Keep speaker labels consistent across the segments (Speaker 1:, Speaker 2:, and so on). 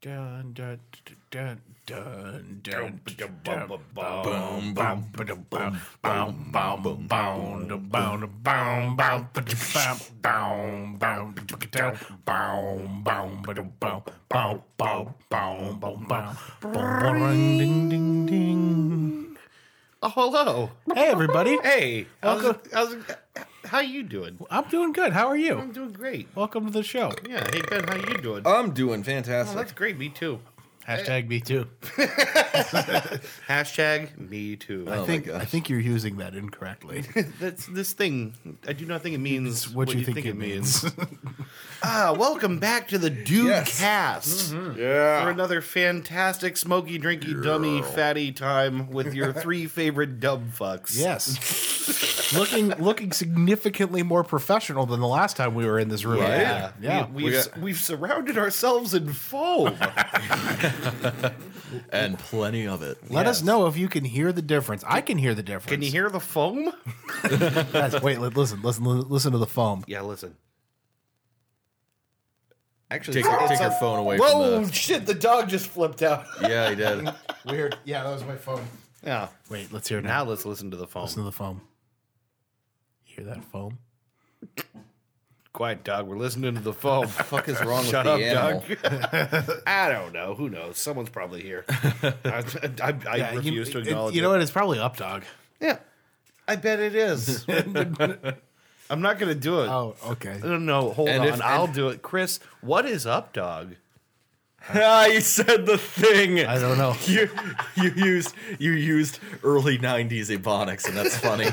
Speaker 1: Dun dun dun dun dun
Speaker 2: Boom, boom, ba-dum, boom, boom, boom, boom, boom, boom, boom, boom, ba-dum, boom, boom, ba-dum, boom, boom, ba-dum, boom, boom, boom, boom, boom, boom.
Speaker 1: dun ding ding ding.
Speaker 2: Oh, hello.
Speaker 1: Hey everybody.
Speaker 2: Hey, how's it, how's it, how you doing?
Speaker 1: I'm doing good. How are
Speaker 2: I'm
Speaker 1: you?
Speaker 2: doing great.
Speaker 1: Welcome to the show.
Speaker 2: Yeah, hey Ben, how you doing?
Speaker 3: I'm doing
Speaker 2: Oh,
Speaker 3: fantastic.
Speaker 2: that's great. Me too.
Speaker 1: Hashtag me too.
Speaker 2: Hashtag me too.
Speaker 3: Oh
Speaker 1: I think I think you're using that incorrectly.
Speaker 2: That's this thing. I do not think it means
Speaker 1: what you think it
Speaker 2: ah, welcome back to the Dude
Speaker 3: Yes.
Speaker 2: Cast
Speaker 1: Mm-hmm.
Speaker 2: for
Speaker 3: yeah.
Speaker 2: another fantastic smoky, drinky, dummy, fatty time with your three favorite dub fucks.
Speaker 1: yes. looking looking significantly more professional than the last time we were in this room.
Speaker 2: Yeah,
Speaker 1: Yeah.
Speaker 2: We, have we've surrounded ourselves in foam.
Speaker 3: And plenty of it.
Speaker 1: Let us know if you can hear the difference. I can hear the difference.
Speaker 2: Can you hear the foam?
Speaker 1: Guys, wait, li- listen, listen, li- listen to the foam.
Speaker 2: Yeah, listen.
Speaker 3: Actually, take, take your phone away
Speaker 2: Whoa,
Speaker 3: from
Speaker 2: shit! The dog just flipped out.
Speaker 3: the. Yeah, he did.
Speaker 1: Weird. Yeah, that was my phone.
Speaker 2: Yeah.
Speaker 1: Wait, let's hear it now.
Speaker 2: Now let's listen to the foam.
Speaker 1: Listen to the foam. You hear that foam?
Speaker 2: Quiet, dog. We're listening to the foam.
Speaker 3: Fuck is wrong
Speaker 2: Shut
Speaker 3: with
Speaker 2: up,
Speaker 3: the animal?
Speaker 2: Doug. I don't know. Who knows? Someone's probably here. I, I, I
Speaker 1: Yeah, you-
Speaker 2: refuse to
Speaker 1: it-
Speaker 2: acknowledge.
Speaker 1: You know
Speaker 2: it.
Speaker 1: what? It's probably up dog.
Speaker 2: Yeah, I bet it is. I'm not gonna do it.
Speaker 1: Oh, okay.
Speaker 2: No, no, hold
Speaker 3: And
Speaker 2: on.
Speaker 3: if- and-
Speaker 2: I'll do it, Chris. What is up, dog?
Speaker 3: Ah, you said the thing.
Speaker 1: I don't know.
Speaker 3: You, you used you used early '90s ebonics, and that's funny.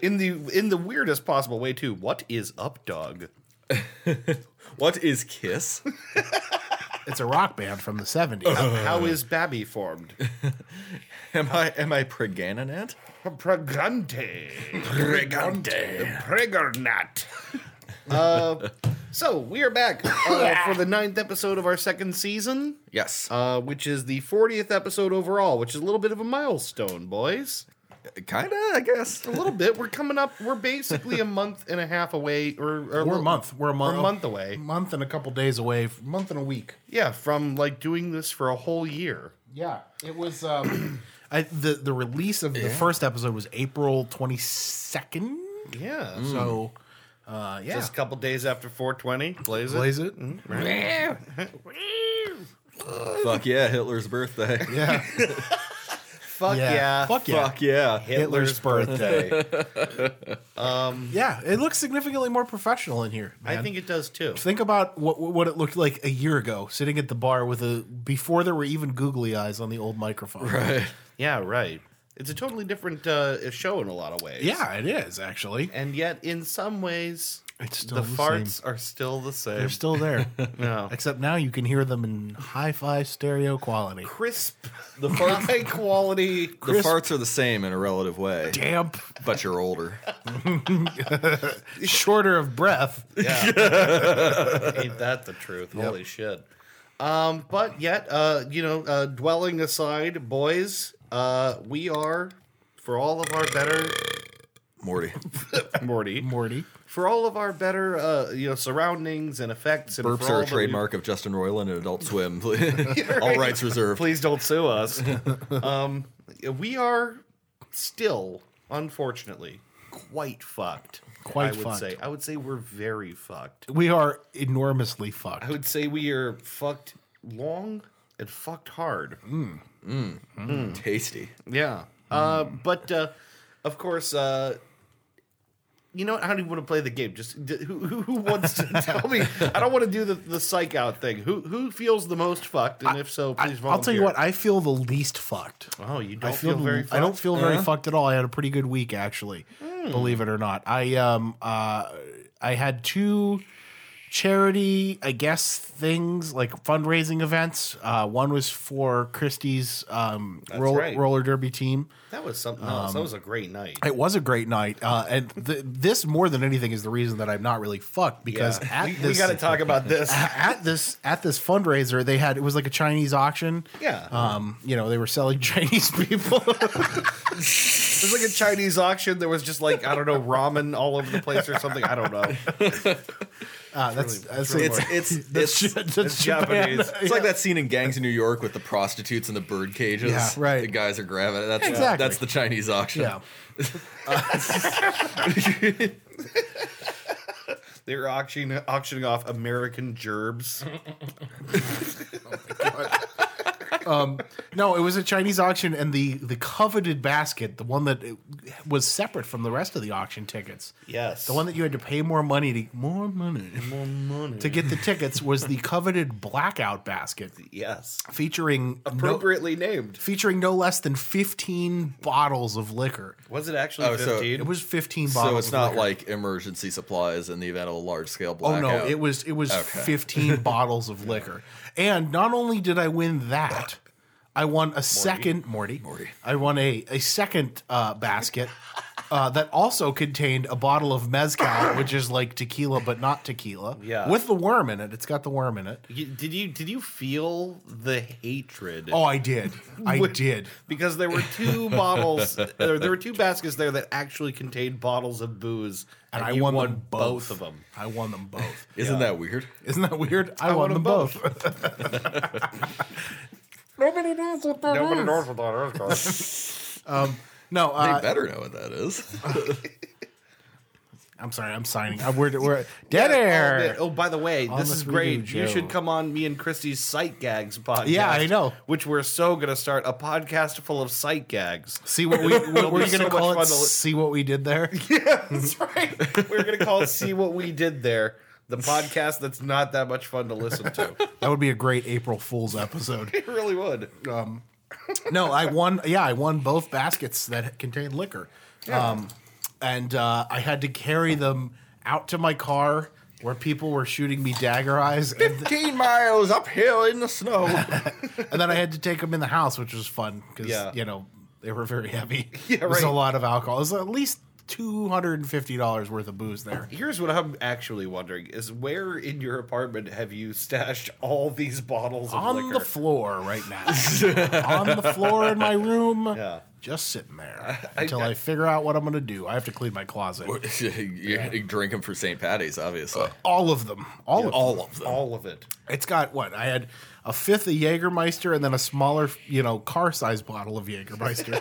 Speaker 2: In the in the weirdest possible way too. What is up, dog?
Speaker 3: what is kiss?
Speaker 1: It's a rock band from the 70s.
Speaker 2: How is Babby formed?
Speaker 3: Am I am I pregnant?
Speaker 2: Pregante,
Speaker 3: Pregante.
Speaker 2: pregnant. Uh, so we are back uh, for the ninth episode of our second season.
Speaker 3: Yes,
Speaker 2: uh, which is the 40th episode overall, which is a little bit of a milestone, boys.
Speaker 3: kinda. I guess.
Speaker 2: A little bit. We're coming up. We're basically a month and a half away, or, or a
Speaker 1: We're
Speaker 2: little-
Speaker 1: a month. We're a month.
Speaker 2: We're a month away.
Speaker 1: Month and a couple days away. f- Month and a week.
Speaker 2: Yeah, from like doing this for a whole year.
Speaker 1: Yeah, it was. Um, I, the the release of the first episode was April 22nd.
Speaker 2: Yeah,
Speaker 1: So, uh, Mm. yeah.
Speaker 2: Hmm. just a couple days after 420. Blaze it.
Speaker 1: Blaze it.
Speaker 3: Fuck yeah, Hitler's birthday.
Speaker 1: Yeah.
Speaker 2: Fuck yeah.
Speaker 1: yeah. Fuck yeah.
Speaker 3: Fuck yeah.
Speaker 1: Hitler's birthday.
Speaker 2: um,
Speaker 1: yeah, it looks significantly more professional in here. Man.
Speaker 2: I think it does too.
Speaker 1: Think about what what it looked like a year ago, sitting at the bar with a before there were even googly eyes on the old microphone.
Speaker 3: Right.
Speaker 2: Yeah, right. It's a totally different uh, show in a lot of ways.
Speaker 1: Yeah, it is actually.
Speaker 2: And yet, in some ways,
Speaker 1: It's still
Speaker 2: the,
Speaker 1: the
Speaker 2: farts are still the
Speaker 1: They're
Speaker 2: same.
Speaker 1: still there,
Speaker 2: no.
Speaker 1: except now you can hear them in hi-fi stereo quality.
Speaker 2: Crisp, the high quality
Speaker 3: The farts are the same in a relative way,
Speaker 1: Damp,
Speaker 3: but you're older.
Speaker 1: shorter of breath.
Speaker 2: Yeah. Ain't that the truth? Holy shit. Um, but yet, uh, you know, uh, dwelling aside, boys, uh, we are, for all of our better,
Speaker 3: Morty.
Speaker 2: Morty,
Speaker 1: Morty.
Speaker 2: for all of our better, uh, you know, surroundings and effects and for
Speaker 3: Burps
Speaker 2: all
Speaker 3: are a
Speaker 2: that we-
Speaker 3: trademark of Justin Roiland and Adult Swim. All rights reserved.
Speaker 2: please don't sue us. um, we are still, unfortunately, quite fucked.
Speaker 1: Quite
Speaker 2: I would
Speaker 1: fucked.
Speaker 2: say. I would say we're very fucked.
Speaker 1: We are enormously fucked.
Speaker 2: I would say we are fucked long and fucked hard.
Speaker 3: Tasty.
Speaker 2: Yeah. Uh, but uh, of course, uh, you know what? I don't even want to play the game. Just d- who, who, who wants to tell me? I don't want to do the, the psych out thing. Who who feels the most fucked? And if so, please volunteer.
Speaker 1: I'll tell you what, I feel the least fucked.
Speaker 2: oh, you don't
Speaker 1: I feel,
Speaker 2: feel, very. Fucked? Uh-huh. Hmm.
Speaker 1: I don't feel very fucked at all. I had a pretty good week actually, believe it or not. I um uh I had two charity, I guess, things like fundraising events. Uh, one was for Christie's um roll,
Speaker 2: right.
Speaker 1: roller derby team.
Speaker 2: That was something else.
Speaker 1: Um,
Speaker 2: That was a great night.
Speaker 1: It was a great night, uh, and th- this more than anything is the reason that I'm not really fucked because
Speaker 2: Yeah.
Speaker 1: at
Speaker 2: we,
Speaker 1: this
Speaker 2: got to talk about this.
Speaker 1: at this at this fundraiser they had it was like a Chinese auction.
Speaker 2: Yeah.
Speaker 1: Um, you know, they were selling Chinese people.
Speaker 2: It was like a Chinese auction. There was just like I don't know ramen all over the place or something. I don't know.
Speaker 1: Uh, that's that's
Speaker 3: It's
Speaker 1: that's-
Speaker 3: it's
Speaker 1: that's
Speaker 3: it's,
Speaker 1: Ja- that's Japan.
Speaker 2: Japanese.
Speaker 3: it's like that scene in Gangs of New York with the prostitutes and the bird cages.
Speaker 1: Yeah, right.
Speaker 3: The guys are grabbing it. That's uh,
Speaker 1: Exactly.
Speaker 3: that's the Chinese auction.
Speaker 1: Yeah.
Speaker 2: They're auctioning auctioning off American gerbs.
Speaker 1: No, it was a Chinese auction, and the the coveted basket, the one that it was separate from the rest of the auction tickets,
Speaker 2: Yes.
Speaker 1: the one that you had to pay more money to more money
Speaker 2: more money.
Speaker 1: to get the tickets, was the coveted blackout basket
Speaker 2: yes.
Speaker 1: featuring no,
Speaker 2: Appropriately named.
Speaker 1: featuring no less than fifteen bottles of liquor.
Speaker 2: Was it actually
Speaker 3: Oh, so-
Speaker 2: fifteen?
Speaker 1: It was fifteen bottles.
Speaker 3: So it's
Speaker 1: of
Speaker 3: not
Speaker 1: liquor.
Speaker 3: like emergency supplies in the event of a large scale
Speaker 1: Oh
Speaker 3: blackout.
Speaker 2: uh,
Speaker 1: no! It was it was fifteen bottles of liquor, and not only did I win that, I won a second Morty. Morty. I won a a second uh, basket uh, that also contained a bottle of mezcal, which is like tequila but not tequila.
Speaker 2: Yeah.
Speaker 1: with the worm in it. It's got the worm in it.
Speaker 2: You- did you did you feel the hatred?
Speaker 1: Oh, I did. I
Speaker 2: Wait.
Speaker 1: did.
Speaker 2: because there were two bottles there, there were two baskets there that actually contained bottles of booze
Speaker 1: And, I
Speaker 2: you
Speaker 1: won, them
Speaker 2: both.
Speaker 1: both.
Speaker 2: of them
Speaker 1: I won them both.
Speaker 3: Isn't that weird?
Speaker 1: Isn't that weird? I, won, them both.
Speaker 4: Nobody knows what that is.
Speaker 1: No,
Speaker 3: They
Speaker 1: uh,
Speaker 3: better know what that is.
Speaker 1: I'm sorry. I'm signing. I, we're we're dead air.
Speaker 2: Oh, oh, by the way, this
Speaker 1: the
Speaker 2: is
Speaker 1: Scooby-Doo
Speaker 2: great. You
Speaker 1: Joe.
Speaker 2: should come on me and Christy's sight gags podcast.
Speaker 1: Yeah, I know.
Speaker 2: Which we're so gonna start a podcast full of sight gags.
Speaker 1: See what we what were
Speaker 2: be
Speaker 1: you gonna
Speaker 2: so much
Speaker 1: call it?
Speaker 2: fun to li-
Speaker 1: See what we did there.
Speaker 2: That's right. we're gonna call it "See What We Did There," the podcast that's not that much fun to listen to.
Speaker 1: That would be a great April Fool's episode.
Speaker 2: It really would.
Speaker 1: No, I won. Yeah, I won both baskets that contained liquor, um, and uh, I had to carry them out to my car where people were shooting me dagger eyes, and,
Speaker 3: Fifteen miles uphill in the snow.
Speaker 1: and then I had to take them in the house, which was fun because
Speaker 2: Yeah.
Speaker 1: you know they were very heavy.
Speaker 2: Yeah,
Speaker 1: It was a
Speaker 2: right.
Speaker 1: lot of alcohol. It was at least two hundred and fifty dollars worth of booze there.
Speaker 2: Here's what I'm actually wondering: is where in your apartment have you stashed all these bottles of
Speaker 1: on
Speaker 2: liquor?
Speaker 1: the floor right now. on the floor in my room.
Speaker 2: Yeah.
Speaker 1: Just sitting there until I, figure out what I'm going to do. I have to clean my closet.
Speaker 3: you you drink them for St. Patty's, obviously.
Speaker 1: All of them. All of them.
Speaker 3: all of them.
Speaker 2: all of it.
Speaker 1: It's got what? I had a fifth of Jägermeister and then a smaller, you know, car size bottle of Jägermeister.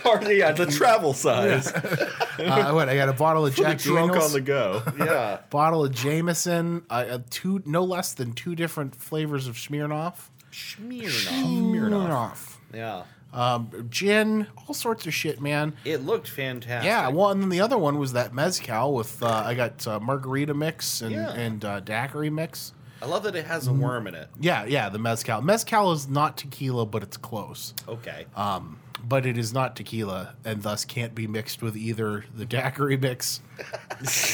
Speaker 3: Carly on uh, the travel size.
Speaker 1: uh, what? I got a bottle of Jack
Speaker 3: Drunk
Speaker 1: Daniels,
Speaker 3: on the go.
Speaker 2: Yeah.
Speaker 1: bottle of Jameson, uh, uh, two, no less than two different flavors of Smirnoff.
Speaker 2: Smirnoff.
Speaker 1: Smirnoff.
Speaker 2: Yeah.
Speaker 1: Um, gin, all sorts of shit, man.
Speaker 2: It looked fantastic.
Speaker 1: Yeah, well, and then the other one was that mezcal with uh, I got uh, margarita mix and
Speaker 2: Yeah.
Speaker 1: and uh, daiquiri mix.
Speaker 2: I love that it has a
Speaker 1: Mm.
Speaker 2: worm in it.
Speaker 1: Yeah, yeah, the mezcal. Mezcal is not tequila, but it's close.
Speaker 2: Okay.
Speaker 1: Um, but it is not tequila, and thus can't be mixed with either the daiquiri mix.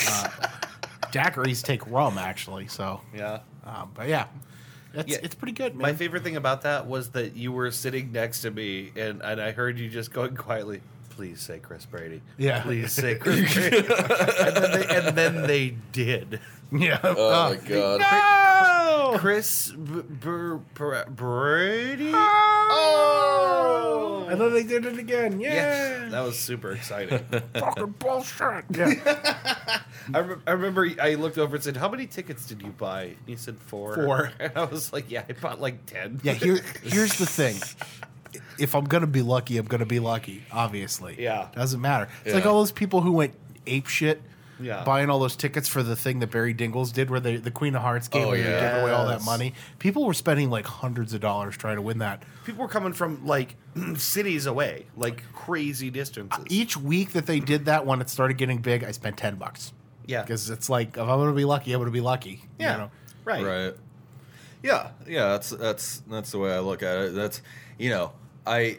Speaker 1: uh, daiquiris take rum, actually. So,
Speaker 2: yeah.
Speaker 1: um, but yeah, it's
Speaker 2: Yeah.
Speaker 1: it's pretty good,
Speaker 2: My
Speaker 1: man.
Speaker 2: favorite thing about that was that you were sitting next to me and, and I heard you just going quietly, please say Chris Brady.
Speaker 1: Yeah.
Speaker 2: Please say Chris Brady. and, then they, and then they did.
Speaker 1: yeah.
Speaker 3: Oh
Speaker 1: Uh, Oh!
Speaker 3: my god.
Speaker 2: Chris B- Br- Br- Brady?
Speaker 1: and then they did it again.
Speaker 2: Yeah,
Speaker 1: Yeah.
Speaker 2: that was super exciting.
Speaker 1: Fucking bullshit. Yeah.
Speaker 2: I, rem- I remember I looked over and said, "How many tickets did you buy?" And you said four.
Speaker 1: Four.
Speaker 2: And I was like, "Yeah, I bought like ten.
Speaker 1: Yeah, here, here's the thing. If I'm gonna be lucky, I'm gonna be lucky. Obviously,
Speaker 2: Yeah.
Speaker 1: doesn't matter. It's like
Speaker 3: Yeah.
Speaker 1: all those people who went ape shit,
Speaker 2: Yeah.
Speaker 1: buying all those tickets for the thing that Barry Dingles did, where they, the Queen of Hearts game,
Speaker 3: Oh,
Speaker 1: where they
Speaker 3: yes.
Speaker 1: gave away all that money. People were spending like hundreds of dollars trying to win that.
Speaker 2: People were coming from like cities away, like crazy distances.
Speaker 1: Each week that they did that, when it started getting big, I spent ten bucks.
Speaker 2: Yeah.
Speaker 1: because it's like if I'm gonna be lucky, I'm gonna be lucky.
Speaker 2: yeah,
Speaker 1: you know?
Speaker 2: right.
Speaker 3: Right. Yeah, yeah, that's that's that's the way I look at it. That's you know, I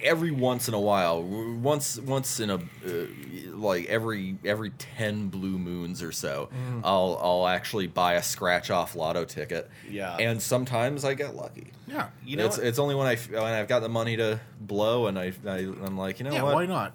Speaker 3: every once in a while, once once in a uh, like every every 10 blue moons or so, I'll I'll actually buy a scratch off lotto ticket.
Speaker 2: Yeah.
Speaker 3: And sometimes I get lucky.
Speaker 1: yeah,
Speaker 2: You know,
Speaker 3: it's it's only when I f- when I've got the money to blow and I, I am like, you know
Speaker 1: yeah.
Speaker 3: what?
Speaker 1: Why not?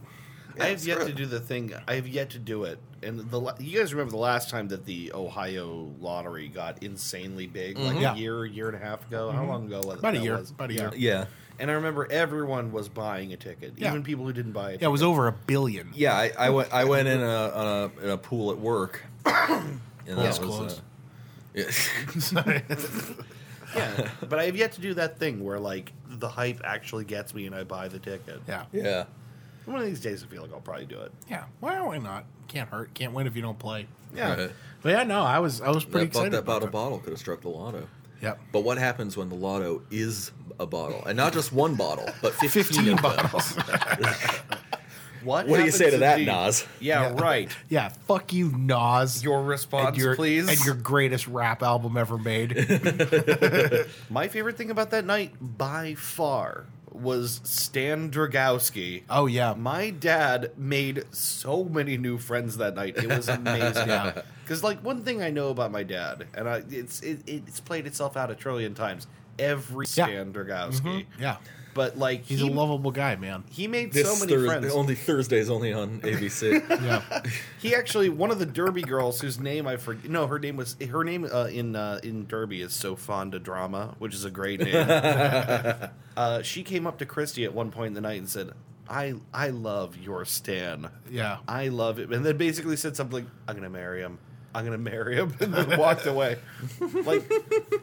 Speaker 2: I have yet
Speaker 3: screw
Speaker 2: to
Speaker 3: it.
Speaker 2: do the thing. I have yet to do it. And the la- you guys remember the last time that the Ohio lottery got insanely big, like
Speaker 1: Mm-hmm. Yeah. Mm-hmm.
Speaker 2: a year, year and a half ago. How long ago? was
Speaker 1: About a
Speaker 2: that
Speaker 1: year.
Speaker 2: was?
Speaker 1: About a
Speaker 2: Yeah.
Speaker 1: year.
Speaker 3: Yeah.
Speaker 2: And I remember everyone was buying a ticket,
Speaker 1: Yeah.
Speaker 2: even people who didn't buy it.
Speaker 1: Yeah, it was over a billion.
Speaker 3: Yeah, I, I went I went in a, on a in a pool at work, And
Speaker 1: Eyes
Speaker 3: that was,
Speaker 1: closed.
Speaker 3: uh, yeah.
Speaker 2: Yeah, but I have yet to do that thing where like the hype actually gets me and I buy the ticket.
Speaker 1: yeah.
Speaker 3: yeah.
Speaker 2: One of these days, I feel like I'll probably do it.
Speaker 1: Yeah. Why, why not? Can't hurt. Can't win if you don't play.
Speaker 2: Yeah.
Speaker 3: Right.
Speaker 1: But yeah, no, I was I was pretty
Speaker 3: That, bu-
Speaker 1: excited
Speaker 3: that
Speaker 1: about
Speaker 3: bottle
Speaker 1: it.
Speaker 3: bottle could have struck the lotto.
Speaker 1: Yep.
Speaker 3: But what happens when the lotto is a bottle? And not just one bottle, but 15,
Speaker 1: 15
Speaker 3: of them.
Speaker 1: bottles.
Speaker 3: What do you
Speaker 2: happens
Speaker 3: say to that,
Speaker 2: the-
Speaker 3: Nas?
Speaker 2: Yeah, right.
Speaker 1: yeah, fuck you, Nas.
Speaker 5: Your response,
Speaker 1: and your,
Speaker 5: please.
Speaker 1: And your greatest rap album ever made.
Speaker 2: My favorite thing about that night, by far, was Stan Dragowski.
Speaker 1: oh yeah.
Speaker 2: My dad made so many new friends that night. It was amazing.
Speaker 1: Yeah.
Speaker 2: Because like one thing I know about my dad, and I, it's it, it's played itself out a trillion times. Every
Speaker 1: Yeah.
Speaker 2: Stan Dragowski,
Speaker 1: Mhm. Yeah.
Speaker 2: but like
Speaker 1: He's
Speaker 2: he,
Speaker 1: a lovable guy, man.
Speaker 2: he made
Speaker 3: This
Speaker 2: so many
Speaker 3: Thurs-
Speaker 2: friends.
Speaker 3: Only Thursdays, only on ABC.
Speaker 1: Yeah.
Speaker 2: He actually one of the Derby girls whose name I forget. No, her name was her name uh, in uh, in Derby is Sofonda Drama, which is a great name. uh, she came up to Christy at one point in the night and said, "I I love your Stan.
Speaker 1: Yeah.
Speaker 2: I love it." And then basically said something like, "I'm gonna marry him. I'm gonna marry him," and then walked away. Like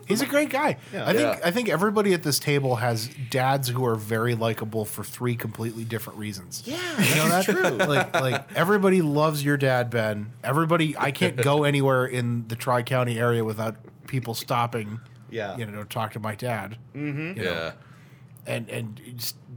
Speaker 1: He's a great guy. I think
Speaker 3: Yeah.
Speaker 1: I think everybody at this table has dads who are very likable for three completely different reasons.
Speaker 2: Yeah,
Speaker 1: you know that's true. Like like everybody loves your dad, Ben. Everybody, I can't go anywhere in the Tri County area without people stopping.
Speaker 2: Yeah. Mm.
Speaker 1: you know, to talk to my dad. Mm-hmm.
Speaker 3: yeah.
Speaker 1: and and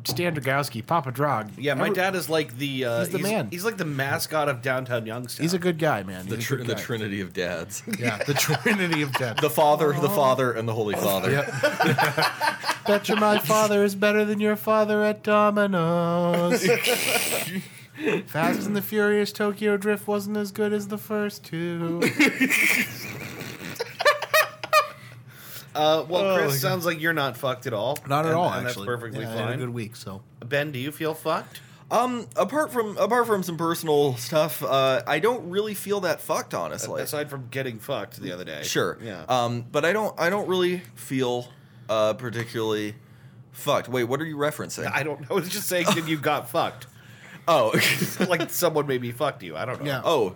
Speaker 1: Stan Dragowski, Papa Drog.
Speaker 2: yeah, my
Speaker 1: Every-
Speaker 2: dad is like the uh,
Speaker 1: He's the man.
Speaker 2: He's like the mascot of downtown Youngstown.
Speaker 1: He's a good guy, man.
Speaker 3: The,
Speaker 1: He's a
Speaker 3: tr-
Speaker 1: good
Speaker 3: the
Speaker 1: guy.
Speaker 3: trinity of dads.
Speaker 1: Yeah, the Trinity of Death.
Speaker 3: The Father, the Father, and the Holy Father.
Speaker 1: Yep. Betcha my father is better than your father at Domino's. Fast and the Furious Tokyo Drift wasn't as good as the first two.
Speaker 2: uh, well, Chris sounds like you're not fucked at all.
Speaker 1: Oh, Not at
Speaker 2: And-
Speaker 1: all,
Speaker 2: and
Speaker 1: actually.
Speaker 2: That's perfectly
Speaker 1: Yeah, I had a
Speaker 2: fine.
Speaker 1: good week, so.
Speaker 2: Ben, do you feel fucked?
Speaker 3: Um, apart from apart from some personal stuff, uh, I don't really feel that fucked, honestly.
Speaker 2: aside from getting fucked the other day.
Speaker 3: Sure.
Speaker 2: Yeah.
Speaker 3: Um, but I don't I don't really feel uh, particularly fucked. Wait, what are you referencing?
Speaker 2: I don't know. I was just saying that you got fucked.
Speaker 3: oh,
Speaker 2: like someone maybe fucked you. I don't know.
Speaker 1: Yeah.
Speaker 3: oh,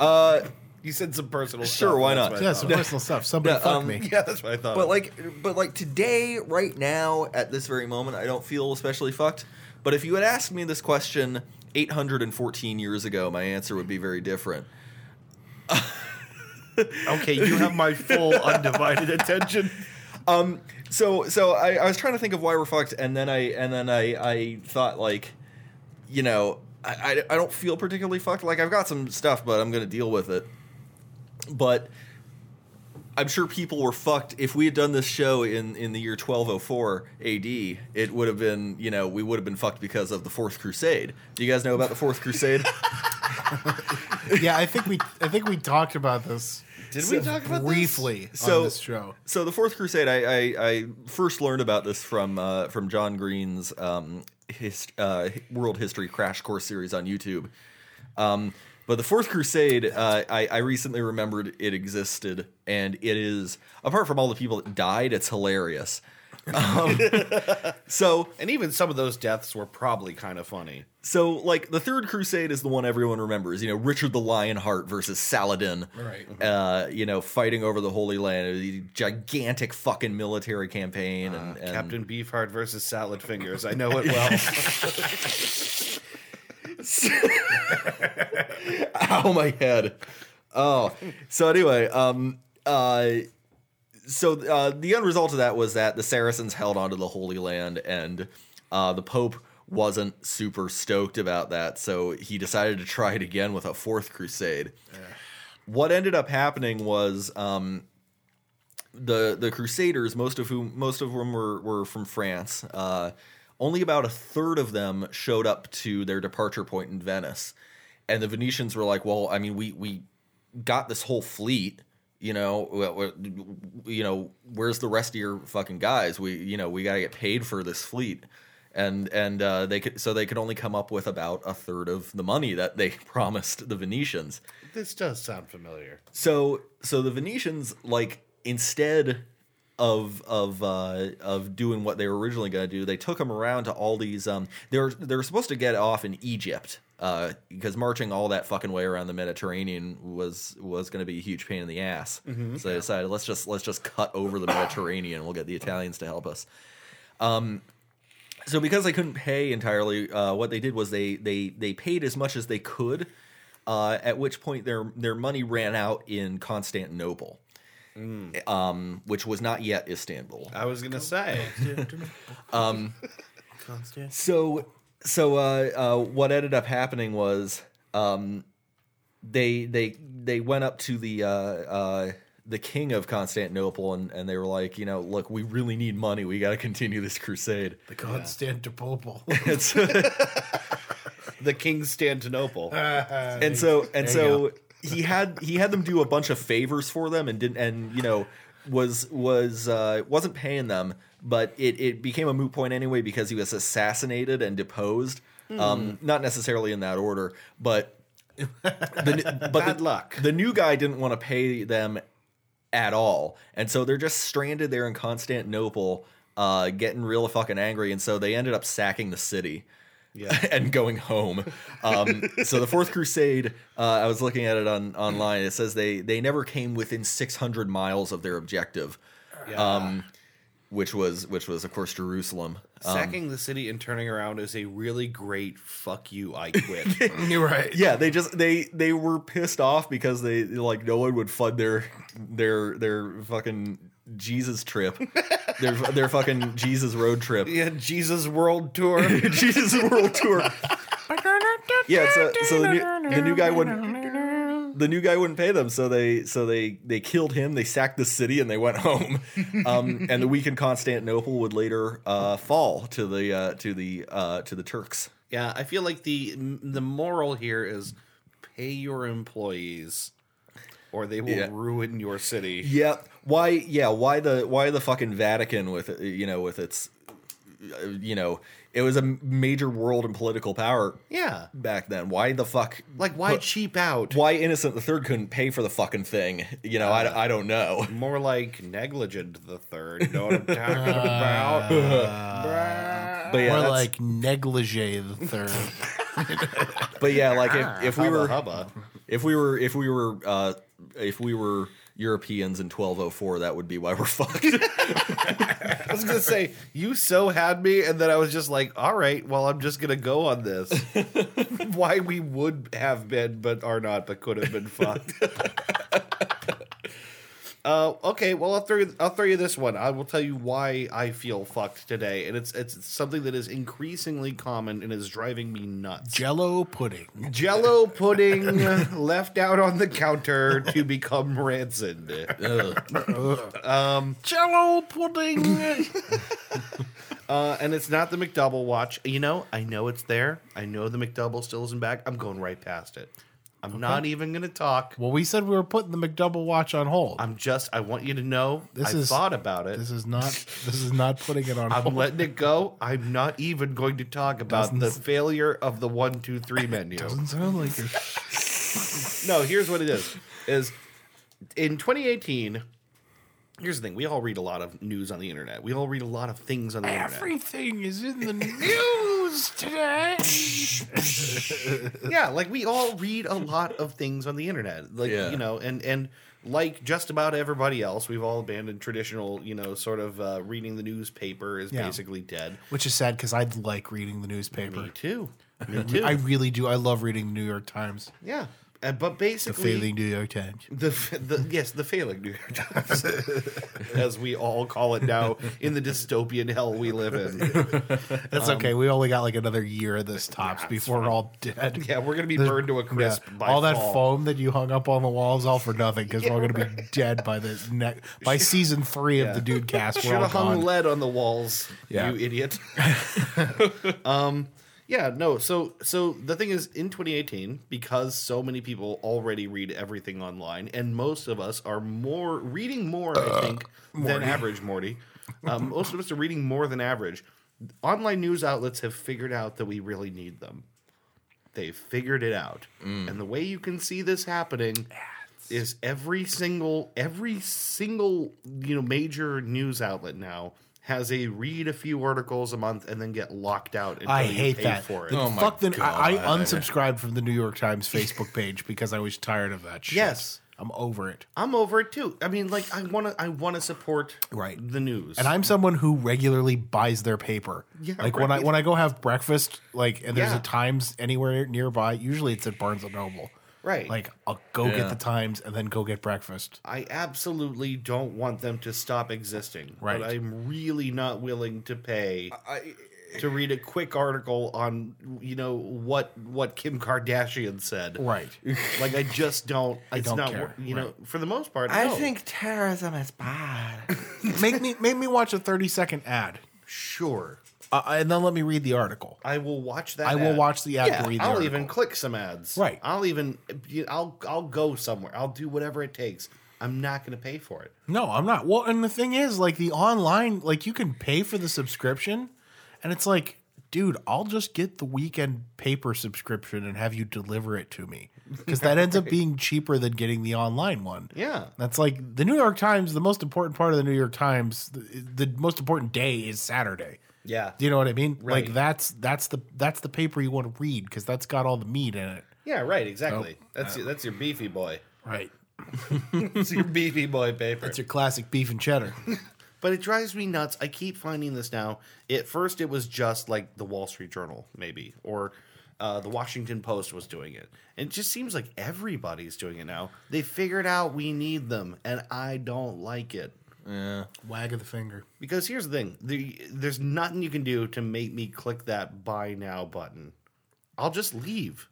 Speaker 3: uh,
Speaker 2: You said some personal
Speaker 3: Sure,
Speaker 2: stuff,
Speaker 3: why
Speaker 2: that's
Speaker 3: not?
Speaker 2: what I
Speaker 1: Yeah, some
Speaker 2: thought.
Speaker 1: personal stuff. Somebody
Speaker 3: Yeah,
Speaker 1: fucked
Speaker 3: um,
Speaker 1: me.
Speaker 2: yeah, that's what I thought.
Speaker 3: but like but like today, right now, at this very moment, I don't feel especially fucked. But if you had asked me this question 814 years ago, my answer would be very different.
Speaker 2: okay, you have my full undivided attention.
Speaker 3: Um, so so I, I was trying to think of why we're fucked, and then I and then I I thought like, you know, I, I, I don't feel particularly fucked. Like I've got some stuff, but I'm gonna deal with it. But I'm sure people were fucked. If we had done this show in in the year 1204 A.D., it would have been you know we would have been fucked because of the Fourth Crusade. Do you guys know about the Fourth Crusade?
Speaker 1: Yeah, I think we I think we talked about this
Speaker 2: Did we talk about this?
Speaker 1: briefly
Speaker 3: so
Speaker 1: on this show.
Speaker 3: So the Fourth Crusade, I, I, I first learned about this from uh, from John Green's um, his, uh, World History Crash Course series on YouTube. Um, but the Fourth Crusade, uh, I, I recently remembered it existed, and it is apart from all the people that died, it's hilarious. Um, so
Speaker 2: And even some of those deaths were probably kind of funny.
Speaker 3: so like the third crusade is the one everyone remembers you know richard the lionheart versus saladin
Speaker 1: Right.
Speaker 3: uh you know fighting over the holy land a gigantic fucking military campaign and, and
Speaker 2: Captain Beefheart versus Salad Fingers. I know it well.
Speaker 3: ow my head oh so anyway um uh so uh, the end result of that was that the Saracens held onto the Holy Land, and uh, the Pope wasn't super stoked about that, so he decided to try it again with a fourth crusade. What ended up happening was um, the the Crusaders, most of whom most of whom were were from France. Uh, only about a third of them showed up to their departure point in Venice, and the Venetians were like, "Well, I mean, we we got this whole fleet." You know, well, well, you know, where's the rest of your fucking guys? We, you know, we gotta get paid for this fleet, and and uh, they could so they could only come up with about a third of the money that they promised the Venetians
Speaker 2: this does sound familiar.
Speaker 3: so so the venetians like instead of of uh, of doing what they were originally going to do. They took them around to all these. Um, they were they were supposed to get off in Egypt uh, because marching all that fucking way around the Mediterranean was was going to be a huge pain in the ass. So they decided let's just let's just cut over the Mediterranean. We'll get the Italians to help us. So because they couldn't pay entirely, uh, what they did was they they they paid as much as they could. Uh, at which point their their money ran out in Constantinople, um, which was not yet Istanbul.
Speaker 2: I was gonna say.
Speaker 3: So so uh, uh, what ended up happening was um, they they they went up to the uh, uh, the king of Constantinople and, and they were like, you know, look, we really need money. We got to continue this crusade.
Speaker 1: The Constantinople.
Speaker 3: It's-
Speaker 2: the Constantinople.
Speaker 1: Uh,
Speaker 3: and so and so he had he had them do a bunch of favors for them and didn't and you know was was uh wasn't paying them but it it became a moot point anyway because he was assassinated and deposed
Speaker 2: Hmm.
Speaker 3: um not necessarily in that order but the, but
Speaker 2: Bad
Speaker 3: the,
Speaker 2: luck.
Speaker 3: the new guy didn't want to pay them at all and so they're just stranded there in constantinople uh getting real fucking angry and so they ended up sacking the city and going home. Um, so the Fourth Crusade, uh, I was looking at it on online. It says they they never came within 600 miles of their objective, um, which was which was of course Jerusalem. Um,
Speaker 2: Sacking the city and turning around is a really great "fuck you, I quit."
Speaker 1: You're right.
Speaker 3: yeah, they just they they were pissed off because they like no one would fund their their their fucking Jesus trip, their their fucking Jesus road trip.
Speaker 2: yeah, Jesus World Tour.
Speaker 3: Jesus World Tour. Yeah, so, so the, new, the new guy wouldn't the new guy wouldn't pay them, so they so they they killed him. They sacked the city and they went home. Um, and the week in Constantinople would later uh, fall to the uh, to the uh, to the Turks.
Speaker 2: Yeah, I feel like the the moral here is pay your employees or they will
Speaker 3: Yeah.
Speaker 2: ruin your city.
Speaker 3: Yeah, why? Yeah, why the why the fucking Vatican with uh, you know with its uh, you know it was a major world and political power
Speaker 2: Yeah.
Speaker 3: back then. Why the fuck?
Speaker 2: Like why cheap out?
Speaker 3: why Innocent the Third couldn't pay for the fucking thing? You know, I, I don't know.
Speaker 2: More like negligent the third. You know what I'm talking about?
Speaker 3: But yeah,
Speaker 1: More
Speaker 3: that's-
Speaker 1: like negligee the third.
Speaker 3: but yeah, like if, if we
Speaker 2: Hubba
Speaker 3: were
Speaker 2: hubba.
Speaker 3: if we were if we were uh, if we were Europeans in 1204, that would be why we're fucked.
Speaker 2: I was gonna say, you so had me, and then I was just like, all right, well, I'm just gonna go on this. why we would have been, but are not, but could have been fucked. Uh, okay, well I'll throw you, I'll throw you this one. I will tell you why I feel fucked today, and it's it's something that is increasingly common and is driving me nuts.
Speaker 1: Jello pudding.
Speaker 2: Jello pudding left out on the counter to become rancid.
Speaker 1: Jello pudding.
Speaker 2: Uh, and it's not the McDouble watch. You know, I know it's there. I know the McDouble still isn't back. I'm going right past it. I'm not even going to talk.
Speaker 1: well, we said we were putting the McDouble watch on hold.
Speaker 2: I'm just. I want you to know.
Speaker 1: This
Speaker 2: I
Speaker 1: is-
Speaker 2: thought about it.
Speaker 1: this is not. This is not putting it on
Speaker 2: I'm
Speaker 1: hold.
Speaker 2: letting it go. I'm not even going to talk about the failure of the one, two, three menu.
Speaker 1: Doesn't sound like it.
Speaker 2: No, here's what it is: is in 2018. Here's the thing: we all read a lot of news on the internet. We all read a lot of things on the internet.
Speaker 1: Everything is in the news today.
Speaker 2: yeah like we all read a lot of things on the internet like
Speaker 3: Yeah.
Speaker 2: you know and and like just about everybody else we've all abandoned traditional you know sort of uh, reading the newspaper is
Speaker 1: Yeah.
Speaker 2: basically dead
Speaker 1: Which is sad because I like reading the newspaper.
Speaker 2: me too me too
Speaker 1: I really do. I love reading the New York Times.
Speaker 2: yeah Uh, but
Speaker 1: The
Speaker 2: basically
Speaker 1: failing New York Times.
Speaker 2: The, the yes, the failing New York Times, as we all call it now in the dystopian hell we live in.
Speaker 1: That's
Speaker 2: Um,
Speaker 1: okay. We only got like another year of this tops before we're all dead.
Speaker 2: Yeah, we're gonna be
Speaker 1: There's-
Speaker 2: burned to a crisp.
Speaker 1: yeah.
Speaker 2: By
Speaker 1: all that
Speaker 2: fall.
Speaker 1: foam that you hung up on the walls, all for nothing, because we're all going to be dead by the neck by season three of the Dude Cast. We're
Speaker 2: Should
Speaker 1: all
Speaker 2: have hung
Speaker 1: gone.
Speaker 2: lead on the walls,
Speaker 1: Yeah.
Speaker 2: you idiot. um, yeah, no. So, so the thing is, in 2018, because so many people already read everything online, and most of us are more reading more,
Speaker 1: Uh,
Speaker 2: I think, than average, Morty. Um, most of us are reading more than average. Online news outlets have figured out that we really
Speaker 1: Mm.
Speaker 2: need them. They've figured it out, and the way you can see this happening is every single every single you know major news outlet now has a read a few articles a month and then get locked out. Until
Speaker 1: I
Speaker 2: you
Speaker 1: hate
Speaker 2: pay
Speaker 1: that.
Speaker 2: for it.
Speaker 1: The
Speaker 3: Oh my
Speaker 1: fuck then I, I
Speaker 3: God.
Speaker 1: unsubscribed from the New York Times Facebook page because I was tired of that shit.
Speaker 2: Yes.
Speaker 1: I'm over it.
Speaker 2: I'm over it too. I mean, like I want to I want to support
Speaker 1: Right.
Speaker 2: the news
Speaker 1: And I'm someone who regularly buys their paper.
Speaker 2: Yeah,
Speaker 1: like when I
Speaker 2: right.
Speaker 1: when I go have breakfast, like and there's
Speaker 2: Yeah.
Speaker 1: a Times anywhere nearby. Usually it's at Barnes and Noble.
Speaker 2: Right.
Speaker 1: Like I'll go
Speaker 3: Yeah.
Speaker 1: get the Times and then go get breakfast.
Speaker 2: I absolutely don't want them to stop existing.
Speaker 1: Right.
Speaker 2: But I'm really not willing to pay
Speaker 3: I,
Speaker 2: to read a quick article on you know what what Kim Kardashian said.
Speaker 1: Right.
Speaker 2: Like I just don't. It's
Speaker 1: don't
Speaker 2: not
Speaker 1: care.
Speaker 2: you know for the most part.
Speaker 3: I
Speaker 2: no.
Speaker 3: think terrorism is bad.
Speaker 1: make me make me watch a 30 second ad.
Speaker 2: sure
Speaker 1: Uh, and then let me read the article.
Speaker 2: I will watch that.
Speaker 1: I will
Speaker 2: ad.
Speaker 1: watch the ad
Speaker 2: Yeah,
Speaker 1: to read the
Speaker 2: I'll
Speaker 1: article.
Speaker 2: even click some ads.
Speaker 1: Right.
Speaker 2: I'll even you- I'll I'll go somewhere. I'll do whatever it takes. I'm not going to pay for it.
Speaker 1: No, I'm not. Well, and the thing is, like the online, like you can pay for the subscription, and it's like, dude, I'll just get the weekend paper subscription and have you deliver it to me because that ends up being cheaper than getting the online one.
Speaker 2: Yeah.
Speaker 1: that's like the New York Times. The most important part of the New York Times, the, the most important day is Saturday.
Speaker 2: Yeah.
Speaker 1: Do you know what I mean? Like
Speaker 2: Right.
Speaker 1: that's that's the that's the paper you want to read because that's got all the meat in it.
Speaker 2: Yeah. Right. Exactly. that's your, that's your beefy boy.
Speaker 1: Right.
Speaker 2: It's your beefy boy paper.
Speaker 1: It's your classic beef and cheddar.
Speaker 2: But it drives me nuts. I keep finding this now. At first, it was just like the Wall Street Journal, maybe, or uh, the Washington Post was doing it. And it just seems like everybody's doing it now. They figured out we need them, and I don't like it.
Speaker 1: Wag of the finger.
Speaker 2: Because here's the thing the, there's nothing you can do to make me click that buy now button. I'll just leave.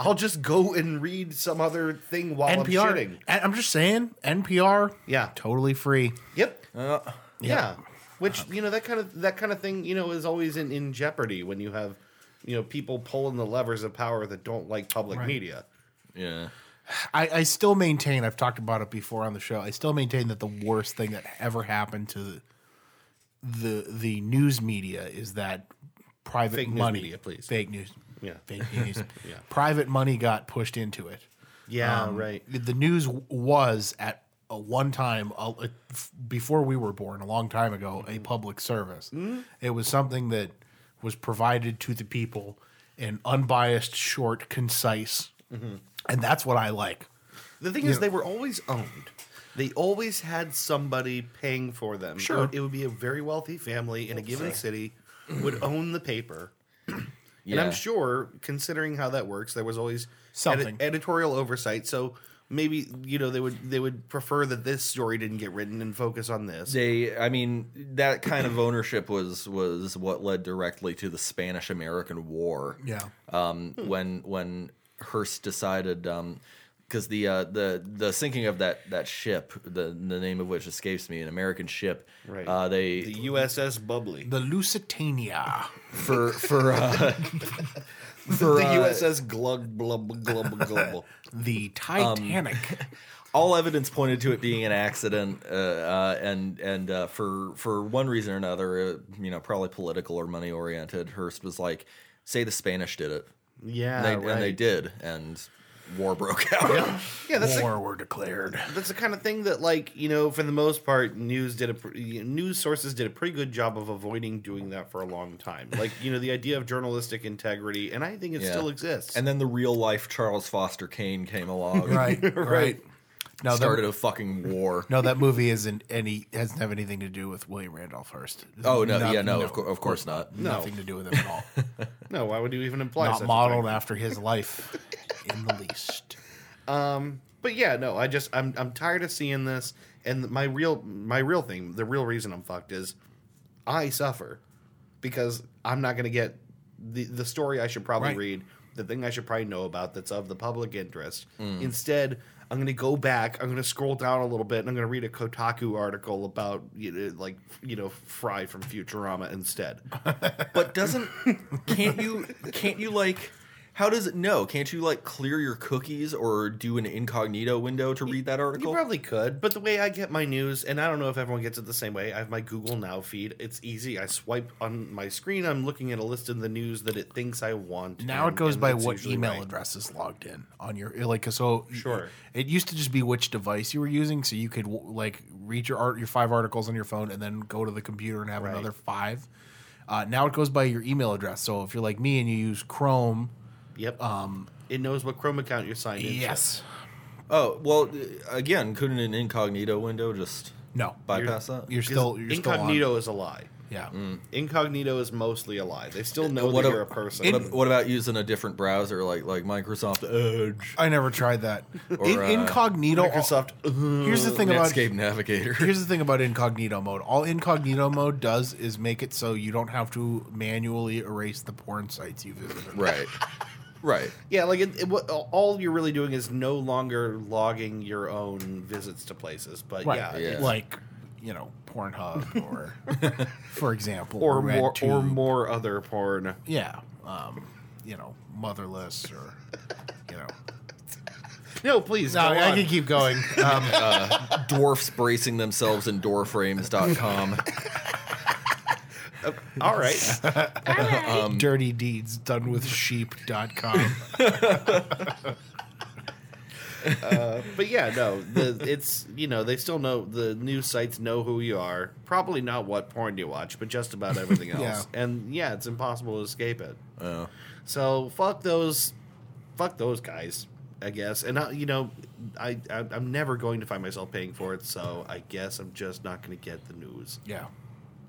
Speaker 2: I'll just go and read some other thing while I'm
Speaker 1: NPR.
Speaker 2: shitting.
Speaker 1: I- I'm just saying, NPR.
Speaker 2: Yeah.
Speaker 1: totally free.
Speaker 2: Yep.
Speaker 3: Uh,
Speaker 2: Yeah. Which you know that kind of that kind of thing you know is always in, in jeopardy when you have you know people pulling the levers of power that don't like public media.
Speaker 3: yeah.
Speaker 1: I, I still maintain. I've talked about it before on the show. I still maintain that the worst thing that ever happened to the the, the news media is that private
Speaker 2: Fake news
Speaker 1: money,
Speaker 2: media, please.
Speaker 1: fake news,
Speaker 2: Yeah.
Speaker 1: fake news, private money got pushed into it.
Speaker 2: Yeah,
Speaker 1: Um,
Speaker 2: right.
Speaker 1: The news w- was at a one time a, a- f- before we were born, a long time ago,
Speaker 3: Mm-hmm.
Speaker 1: a public service. It was something that was provided to the people in unbiased, short, concise,
Speaker 3: Mm-hmm.
Speaker 1: and that's what I like.
Speaker 2: The thing is, they were always owned. They always had somebody paying for them.
Speaker 1: Sure.
Speaker 2: it would, it would be a very wealthy family in a given city would own the paper.
Speaker 3: Yeah.
Speaker 2: And I'm sure, considering how that works, there was always edit-
Speaker 1: Something.
Speaker 2: editorial oversight. So maybe you know they would they would prefer that this story didn't get written and focus on this.
Speaker 3: They, I mean, that kind of ownership was was what led directly to the Spanish American War.
Speaker 1: Yeah.
Speaker 3: Um, when when Hearst decided, um, because the uh, the the sinking of that that ship, the the name of which escapes me, an American ship.
Speaker 2: Right.
Speaker 3: Uh, they
Speaker 2: the USS Bubbly.
Speaker 1: The Lusitania.
Speaker 3: for for uh, for
Speaker 2: the
Speaker 3: uh,
Speaker 2: USS Glug Blub Glub Glub.
Speaker 1: The
Speaker 3: Um,
Speaker 1: Titanic.
Speaker 3: all evidence pointed to it being an accident, uh, uh, and and uh, for for one reason or another, uh, you know, probably political or money oriented. Hearst was like, "Say the Spanish did it,"
Speaker 2: yeah,
Speaker 3: and they, and they did, and war broke out.
Speaker 2: Ah, Yeah, that's the,
Speaker 1: War were declared.
Speaker 2: that's the kind of thing that, like, you know, for the most part, news did a pr- news sources did a pretty good job of avoiding doing that for a long time. Like, you know, the idea of journalistic integrity, and I think it
Speaker 3: Yeah.
Speaker 2: still exists.
Speaker 3: And then the real life Charles Foster Kane came along,
Speaker 1: Right. right. No, that-
Speaker 3: Started a fucking war.
Speaker 1: No, that movie isn't any hasn't have anything to do with William Randolph Hearst.
Speaker 3: Oh no, yeah, no, of, cour of course not.
Speaker 1: nothing to do with him at all.
Speaker 2: no, why would you even imply
Speaker 1: Not
Speaker 2: such A
Speaker 1: modeled
Speaker 2: thing?
Speaker 1: after his life in the least.
Speaker 2: But yeah, no, I just I'm I'm tired of seeing this, and my real my real thing, the real reason I'm fucked is I suffer because I'm not gonna get the the story I should probably
Speaker 1: Right.
Speaker 2: read, the thing I should probably know about that's of the public interest. Instead, I'm gonna go back, I'm gonna scroll down a little bit, and I'm gonna read a Kotaku article about you know, like you know Fry from Futurama instead.
Speaker 3: But doesn't can't you can't you like How does it know? Can't you like clear your cookies or do an incognito window to read that
Speaker 2: You
Speaker 3: article?
Speaker 2: probably could, but the way I get my news, and I don't know if everyone gets it the same way, I have my Google Now feed. It's easy. I swipe on my screen. I'm looking at a list of the news that it thinks I want.
Speaker 1: Now it
Speaker 2: and-
Speaker 1: goes
Speaker 2: and
Speaker 1: by
Speaker 2: that's
Speaker 1: what
Speaker 2: usually
Speaker 1: email
Speaker 2: right.
Speaker 1: address is logged in on your like so.
Speaker 2: Sure.
Speaker 1: It used to just be which device you were using, so you could w- like read your art your five articles on your phone and then go to the computer and have
Speaker 2: Right.
Speaker 1: another five. Uh, now it goes by your email address. So if you're like me and you use Chrome,
Speaker 2: Yep. Um, it knows what Chrome account you're signed in. to.
Speaker 1: yes,
Speaker 3: Oh well, again, couldn't an incognito window just
Speaker 1: no,
Speaker 3: bypass that?
Speaker 1: you're
Speaker 2: 'Cause
Speaker 1: still you're
Speaker 2: incognito Mm. is a lie.
Speaker 1: Still on. Yeah,
Speaker 2: Incognito is mostly a lie. They
Speaker 1: Uh,
Speaker 2: still know
Speaker 3: what
Speaker 2: that
Speaker 3: a-
Speaker 2: you're a person.
Speaker 3: What, ab- what about using a different browser like like Microsoft Edge
Speaker 1: I never tried that.
Speaker 3: Or,
Speaker 1: In-
Speaker 3: uh,
Speaker 1: incognito.
Speaker 2: Microsoft. uh-huh.
Speaker 1: Here's the thing about
Speaker 3: Netscape Navigator?
Speaker 1: Here's the thing about incognito mode. All incognito mode does is make it so you don't have to manually erase the porn sites you visited.
Speaker 3: right, right.
Speaker 2: Yeah, like it, it, what, all you're really doing is no longer logging your own visits to places, but yeah,
Speaker 3: yeah.
Speaker 1: Like, you know, Pornhub or, for example,
Speaker 2: or more or
Speaker 1: RedTube.
Speaker 2: more other porn.
Speaker 1: Yeah. Um, you know, motherless or, you know.
Speaker 2: No, please.
Speaker 1: No,
Speaker 2: go
Speaker 1: I
Speaker 2: on.
Speaker 1: can keep going. Um,
Speaker 3: Dwarfs bracing themselves in doorframes.com.
Speaker 2: All right.
Speaker 3: Um,
Speaker 1: dirty deeds done with sheep.com.
Speaker 2: Uh, But yeah, no, the, it's you know they still know the news sites know who you are. Probably not what porn you watch, but just about everything else.
Speaker 1: Yeah.
Speaker 2: And yeah, it's impossible to escape it.
Speaker 1: Oh.
Speaker 2: So fuck those, fuck those guys. I guess. And I, you know, I, I I'm never going to find myself paying for it. So I guess I'm just not going to get the news.
Speaker 1: Yeah.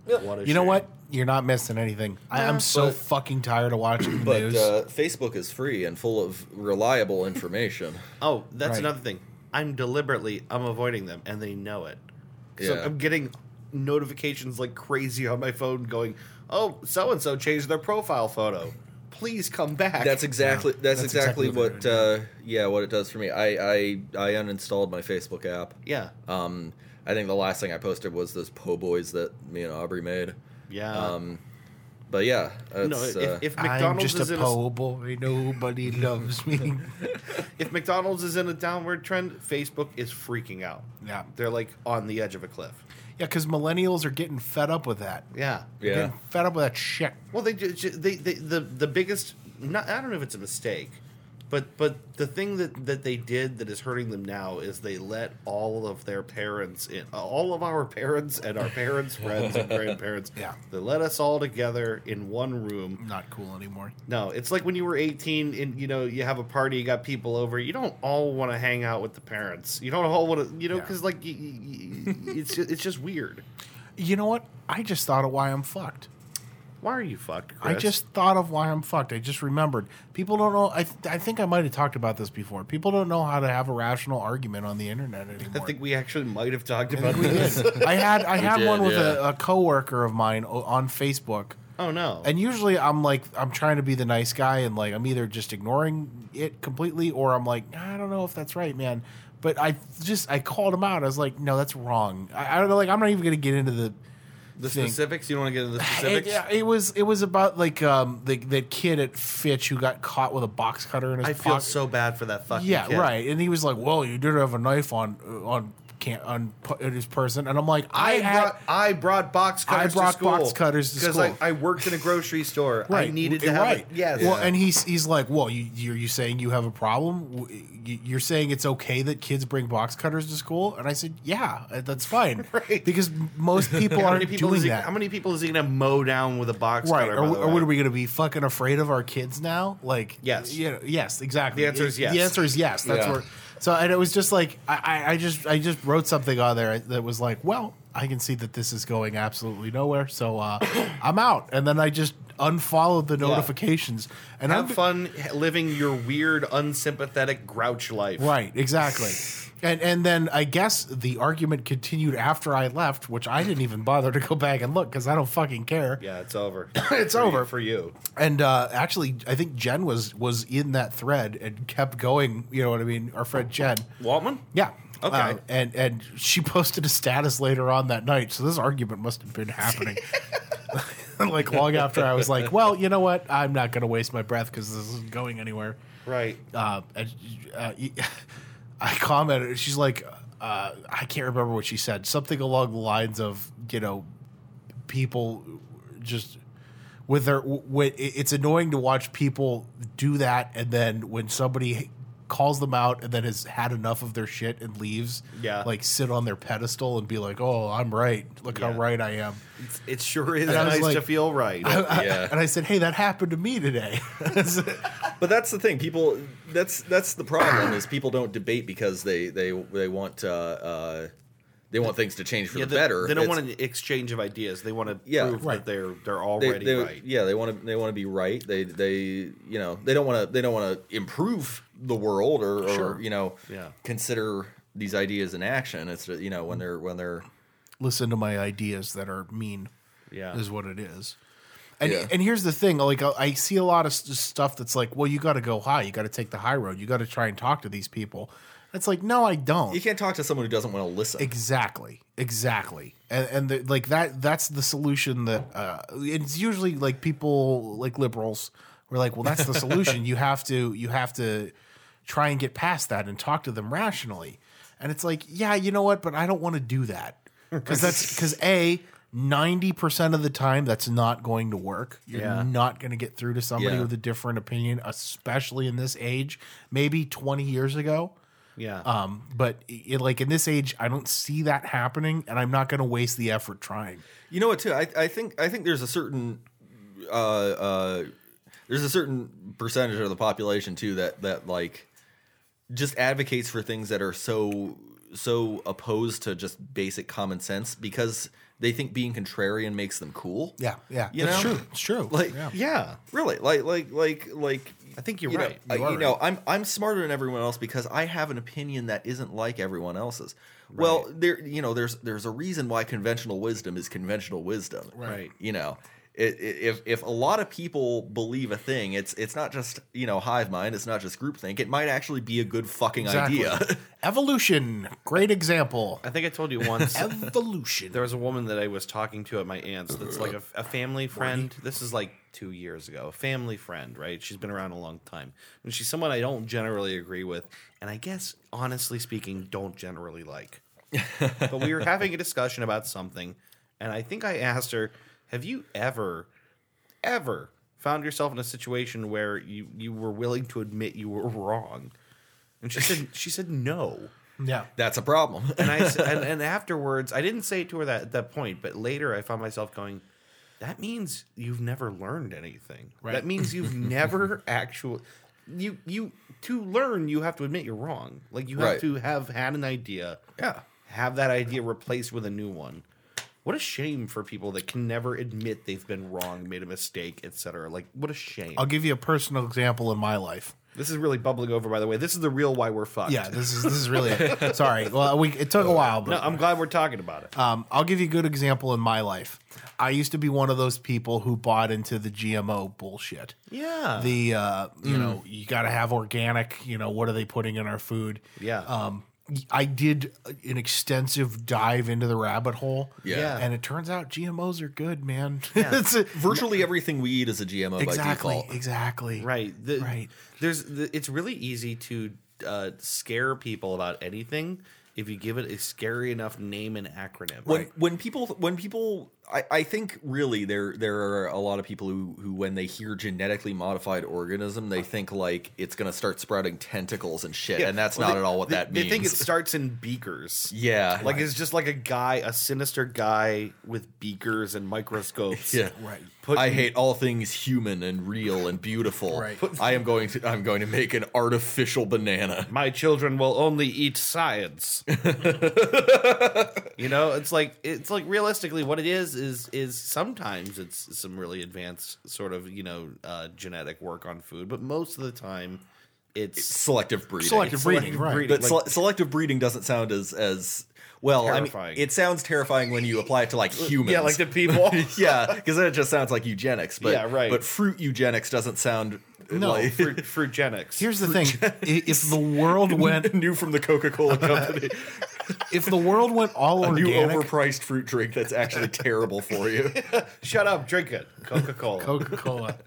Speaker 2: What a
Speaker 1: You know
Speaker 2: shame.
Speaker 1: what? You're not missing anything. I, I'm so
Speaker 3: but-
Speaker 1: fucking tired of watching the
Speaker 3: But
Speaker 1: news.
Speaker 3: uh, Facebook is free and full of reliable information.
Speaker 2: Oh, that's
Speaker 1: Right.
Speaker 2: another thing. I'm deliberately I'm avoiding them, and they know it. So
Speaker 3: Yeah.
Speaker 2: I'm getting notifications like crazy on my phone, going, "Oh, so and so changed their profile photo. Please come back."
Speaker 3: That's exactly that's,
Speaker 1: that's
Speaker 3: exactly,
Speaker 1: exactly what
Speaker 3: what
Speaker 1: they're
Speaker 3: uh, yeah what it does for me. I I, I uninstalled my Facebook app.
Speaker 2: yeah,
Speaker 3: Um, I think the last thing I posted was those po' boys that me and Aubrey made.
Speaker 2: yeah.
Speaker 3: Um, but yeah, it's,
Speaker 2: no, if,
Speaker 3: uh,
Speaker 2: if McDonald's
Speaker 1: I'm
Speaker 2: is
Speaker 1: just a
Speaker 2: in
Speaker 1: po' boy. Nobody loves me.
Speaker 2: a, if McDonald's is in a downward trend, Facebook is freaking out.
Speaker 1: Yeah.
Speaker 2: They're like on the edge of a cliff.
Speaker 1: Yeah, because millennials are getting fed up with that.
Speaker 2: Yeah.
Speaker 1: They're
Speaker 3: yeah.
Speaker 1: Getting fed up with that shit.
Speaker 2: Well, they, ju- ju- they, they the the biggest. Not, I don't know if it's a mistake, but but the thing that that they did that is hurting them now is they let all of their parents in, all of our parents and our parents' friends and grandparents.
Speaker 1: Yeah.
Speaker 2: they let us all together in one room.
Speaker 1: Not cool anymore.
Speaker 2: No, it's like when you were eighteen and you know you have a party, you got people over. You don't all want to hang out with the parents. You don't all want to, you know,
Speaker 1: Yeah.
Speaker 2: because like y y y it's ju- it's just weird.
Speaker 1: You know what? I just thought of why I'm fucked.
Speaker 2: Why are you fucked? Chris?
Speaker 1: I just thought of why I'm fucked. I just remembered. People don't know. I, th- I think I might have talked about this before. People don't know how to have a rational argument on the internet
Speaker 2: I
Speaker 1: anymore.
Speaker 2: think we actually might have talked
Speaker 1: I
Speaker 2: about
Speaker 1: think we
Speaker 2: this.
Speaker 1: did. I had I had
Speaker 3: did,
Speaker 1: one with
Speaker 3: yeah.
Speaker 1: a, a coworker of mine o- on Facebook.
Speaker 2: Oh no!
Speaker 1: And usually I'm like I'm trying to be the nice guy and like I'm either just ignoring it completely or I'm like I don't know if that's right, man. But I just I called him out. I was like, no, that's wrong. I, I don't know. Like I'm not even gonna get into the
Speaker 3: the
Speaker 1: thing.
Speaker 3: specifics. You don't want to get into the
Speaker 1: It,
Speaker 3: specifics.
Speaker 1: yeah, it was it was about like um the that kid at Fitch who got caught with a box cutter in his
Speaker 2: I
Speaker 1: pocket.
Speaker 2: feel so bad for that fucking
Speaker 1: yeah,
Speaker 2: kid.
Speaker 1: right. And he was like, well, you did have a knife on on can on pu- this person, and I'm like, I,
Speaker 2: I,
Speaker 1: had.
Speaker 2: brought I brought box
Speaker 1: I
Speaker 2: cutters.
Speaker 1: brought
Speaker 2: to school
Speaker 1: box cutters to
Speaker 2: because I,
Speaker 1: school.
Speaker 2: I worked in a grocery store. I needed to have
Speaker 1: right.
Speaker 2: it. Yes.
Speaker 1: Well, and he's he's like, well, you you're, you saying you have a problem? W- you- You're saying it's okay that kids bring box cutters to school? And I said, yeah, uh, that's fine,
Speaker 2: Right.
Speaker 1: because most people
Speaker 2: how many
Speaker 1: aren't
Speaker 2: people
Speaker 1: doing
Speaker 2: is he,
Speaker 1: that.
Speaker 2: How many people is he going to mow down with a box
Speaker 1: Right,
Speaker 2: cutter?
Speaker 1: or,
Speaker 2: by the
Speaker 1: or
Speaker 2: way?
Speaker 1: what are we going to be fucking afraid of our kids now? Like,
Speaker 2: Yes.
Speaker 1: you know, yes, exactly.
Speaker 2: The answer is yes.
Speaker 1: The answer is yes. That's
Speaker 3: Yeah.
Speaker 1: where. So, and it was just like I, I, I just, I just wrote something on there that was like, well, I can see that this is going absolutely nowhere, so uh, I'm out. And then I just unfollowed the notifications, and
Speaker 2: Have
Speaker 1: I'm
Speaker 2: fun living your weird, unsympathetic grouch life.
Speaker 1: Right, exactly. And and then I guess the argument continued after I left, which I didn't even bother to go back and look because I don't fucking care.
Speaker 2: Yeah, it's over.
Speaker 1: It's
Speaker 2: For you-
Speaker 1: over.
Speaker 2: for you.
Speaker 1: And uh, actually, I think Jen was was in that thread and kept going. You know what I mean? Our friend Jen.
Speaker 2: Waltman.
Speaker 1: Yeah.
Speaker 2: Okay.
Speaker 1: Uh, and and she posted a status later on that night, so this argument must have been happening. like long after I was like, well, you know what? I'm not going to waste my breath because this isn't going anywhere.
Speaker 2: Right.
Speaker 1: Uh, and, uh, I commented. She's like, uh, I can't remember what she said. Something along the lines of, you know, people just with their. With, it's annoying to watch people do that, and then when somebody calls them out and then has had enough of their shit and leaves,
Speaker 2: Yeah.
Speaker 1: like sit on their pedestal and be like, "Oh, I'm right. Look
Speaker 2: Yeah.
Speaker 1: how right I am."
Speaker 2: It's, it sure is
Speaker 1: And I was
Speaker 2: nice to
Speaker 1: like-
Speaker 2: feel right.
Speaker 3: Yeah.
Speaker 1: And I said, "Hey, that happened to me today."
Speaker 3: But that's the thing. People. That's that's the problem is people don't debate because they they they want uh, uh, they want things to change for
Speaker 2: yeah,
Speaker 3: the,
Speaker 2: they,
Speaker 3: better.
Speaker 2: They don't
Speaker 3: It's-
Speaker 2: want an exchange of ideas. They want to
Speaker 3: Yeah,
Speaker 2: prove that
Speaker 1: right.
Speaker 2: they're they're
Speaker 3: they-
Speaker 2: already
Speaker 3: they-
Speaker 2: right.
Speaker 3: Yeah, they want to. They want to be right. They, they, you know, they don't want to. They don't want to improve the world or, or you know,
Speaker 2: Yeah.
Speaker 3: consider these ideas in action. It's uh, you know when they're when they're
Speaker 1: Listen to my ideas that are mean.
Speaker 2: Yeah.
Speaker 1: is what it is. And
Speaker 3: Yeah.
Speaker 1: and here's the thing, like I, I see a lot of s- stuff that's like, well, you got to go high, you got to take the high road, you got to try and talk to these people. It's like, no, I don't.
Speaker 3: you can't talk to someone who doesn't want to listen.
Speaker 1: Exactly, exactly, and and the, like that that's the solution that uh, it's usually like people like liberals were like, well, that's the solution. you have to you have to try and get past that and talk to them rationally. And it's like, yeah, you know what? But I don't want to do that because that's because a ninety percent of the time that's not going to work. You're
Speaker 2: Yeah.
Speaker 1: not going to get through to somebody
Speaker 3: Yeah.
Speaker 1: with a different opinion, especially in this age. Maybe twenty years ago,
Speaker 2: Yeah.
Speaker 1: um, but it, like in this age, I don't see that happening, and I'm not going to waste the effort trying.
Speaker 3: You know what? Too, I, I think I think there's a certain uh, uh, there's a certain percentage of the population too that that like just advocates for things that are so so opposed to just basic common sense because they think being contrarian makes them cool.
Speaker 1: Yeah, yeah,
Speaker 3: You
Speaker 1: it's
Speaker 3: know?
Speaker 1: true. It's true.
Speaker 3: Like
Speaker 1: yeah.
Speaker 2: yeah.
Speaker 3: really, like like like like.
Speaker 2: I think you're
Speaker 3: you know,
Speaker 2: right.
Speaker 3: I-
Speaker 2: You are
Speaker 3: you know,
Speaker 2: right.
Speaker 3: I'm I'm smarter than everyone else because I have an opinion that isn't like everyone else's. Well, there, you know, there's there's a reason why conventional wisdom is conventional wisdom
Speaker 2: Right.
Speaker 3: you know it, it, if if a lot of people believe a thing it's it's not just you know hive mind it's not just groupthink it might actually be a good fucking
Speaker 1: Exactly.
Speaker 3: idea
Speaker 1: Evolution, great example.
Speaker 2: I think I told you once.
Speaker 1: Evolution.
Speaker 2: There was a woman that I was talking to at my aunt's that's like a, a family friend. This is like two years ago. A family friend, right? She's been around a long time. And she's someone I don't generally agree with. And I guess, honestly speaking, don't generally like. but we were having a discussion about something. And I think I asked her, Have you ever, ever found yourself in a situation where you, you were willing to admit you were wrong? And she said, she said no
Speaker 1: yeah,
Speaker 3: that's a problem
Speaker 2: and I s- and, and afterwards, I didn't say it to her that at that point, but later I found myself going, "That means you've never learned anything.
Speaker 1: Right.
Speaker 2: That means you've never actually you you to learn. You have to admit you're wrong. Like you have
Speaker 3: Right.
Speaker 2: to have had an idea.
Speaker 3: Yeah.
Speaker 2: have that idea replaced with a new one." What a shame for people that can never admit they've been wrong, made a mistake, etc. Like, what a shame.
Speaker 1: I'll give you a personal example in my life.
Speaker 2: This is really bubbling over, by the way. This is the real why we're fucked.
Speaker 1: Yeah, this is this is really sorry. Well, we, it took a while, but
Speaker 2: No, I'm glad we're talking about it.
Speaker 1: Um, I'll give you a good example in my life. I used to be one of those people who bought into the GMO bullshit.
Speaker 2: Yeah.
Speaker 1: The
Speaker 3: Mm.
Speaker 1: uh, you know you got to have organic. You know what are they putting in our food?
Speaker 2: Yeah.
Speaker 1: Um, I did an extensive dive into the rabbit hole.
Speaker 3: Yeah.
Speaker 2: Yeah.
Speaker 1: And it turns out GMOs are good, man.
Speaker 2: Yeah.
Speaker 1: It's a-
Speaker 3: virtually everything we eat is a gmo by
Speaker 1: exactly.
Speaker 3: default
Speaker 1: Exactly.
Speaker 2: Right. The,
Speaker 1: Right.
Speaker 2: There's. The, it's really easy to uh, scare people about anything if you give it a scary enough name and acronym.
Speaker 3: when
Speaker 2: Right.
Speaker 3: when people when people I, I think really there there are a lot of people who who when they hear genetically modified organism they think like it's going to start sprouting tentacles and shit and that's
Speaker 2: Well,
Speaker 3: not
Speaker 2: they-
Speaker 3: at all what
Speaker 2: they-
Speaker 3: that
Speaker 2: They
Speaker 3: means
Speaker 2: think it starts in beakers.
Speaker 3: yeah
Speaker 2: Like it's just like a guy, a sinister guy with beakers and microscopes.
Speaker 3: yeah
Speaker 1: Right.
Speaker 2: Put,
Speaker 3: I hate all things human and real and beautiful.
Speaker 1: Right.
Speaker 3: I am going to I'm going to make an artificial banana.
Speaker 2: my children will only eat science. you know, it's like it's like realistically what it is is is sometimes it's some really advanced sort of, you know, uh, genetic work on food, but most of the time it's
Speaker 3: Selective breeding.
Speaker 1: Selective breeding.
Speaker 2: selective
Speaker 1: right.
Speaker 2: breeding.
Speaker 3: But
Speaker 2: like-
Speaker 3: sele- selective breeding doesn't sound as as well. I
Speaker 2: Terrifying. Uh,
Speaker 3: mean, it sounds terrifying when you apply it to like humans.
Speaker 2: Yeah, like the people.
Speaker 3: yeah, because then it just sounds like eugenics. But
Speaker 2: Yeah, right.
Speaker 3: But fruit eugenics doesn't sound
Speaker 1: No,
Speaker 3: like-
Speaker 2: Fruit, fruitgenics.
Speaker 1: Here's the thing: I- if the world went
Speaker 3: new from the Coca Cola company.
Speaker 1: if the world went all
Speaker 3: New
Speaker 1: organic,
Speaker 3: overpriced fruit drink that's actually terrible for you.
Speaker 2: Shut up, drink it. Coca Cola.
Speaker 1: Coca Cola.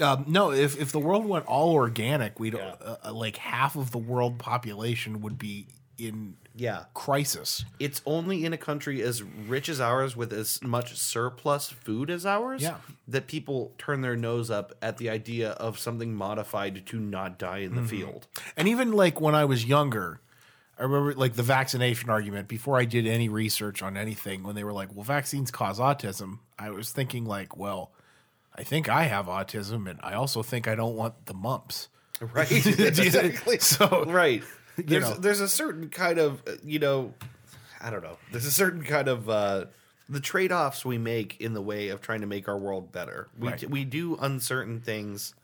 Speaker 1: Um, no, if, if the world went all organic, we'd
Speaker 2: Yeah.
Speaker 1: uh, uh, like half of the world population would be in
Speaker 2: yeah.
Speaker 1: crisis.
Speaker 2: It's only in a country as rich as ours with as much surplus food as ours
Speaker 1: Yeah.
Speaker 2: that people turn their nose up at the idea of something modified to not die in the field.
Speaker 1: And even like when I was younger, I remember like the vaccination argument before I did any research on anything when they were like, well, vaccines cause autism. I was thinking, like, well, I think I have autism and I also think I don't want the mumps.
Speaker 2: Right? exactly.
Speaker 1: So-
Speaker 2: right. There's
Speaker 1: know.
Speaker 2: there's a certain kind of uh, you know, I don't know. There's a certain kind of uh, the trade offs we make in the way of trying to make our world better. We
Speaker 1: Right.
Speaker 2: we do uncertain things,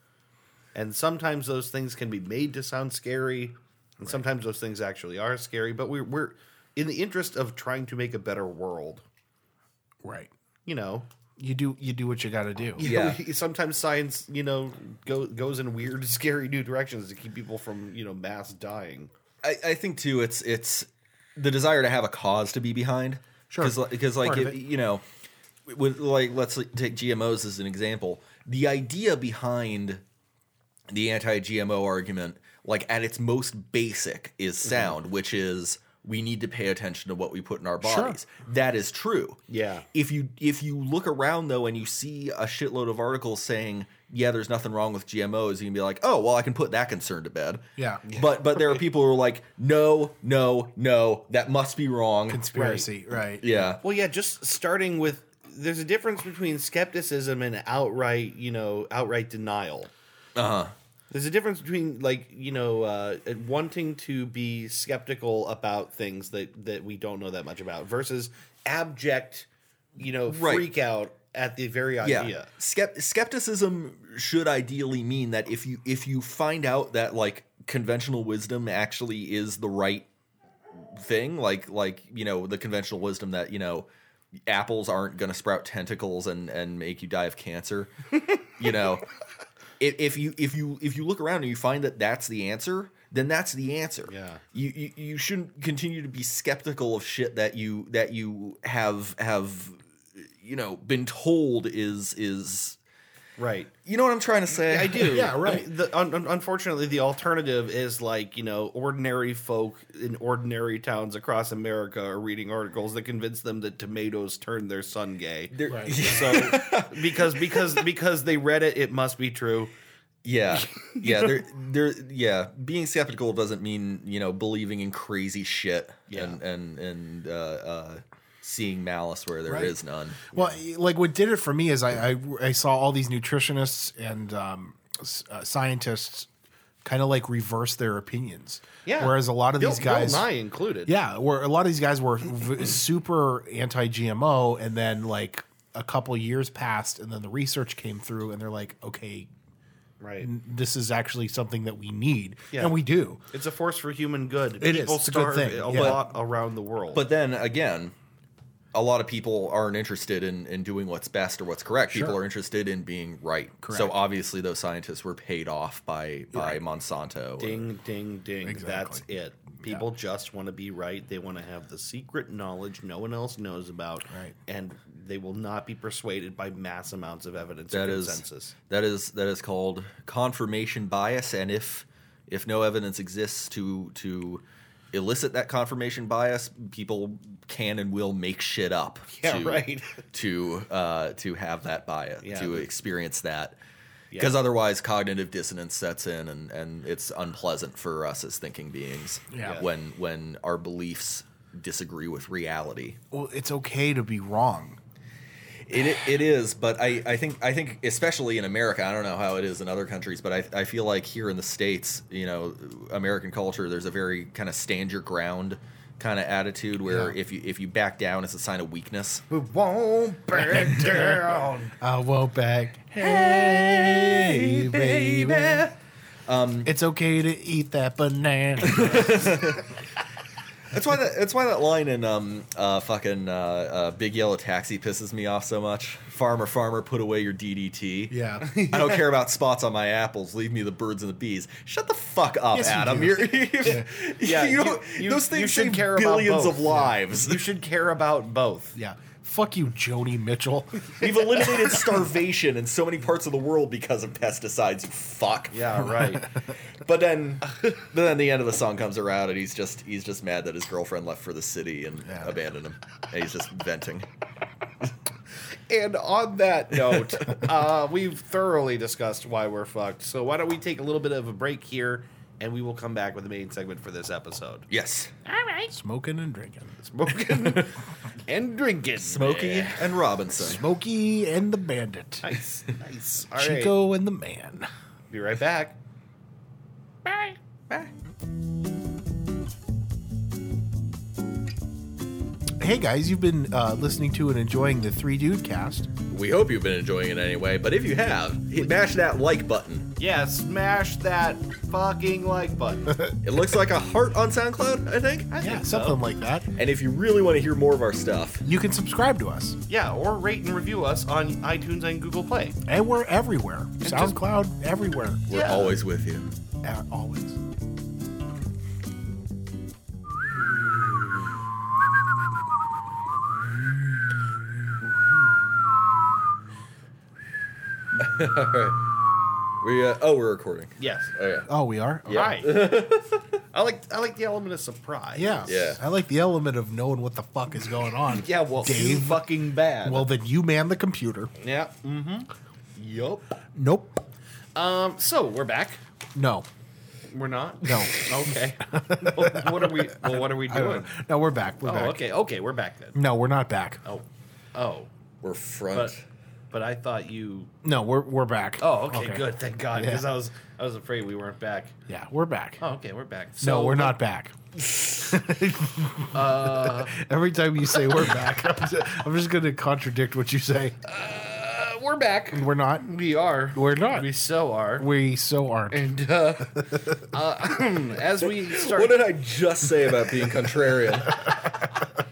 Speaker 2: and sometimes those things can be made to sound scary, and sometimes those things actually are scary. But we're we're in the interest of trying to make a better world.
Speaker 1: Right.
Speaker 2: You know,
Speaker 1: You do you do what you got to do.
Speaker 3: Yeah.
Speaker 2: sometimes science you know go, goes in weird, scary new directions to keep people from you know mass dying.
Speaker 3: I, I think too it's it's the desire to have a cause to be behind
Speaker 1: Sure.
Speaker 3: because because like
Speaker 1: Part of
Speaker 3: if-
Speaker 1: it.
Speaker 3: you know with like let's take GMOs as an example the idea behind the anti-GMO argument like at its most basic is
Speaker 1: Mm-hmm.
Speaker 3: sound which is we need to pay attention to what we put in our bodies that is true
Speaker 2: Yeah.
Speaker 3: if you if you look around though and you see a shitload of articles saying yeah there's nothing wrong with GMOs you can be like oh well I can put that concern to bed
Speaker 1: Yeah.
Speaker 3: but but there are people who are like, no, no, no, that must be wrong.
Speaker 1: Conspiracy. Right.
Speaker 3: yeah,
Speaker 2: Well, yeah, just starting with there's a difference between skepticism and outright, you know, outright denial.
Speaker 3: uh huh,
Speaker 2: There's a difference between like, you know, uh, wanting to be skeptical about things that that we don't know that much about versus abject, you know,
Speaker 3: Right.
Speaker 2: freak out at the very
Speaker 3: yeah.
Speaker 2: idea.
Speaker 3: Skep- skepticism should ideally mean that if you if you find out that like conventional wisdom actually is the right thing, like like you know the conventional wisdom that you know apples aren't going to sprout tentacles and and make you die of cancer, you know. If, if you if you if you look around and you find that that's the answer, then that's the answer.
Speaker 2: Yeah.
Speaker 3: you, you you shouldn't continue to be skeptical of shit that you that you have have you know been told is is
Speaker 2: Right.
Speaker 3: you know what I'm trying to say.
Speaker 2: I do.
Speaker 1: Yeah, right.
Speaker 2: I mean, the, un, un- unfortunately, the alternative is like you know, ordinary folk in ordinary towns across America are reading articles that convince them that tomatoes turn their son gay.
Speaker 3: There-
Speaker 2: So because because because they read it, it must be true.
Speaker 3: Yeah, yeah, there, there, yeah. Being skeptical doesn't mean you know believing in crazy shit
Speaker 2: Yeah.
Speaker 3: and and and uh, uh, seeing malice where there is
Speaker 1: Right.
Speaker 3: none.
Speaker 1: Well, like what did it for me is I I, I saw all these nutritionists and um, s- uh, scientists kind of like reverse their opinions.
Speaker 2: Yeah.
Speaker 1: Whereas a lot of
Speaker 2: Bill,
Speaker 1: these guys,
Speaker 2: Bill Nye included.
Speaker 1: yeah, where a lot of these guys were v- super anti-GMO, and then like a couple years passed, and then the research came through, and they're like, okay,
Speaker 2: right.
Speaker 1: this is actually something that we need,
Speaker 2: Yeah.
Speaker 1: and we do.
Speaker 2: It's a force for human good.
Speaker 1: It is.
Speaker 2: People
Speaker 1: It's a good
Speaker 2: starve
Speaker 1: thing.
Speaker 2: a
Speaker 1: Yeah.
Speaker 2: lot around the world.
Speaker 3: But then again, a lot of people aren't interested in in doing what's best or what's correct. People
Speaker 1: Sure.
Speaker 3: are interested in being right. So
Speaker 1: Correct.
Speaker 3: obviously, those scientists were paid off by by Monsanto. or-
Speaker 2: ding, ding, ding. That's
Speaker 1: Exactly.
Speaker 2: it. People just want to be right. They want to have the secret knowledge no one else knows about.
Speaker 1: Right.
Speaker 2: And they will not be persuaded by mass amounts of evidence
Speaker 3: That
Speaker 2: or
Speaker 3: is-
Speaker 2: consensus.
Speaker 3: That is that is called confirmation bias, and if if no evidence exists to to elicit that confirmation bias, people can and will make shit up.
Speaker 2: Yeah,
Speaker 3: to,
Speaker 2: right.
Speaker 3: To uh, to have that bias,
Speaker 2: Yeah.
Speaker 3: to experience that, because otherwise cognitive dissonance sets in, and and it's unpleasant for us as thinking beings.
Speaker 1: Yeah.
Speaker 3: When when our beliefs disagree with reality.
Speaker 1: Well, it's okay to be wrong.
Speaker 3: It, it is, but I, I think I think especially in America, I don't know how it is in other countries, but I, I feel like here in the states, you know, American culture, there's a very kind of stand your ground kind of attitude where if you if you back down, it's a sign of weakness.
Speaker 5: We won't back down.
Speaker 1: I won't back. Hey, baby. Um, it's okay to eat that banana.
Speaker 3: That's why that, that's why that line in um uh fucking uh, uh Big Yellow Taxi pisses me off so much. Farmer, farmer, put away your DDT.
Speaker 1: Yeah.
Speaker 3: I don't care about spots on my apples. Leave me the birds and the bees. Shut the fuck up,
Speaker 1: Yes, you
Speaker 3: Adam.
Speaker 1: do.
Speaker 3: You are yeah.
Speaker 2: Yeah,
Speaker 3: you
Speaker 2: you-
Speaker 3: don't-
Speaker 2: you-
Speaker 3: those
Speaker 2: you
Speaker 3: things
Speaker 2: should
Speaker 3: save
Speaker 2: care about
Speaker 3: billions
Speaker 2: both.
Speaker 3: of lives.
Speaker 2: You should care about both.
Speaker 1: Yeah. Fuck you, Joni Mitchell.
Speaker 3: We've eliminated starvation in so many parts of the world because of pesticides. You fuck.
Speaker 2: Yeah, right.
Speaker 3: But then, but then the end of the song comes around, and he's just he's just mad that his girlfriend left for the city and
Speaker 1: Yeah.
Speaker 3: abandoned him, and he's just venting.
Speaker 2: and on that note, uh, we've thoroughly discussed why we're fucked. So why don't we take a little bit of a break here, and we will come back with the main segment for this episode.
Speaker 3: Yes,
Speaker 4: All right.
Speaker 1: Smoking and drinking.
Speaker 2: Smoking and drinking.
Speaker 3: Smokey and Robinson.
Speaker 1: Smokey and the Bandit.
Speaker 2: Nice, nice. All right.
Speaker 1: Chico and the Man.
Speaker 2: Be right back.
Speaker 4: Bye.
Speaker 1: Hey guys, you've been uh, listening to and enjoying the Three Dude Cast.
Speaker 3: We hope you've been enjoying it anyway, but if you have, hit mash that like button.
Speaker 2: Yeah, smash that fucking like button.
Speaker 3: It looks like a heart on SoundCloud, I think.
Speaker 1: Yeah,
Speaker 2: think so.
Speaker 1: something like that.
Speaker 3: And if you really want to hear more of our stuff,
Speaker 1: You can subscribe to us,
Speaker 2: yeah, or rate and review us on iTunes and Google Play.
Speaker 1: and we're everywhere. SoundCloud, everywhere,
Speaker 3: we're
Speaker 2: Yeah.
Speaker 3: always with you.
Speaker 1: Uh, always.
Speaker 3: We uh, oh, we're recording.
Speaker 2: Yes.
Speaker 3: Oh yeah.
Speaker 1: Oh, we are.
Speaker 3: Yeah.
Speaker 2: Right. I like I like the element of surprise.
Speaker 1: Yeah.
Speaker 3: Yeah.
Speaker 1: I like the element of knowing what the fuck is going on.
Speaker 2: Yeah, well, too
Speaker 1: Dave.
Speaker 2: fucking bad.
Speaker 1: Well, then you man the computer.
Speaker 2: yeah. Mm-hmm. Yup.
Speaker 1: Nope.
Speaker 2: Um, so we're back.
Speaker 1: No.
Speaker 2: We're not.
Speaker 1: No.
Speaker 2: Okay. well, what are we? Well, what are we
Speaker 1: I don't
Speaker 2: doing?
Speaker 1: know. No, we're back. We're
Speaker 2: Oh,
Speaker 1: back.
Speaker 2: okay. Okay, we're back then.
Speaker 1: No, we're not back.
Speaker 2: Oh, oh,
Speaker 3: We're front.
Speaker 2: but but I thought you.
Speaker 1: No, we're we're back.
Speaker 2: Oh, okay, good. Thank God, because
Speaker 1: Yeah.
Speaker 2: I was I was afraid we weren't back.
Speaker 1: Yeah, we're back.
Speaker 2: Oh, okay, we're back.
Speaker 1: no, we're not back. Every time you say we're back, I'm just, I'm just going to contradict what you say.
Speaker 2: Uh, we're back.
Speaker 1: We're not.
Speaker 2: We are.
Speaker 1: We're not.
Speaker 2: We so are.
Speaker 1: We so aren't.
Speaker 2: and uh, uh, as we start,
Speaker 3: What did I just say about being contrarian?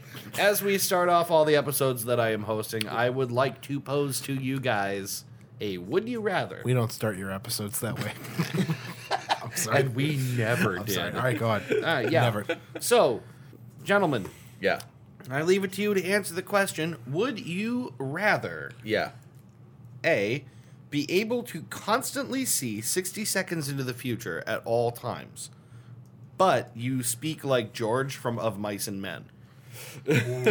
Speaker 2: as we start off all the episodes that I am hosting, I would like to pose to you guys a would you rather.
Speaker 1: We don't start your episodes that way. I'm sorry.
Speaker 2: and we never
Speaker 1: I'm
Speaker 2: did.
Speaker 1: sorry. All right, go on.
Speaker 2: Uh, yeah.
Speaker 1: Never.
Speaker 2: So, gentlemen,
Speaker 3: yeah.
Speaker 2: I leave it to you to answer the question Would you rather
Speaker 3: Yeah.
Speaker 2: A, be able to constantly see 60 seconds into the future at all times, but you speak like George from Of Mice and Men?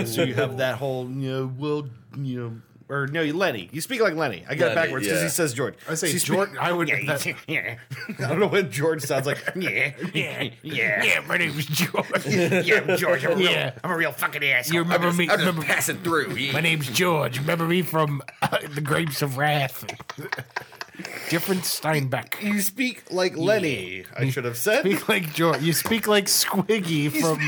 Speaker 2: so you have that whole, you know, well, you know, or no, Lenny. You speak like Lenny. I got it
Speaker 3: Lenny,
Speaker 2: backwards because
Speaker 3: yeah.
Speaker 2: he says George.
Speaker 1: I say
Speaker 2: She spe-
Speaker 1: Jordan. I would. that-
Speaker 2: I don't know what George sounds like. Yeah, yeah, yeah.
Speaker 5: Yeah, my name is George.
Speaker 2: Yeah, George, I'm a, real,
Speaker 5: Yeah.
Speaker 2: I'm a real fucking asshole.
Speaker 5: You remember me?
Speaker 3: I'm just passing through.
Speaker 5: My name's George. Remember me from uh, The Grapes of Wrath?
Speaker 1: different Steinbeck.
Speaker 2: You speak like Lenny, I should have said.
Speaker 1: Speak like George. You speak like Squiggy from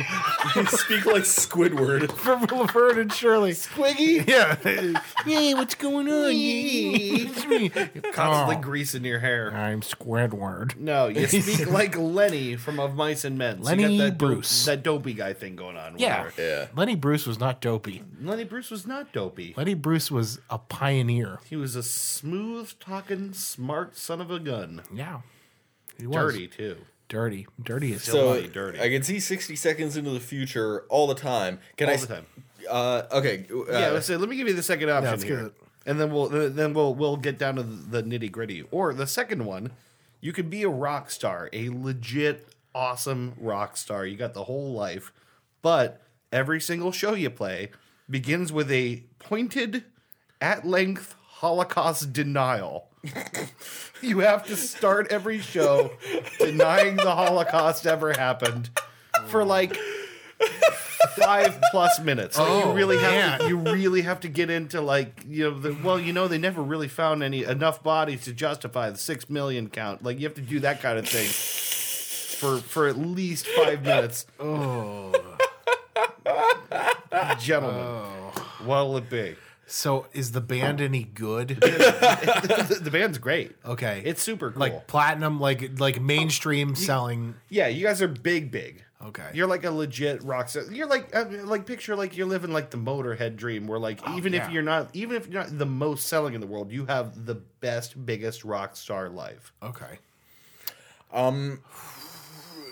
Speaker 3: Speak like Squidward.
Speaker 1: from Laverne and Shirley.
Speaker 2: Squiggy?
Speaker 1: Yeah. Hey, what's going on? It's me.
Speaker 2: Constantly
Speaker 1: Oh,
Speaker 2: grease in your hair.
Speaker 1: I'm Squidward.
Speaker 2: No, you speak like Lenny from Of Mice and Men. So you
Speaker 1: Lenny
Speaker 2: got that dope-
Speaker 1: Bruce.
Speaker 2: that dopey guy thing going on.
Speaker 1: Yeah.
Speaker 2: whatever.
Speaker 3: Yeah.
Speaker 1: Lenny Bruce was not dopey.
Speaker 2: Lenny Bruce was not dopey.
Speaker 1: Lenny Bruce was a pioneer.
Speaker 2: He was a smooth talking, smart son of a gun.
Speaker 1: Yeah. He was.
Speaker 2: Dirty, too.
Speaker 1: Dirty. Dirty as
Speaker 3: So
Speaker 2: Bloody dirty.
Speaker 3: I can see 60 seconds into the future all the time. Can
Speaker 2: All
Speaker 3: I?
Speaker 2: the time.
Speaker 3: Uh, okay. Uh,
Speaker 2: yeah, let's say, let me give you the second option
Speaker 1: let's
Speaker 2: here,
Speaker 1: get it.
Speaker 2: and then we'll then we'll we'll get down to the nitty gritty. Or the second one, you could be a rock star, a legit awesome rock star. You got the whole life, but every single show you play begins with a pointed, at length Holocaust denial. you have to start every show denying the Holocaust ever happened for like five plus minutes. Like, you really have to, you really have to get into like you know the well you know they never really found any enough bodies to justify the six million count. Like you have to do that kind of thing for for at least five minutes. Oh, gentlemen, what'll it be?
Speaker 1: So is the band any good?
Speaker 2: the, the band's great.
Speaker 1: Okay.
Speaker 2: It's super cool.
Speaker 1: like platinum, like like mainstream selling.
Speaker 2: yeah, you guys are big, big.
Speaker 1: Okay.
Speaker 2: You're like a legit rock star. You're like uh, like picture like you're living like the Motorhead dream, where like
Speaker 3: Oh,
Speaker 2: even
Speaker 1: yeah.
Speaker 2: if you're not even if you're not the most selling in the world, you have the best, biggest rock star life.
Speaker 1: okay.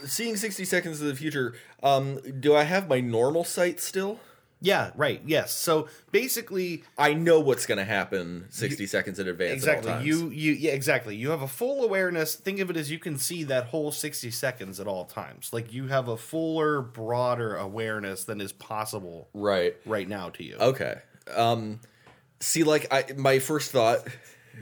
Speaker 3: Seeing 60 seconds of the future, um, do I have my normal sight still?
Speaker 2: Yeah, right. Yes. So basically,
Speaker 3: I know what's going to happen 60 seconds in advance. at all
Speaker 2: exactly.
Speaker 3: times.
Speaker 2: You you yeah exactly. You have a full awareness. Think of it as you can see that whole sixty seconds at all times. Like you have a fuller, broader awareness than is possible
Speaker 3: right.
Speaker 2: right now to you.
Speaker 3: Okay. Um, see, like I, my first thought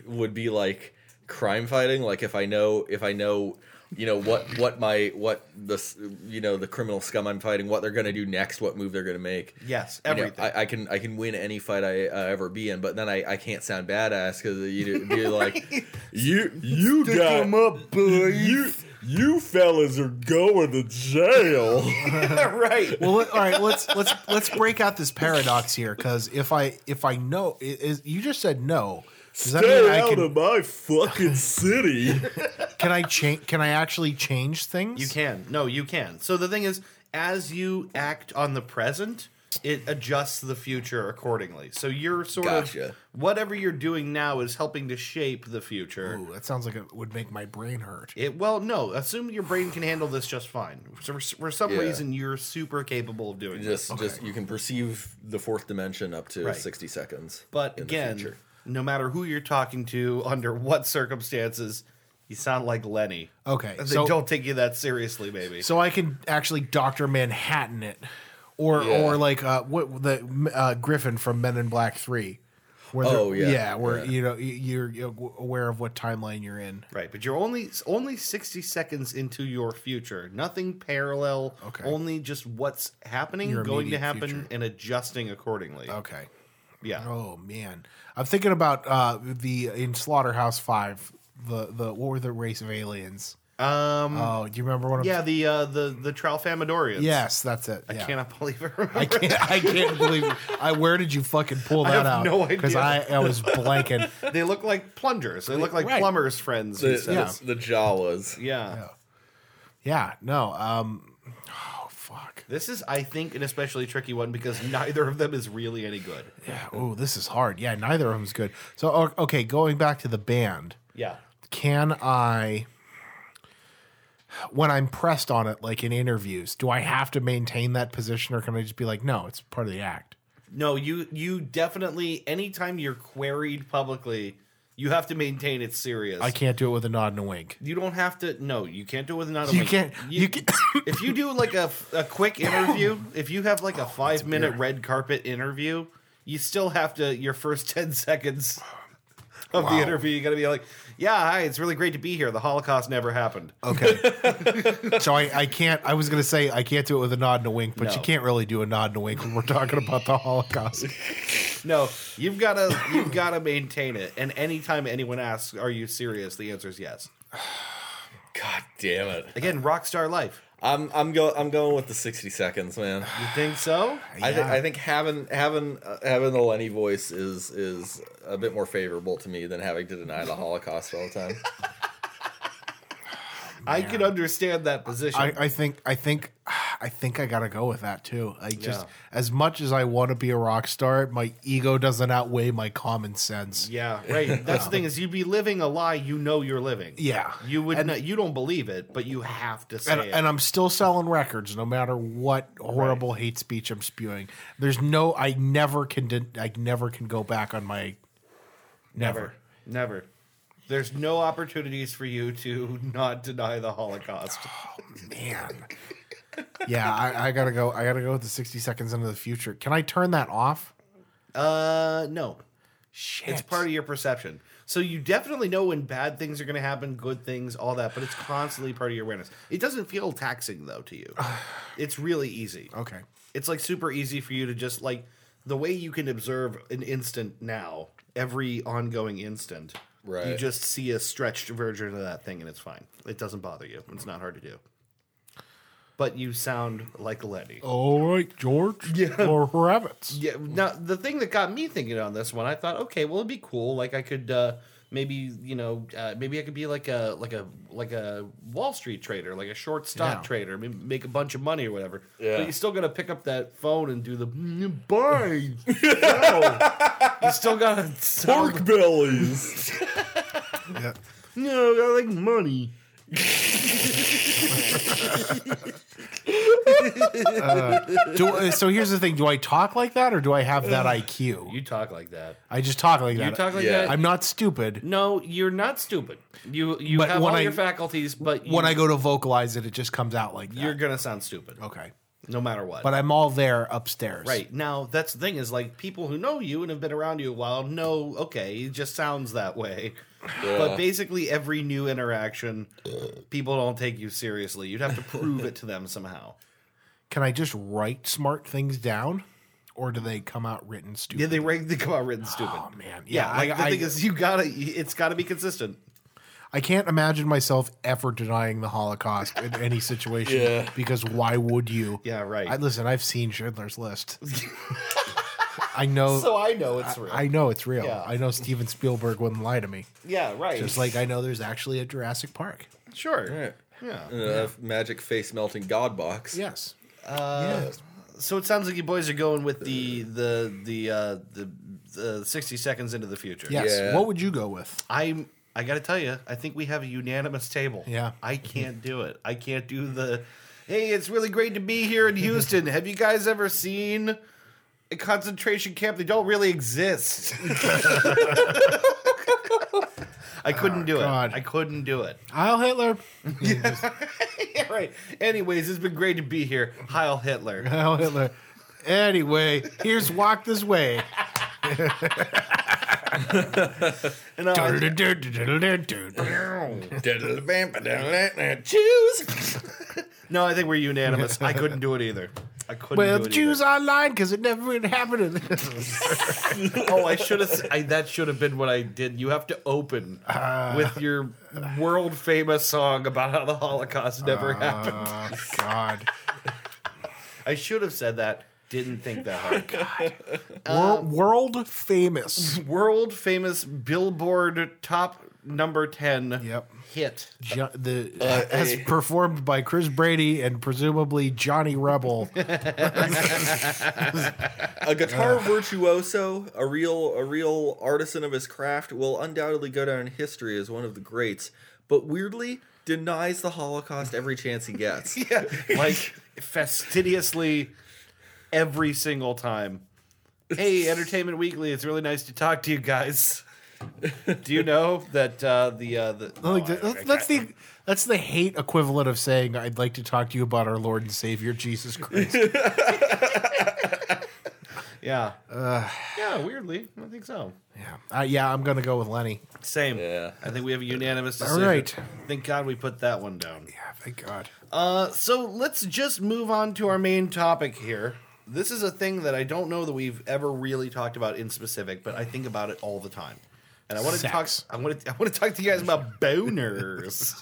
Speaker 3: would be like crime fighting. Like if I know, if I know, you know what what my what the s- you know the criminal scum I'm fighting, what they're gonna do next, what move they're gonna make.
Speaker 2: Yes,
Speaker 3: You know,
Speaker 2: everything.
Speaker 3: I, I can I can win any fight I uh, ever be in, but then I, I can't sound badass because you be like you you got
Speaker 2: up,
Speaker 3: you you fellas are going to jail.
Speaker 2: right.
Speaker 1: Well, let- all right. Let's let's let's break out this paradox here, because if I if I know, i- is you just said no. Does that mean I can
Speaker 3: my fucking city.
Speaker 1: can I change? Can I actually change things?
Speaker 2: You can. No, you can. So the thing is, as you act on the present, it adjusts the future accordingly. So you're sort of
Speaker 3: Gotcha.
Speaker 2: whatever you're doing now is helping to shape the future.
Speaker 1: Ooh, that sounds like it would make my brain hurt.
Speaker 2: It well, no. Assume your brain can handle this just fine. So for, for some
Speaker 3: Yeah.
Speaker 2: reason, you're super capable of doing this.
Speaker 3: just just you can perceive the fourth dimension up to
Speaker 2: Right.
Speaker 3: 60 seconds
Speaker 2: But
Speaker 3: in the
Speaker 2: again,
Speaker 3: future.
Speaker 2: no matter who you're talking to, under what circumstances, you sound like Lenny.
Speaker 1: Okay,
Speaker 2: And they
Speaker 1: so-
Speaker 2: Uh, don't take you that seriously, maybe.
Speaker 1: So I can actually Doctor Manhattan it, or
Speaker 3: Yeah.
Speaker 1: or like uh, what the uh, Griffin from Men in Black Three. Where
Speaker 3: Oh,
Speaker 1: they're-
Speaker 3: yeah,
Speaker 1: yeah, where
Speaker 3: yeah.
Speaker 1: you know you- you're, you're aware of what timeline you're in.
Speaker 2: Right, but you're only only 60 seconds into your future. Nothing parallel.
Speaker 1: Okay.
Speaker 2: Only just what's happening,
Speaker 1: Your
Speaker 2: going to
Speaker 1: immediate
Speaker 2: happen,
Speaker 1: future. Oh,
Speaker 2: and adjusting accordingly.
Speaker 1: Okay.
Speaker 2: Yeah.
Speaker 1: Oh man, I'm thinking about uh, the in Slaughterhouse Five. The the what were the race of aliens?
Speaker 2: Um.
Speaker 1: Oh, do you remember one of
Speaker 2: yeah. The uh, the the Tralfamadorians.
Speaker 1: Yes, that's it.
Speaker 2: I
Speaker 1: yeah.
Speaker 2: cannot believe I remember.
Speaker 1: I can't. I can't believe. It. I where did you fucking pull that
Speaker 2: have
Speaker 1: out?
Speaker 2: no
Speaker 1: Because I,
Speaker 2: idea.
Speaker 1: I was blanking.
Speaker 2: they look like plungers. They look like
Speaker 1: Right.
Speaker 2: plumbers' friends.
Speaker 3: the,
Speaker 2: he says.
Speaker 3: the, the Jawas.
Speaker 2: yeah.
Speaker 1: Yeah. No. Um. Oh fuck.
Speaker 2: This is, I think, an especially tricky one because neither of them is really any good.
Speaker 1: Yeah. Oh, this is hard. Yeah. Neither of them's good. So o- okay, going back to the band.
Speaker 2: Yeah.
Speaker 1: can I, when I'm pressed on it, like in interviews, do I have to maintain that position or can I just be like, no, it's part of the act?
Speaker 2: No, you you definitely anytime you're queried publicly, you have to maintain it's serious.
Speaker 1: I can't do it with a nod and a wink.
Speaker 2: You don't have to. No, you can't do it with another.
Speaker 1: You
Speaker 2: wink.
Speaker 1: can't- you can't-
Speaker 2: if you do like a, a quick interview, if you have
Speaker 1: Oh,
Speaker 2: like a five minute red carpet interview, you still have to your first ten seconds of the interview. You got to be like, "Yeah, hi, it's really great to be here. The Holocaust never happened."
Speaker 1: Okay. so I, I can't, I was going to say I can't do it with a nod and a wink, but
Speaker 2: No.
Speaker 1: you can't really do a nod and a wink when we're talking about the Holocaust.
Speaker 2: No, you've got to you've got to maintain it. And anytime anyone asks, "Are you serious?" the answer is yes.
Speaker 3: God damn it.
Speaker 2: Again, rock star life.
Speaker 3: I'm I'm go I'm going with the 60 seconds, man.
Speaker 2: You think so?
Speaker 3: I think
Speaker 1: Yeah.
Speaker 3: I think having having uh, having the Lenny voice is is a bit more favorable to me than having to deny the Holocaust all the time.
Speaker 2: I can understand that position.
Speaker 1: I, I think I think I think I gotta go with that too. I just
Speaker 2: Yeah.
Speaker 1: as much as I want to be a rock star, my ego doesn't outweigh my common sense.
Speaker 2: Yeah, right. That's the thing is you'd be living a lie you know you're living.
Speaker 1: Yeah.
Speaker 2: You would not, you don't believe it, but you have to say
Speaker 1: and,
Speaker 2: it.
Speaker 1: and I'm still selling records no matter what horrible hate speech I'm spewing. There's no I never can de- I never can go back on my never.
Speaker 2: Never. There's no opportunities for you to not deny the Holocaust.
Speaker 1: Man. yeah, I, I gotta go. I gotta go with the 60 seconds into the future. Can I turn that off?
Speaker 2: Uh no.
Speaker 1: Shit.
Speaker 2: It's part of your perception. So you definitely know when bad things are going to happen, good things, all that, but it's constantly part of your awareness. It doesn't feel taxing though to you. It's really easy.
Speaker 1: Okay.
Speaker 2: it's like super easy for you to just like the way you can observe an instant now every ongoing instant you
Speaker 3: Right.
Speaker 2: just see a stretched version of that thing and it's fine it doesn't bother you it's not hard to do but you sound like Letty.
Speaker 1: All right, George. Yeah. Or rabbits.
Speaker 2: Yeah. Now the thing that got me thinking on this one, I thought, okay, well it'd be cool. Like I could uh, maybe you know uh, maybe I could be like a like a like a Wall Street trader, like a short stock
Speaker 1: Yeah.
Speaker 2: trader, maybe make a bunch of money or whatever.
Speaker 3: Yeah.
Speaker 2: But you still gotta pick up that phone and do the "Mm, buy. No. you still gotta sound,
Speaker 3: Pork bellies.
Speaker 1: Yeah.
Speaker 2: no, I like money.
Speaker 1: Do, uh, so here's the thing: Do I talk like that, or do I have that IQ?
Speaker 2: You talk like that.
Speaker 1: I just talk like
Speaker 2: You
Speaker 1: that.
Speaker 2: talk like
Speaker 3: Yeah.
Speaker 2: that.
Speaker 1: I'm not stupid.
Speaker 2: no, you're not stupid. You you
Speaker 1: But
Speaker 2: have
Speaker 1: when
Speaker 2: all
Speaker 1: I-
Speaker 2: your faculties, but you,
Speaker 1: When I go to vocalize it, it just comes out like that.
Speaker 2: you're gonna sound stupid,
Speaker 1: okay,
Speaker 2: no matter what.
Speaker 1: but I'm all there upstairs.
Speaker 2: Right. Now, that's the thing is like people who know you and have been around you a while know, okay, it just sounds that way. But basically, every new interaction, people don't take you seriously. You'd have to prove it to them somehow.
Speaker 1: Can I just write smart things down, or do they come out written stupid?
Speaker 2: Yeah, they rank they come out written stupid.
Speaker 1: Oh man,
Speaker 2: yeah, like
Speaker 1: I,
Speaker 2: the
Speaker 1: I,
Speaker 2: thing is, you gotta, it's gotta be consistent.
Speaker 1: I can't imagine myself ever denying the Holocaust in any situation.
Speaker 3: Yeah.
Speaker 1: Because why would you?
Speaker 2: Yeah, right.
Speaker 1: I, listen, I've seen Schindler's List. I know.
Speaker 2: so I know it's real.
Speaker 1: I know it's real.
Speaker 2: Yeah.
Speaker 1: I know Steven Spielberg wouldn't lie to me.
Speaker 2: yeah, right.
Speaker 1: Just like I know there's actually a Jurassic Park.
Speaker 2: sure.
Speaker 3: Right.
Speaker 2: Yeah.
Speaker 3: Uh, Magic face melting god box.
Speaker 1: Yes. yes.
Speaker 2: So it sounds like you boys are going with the the the uh, the, the sixty seconds into the future.
Speaker 1: Yes.
Speaker 3: Yeah.
Speaker 1: What would you go with?
Speaker 2: I'm. I gotta tell you, I think we have a unanimous table.
Speaker 1: Yeah.
Speaker 2: I can't do it. I can't do the. Hey, it's really great to be here in Houston. have you guys ever seen a concentration camp? They don't really exist. I couldn't do
Speaker 1: Oh, God.
Speaker 2: it. I couldn't do it.
Speaker 1: Heil Hitler.
Speaker 2: Yeah, right. Anyways, it's been great to be here. Heil Hitler.
Speaker 1: Heil Hitler. Anyway, here's Walk This Way.
Speaker 2: And, uh, I-
Speaker 3: Choose.
Speaker 2: no, I think we're unanimous. I couldn't do it either. I couldn't.
Speaker 1: well,
Speaker 2: do
Speaker 1: the
Speaker 2: it
Speaker 1: Jews
Speaker 2: either.
Speaker 1: online because it never really happened.
Speaker 2: Oh, I should have. I, that should have been what I did. You have to open with your world famous song about how the Holocaust never happened.
Speaker 1: oh, God.
Speaker 2: I should have said that. Didn't think that hard.
Speaker 1: World, world famous.
Speaker 2: world famous Billboard top number ten
Speaker 1: Yep.
Speaker 2: hit.
Speaker 1: Jo- the as performed by Chris Brady and presumably Johnny Rebel.
Speaker 3: A guitar virtuoso, a real a real artisan of his craft, will undoubtedly go down in history as one of the greats. But weirdly, denies the Holocaust every chance he gets.
Speaker 2: Yeah, like fastidiously every single time. Hey, Entertainment Weekly, it's really nice to talk to you guys. Do you know that uh, the uh, the
Speaker 1: Like,
Speaker 2: Oh, I-
Speaker 1: that's, that's the that's the hate equivalent of saying I'd like to talk to you about our Lord and Savior Jesus Christ.
Speaker 2: Yeah. yeah, weirdly. I think so.
Speaker 1: yeah, uh, yeah, I'm gonna go with Lenny.
Speaker 2: Same.
Speaker 3: Yeah.
Speaker 2: I think we have a unanimous
Speaker 1: All
Speaker 2: decision.
Speaker 1: right.
Speaker 2: Thank God we put that one down.
Speaker 1: Yeah, thank God.
Speaker 2: Uh, so let's just move on to our main topic here. This is a thing that I don't know that we've ever really talked about in specific, but I think about it all the time. And I want to talk.
Speaker 1: Sex.
Speaker 2: I want to. I want to talk to you guys about boners.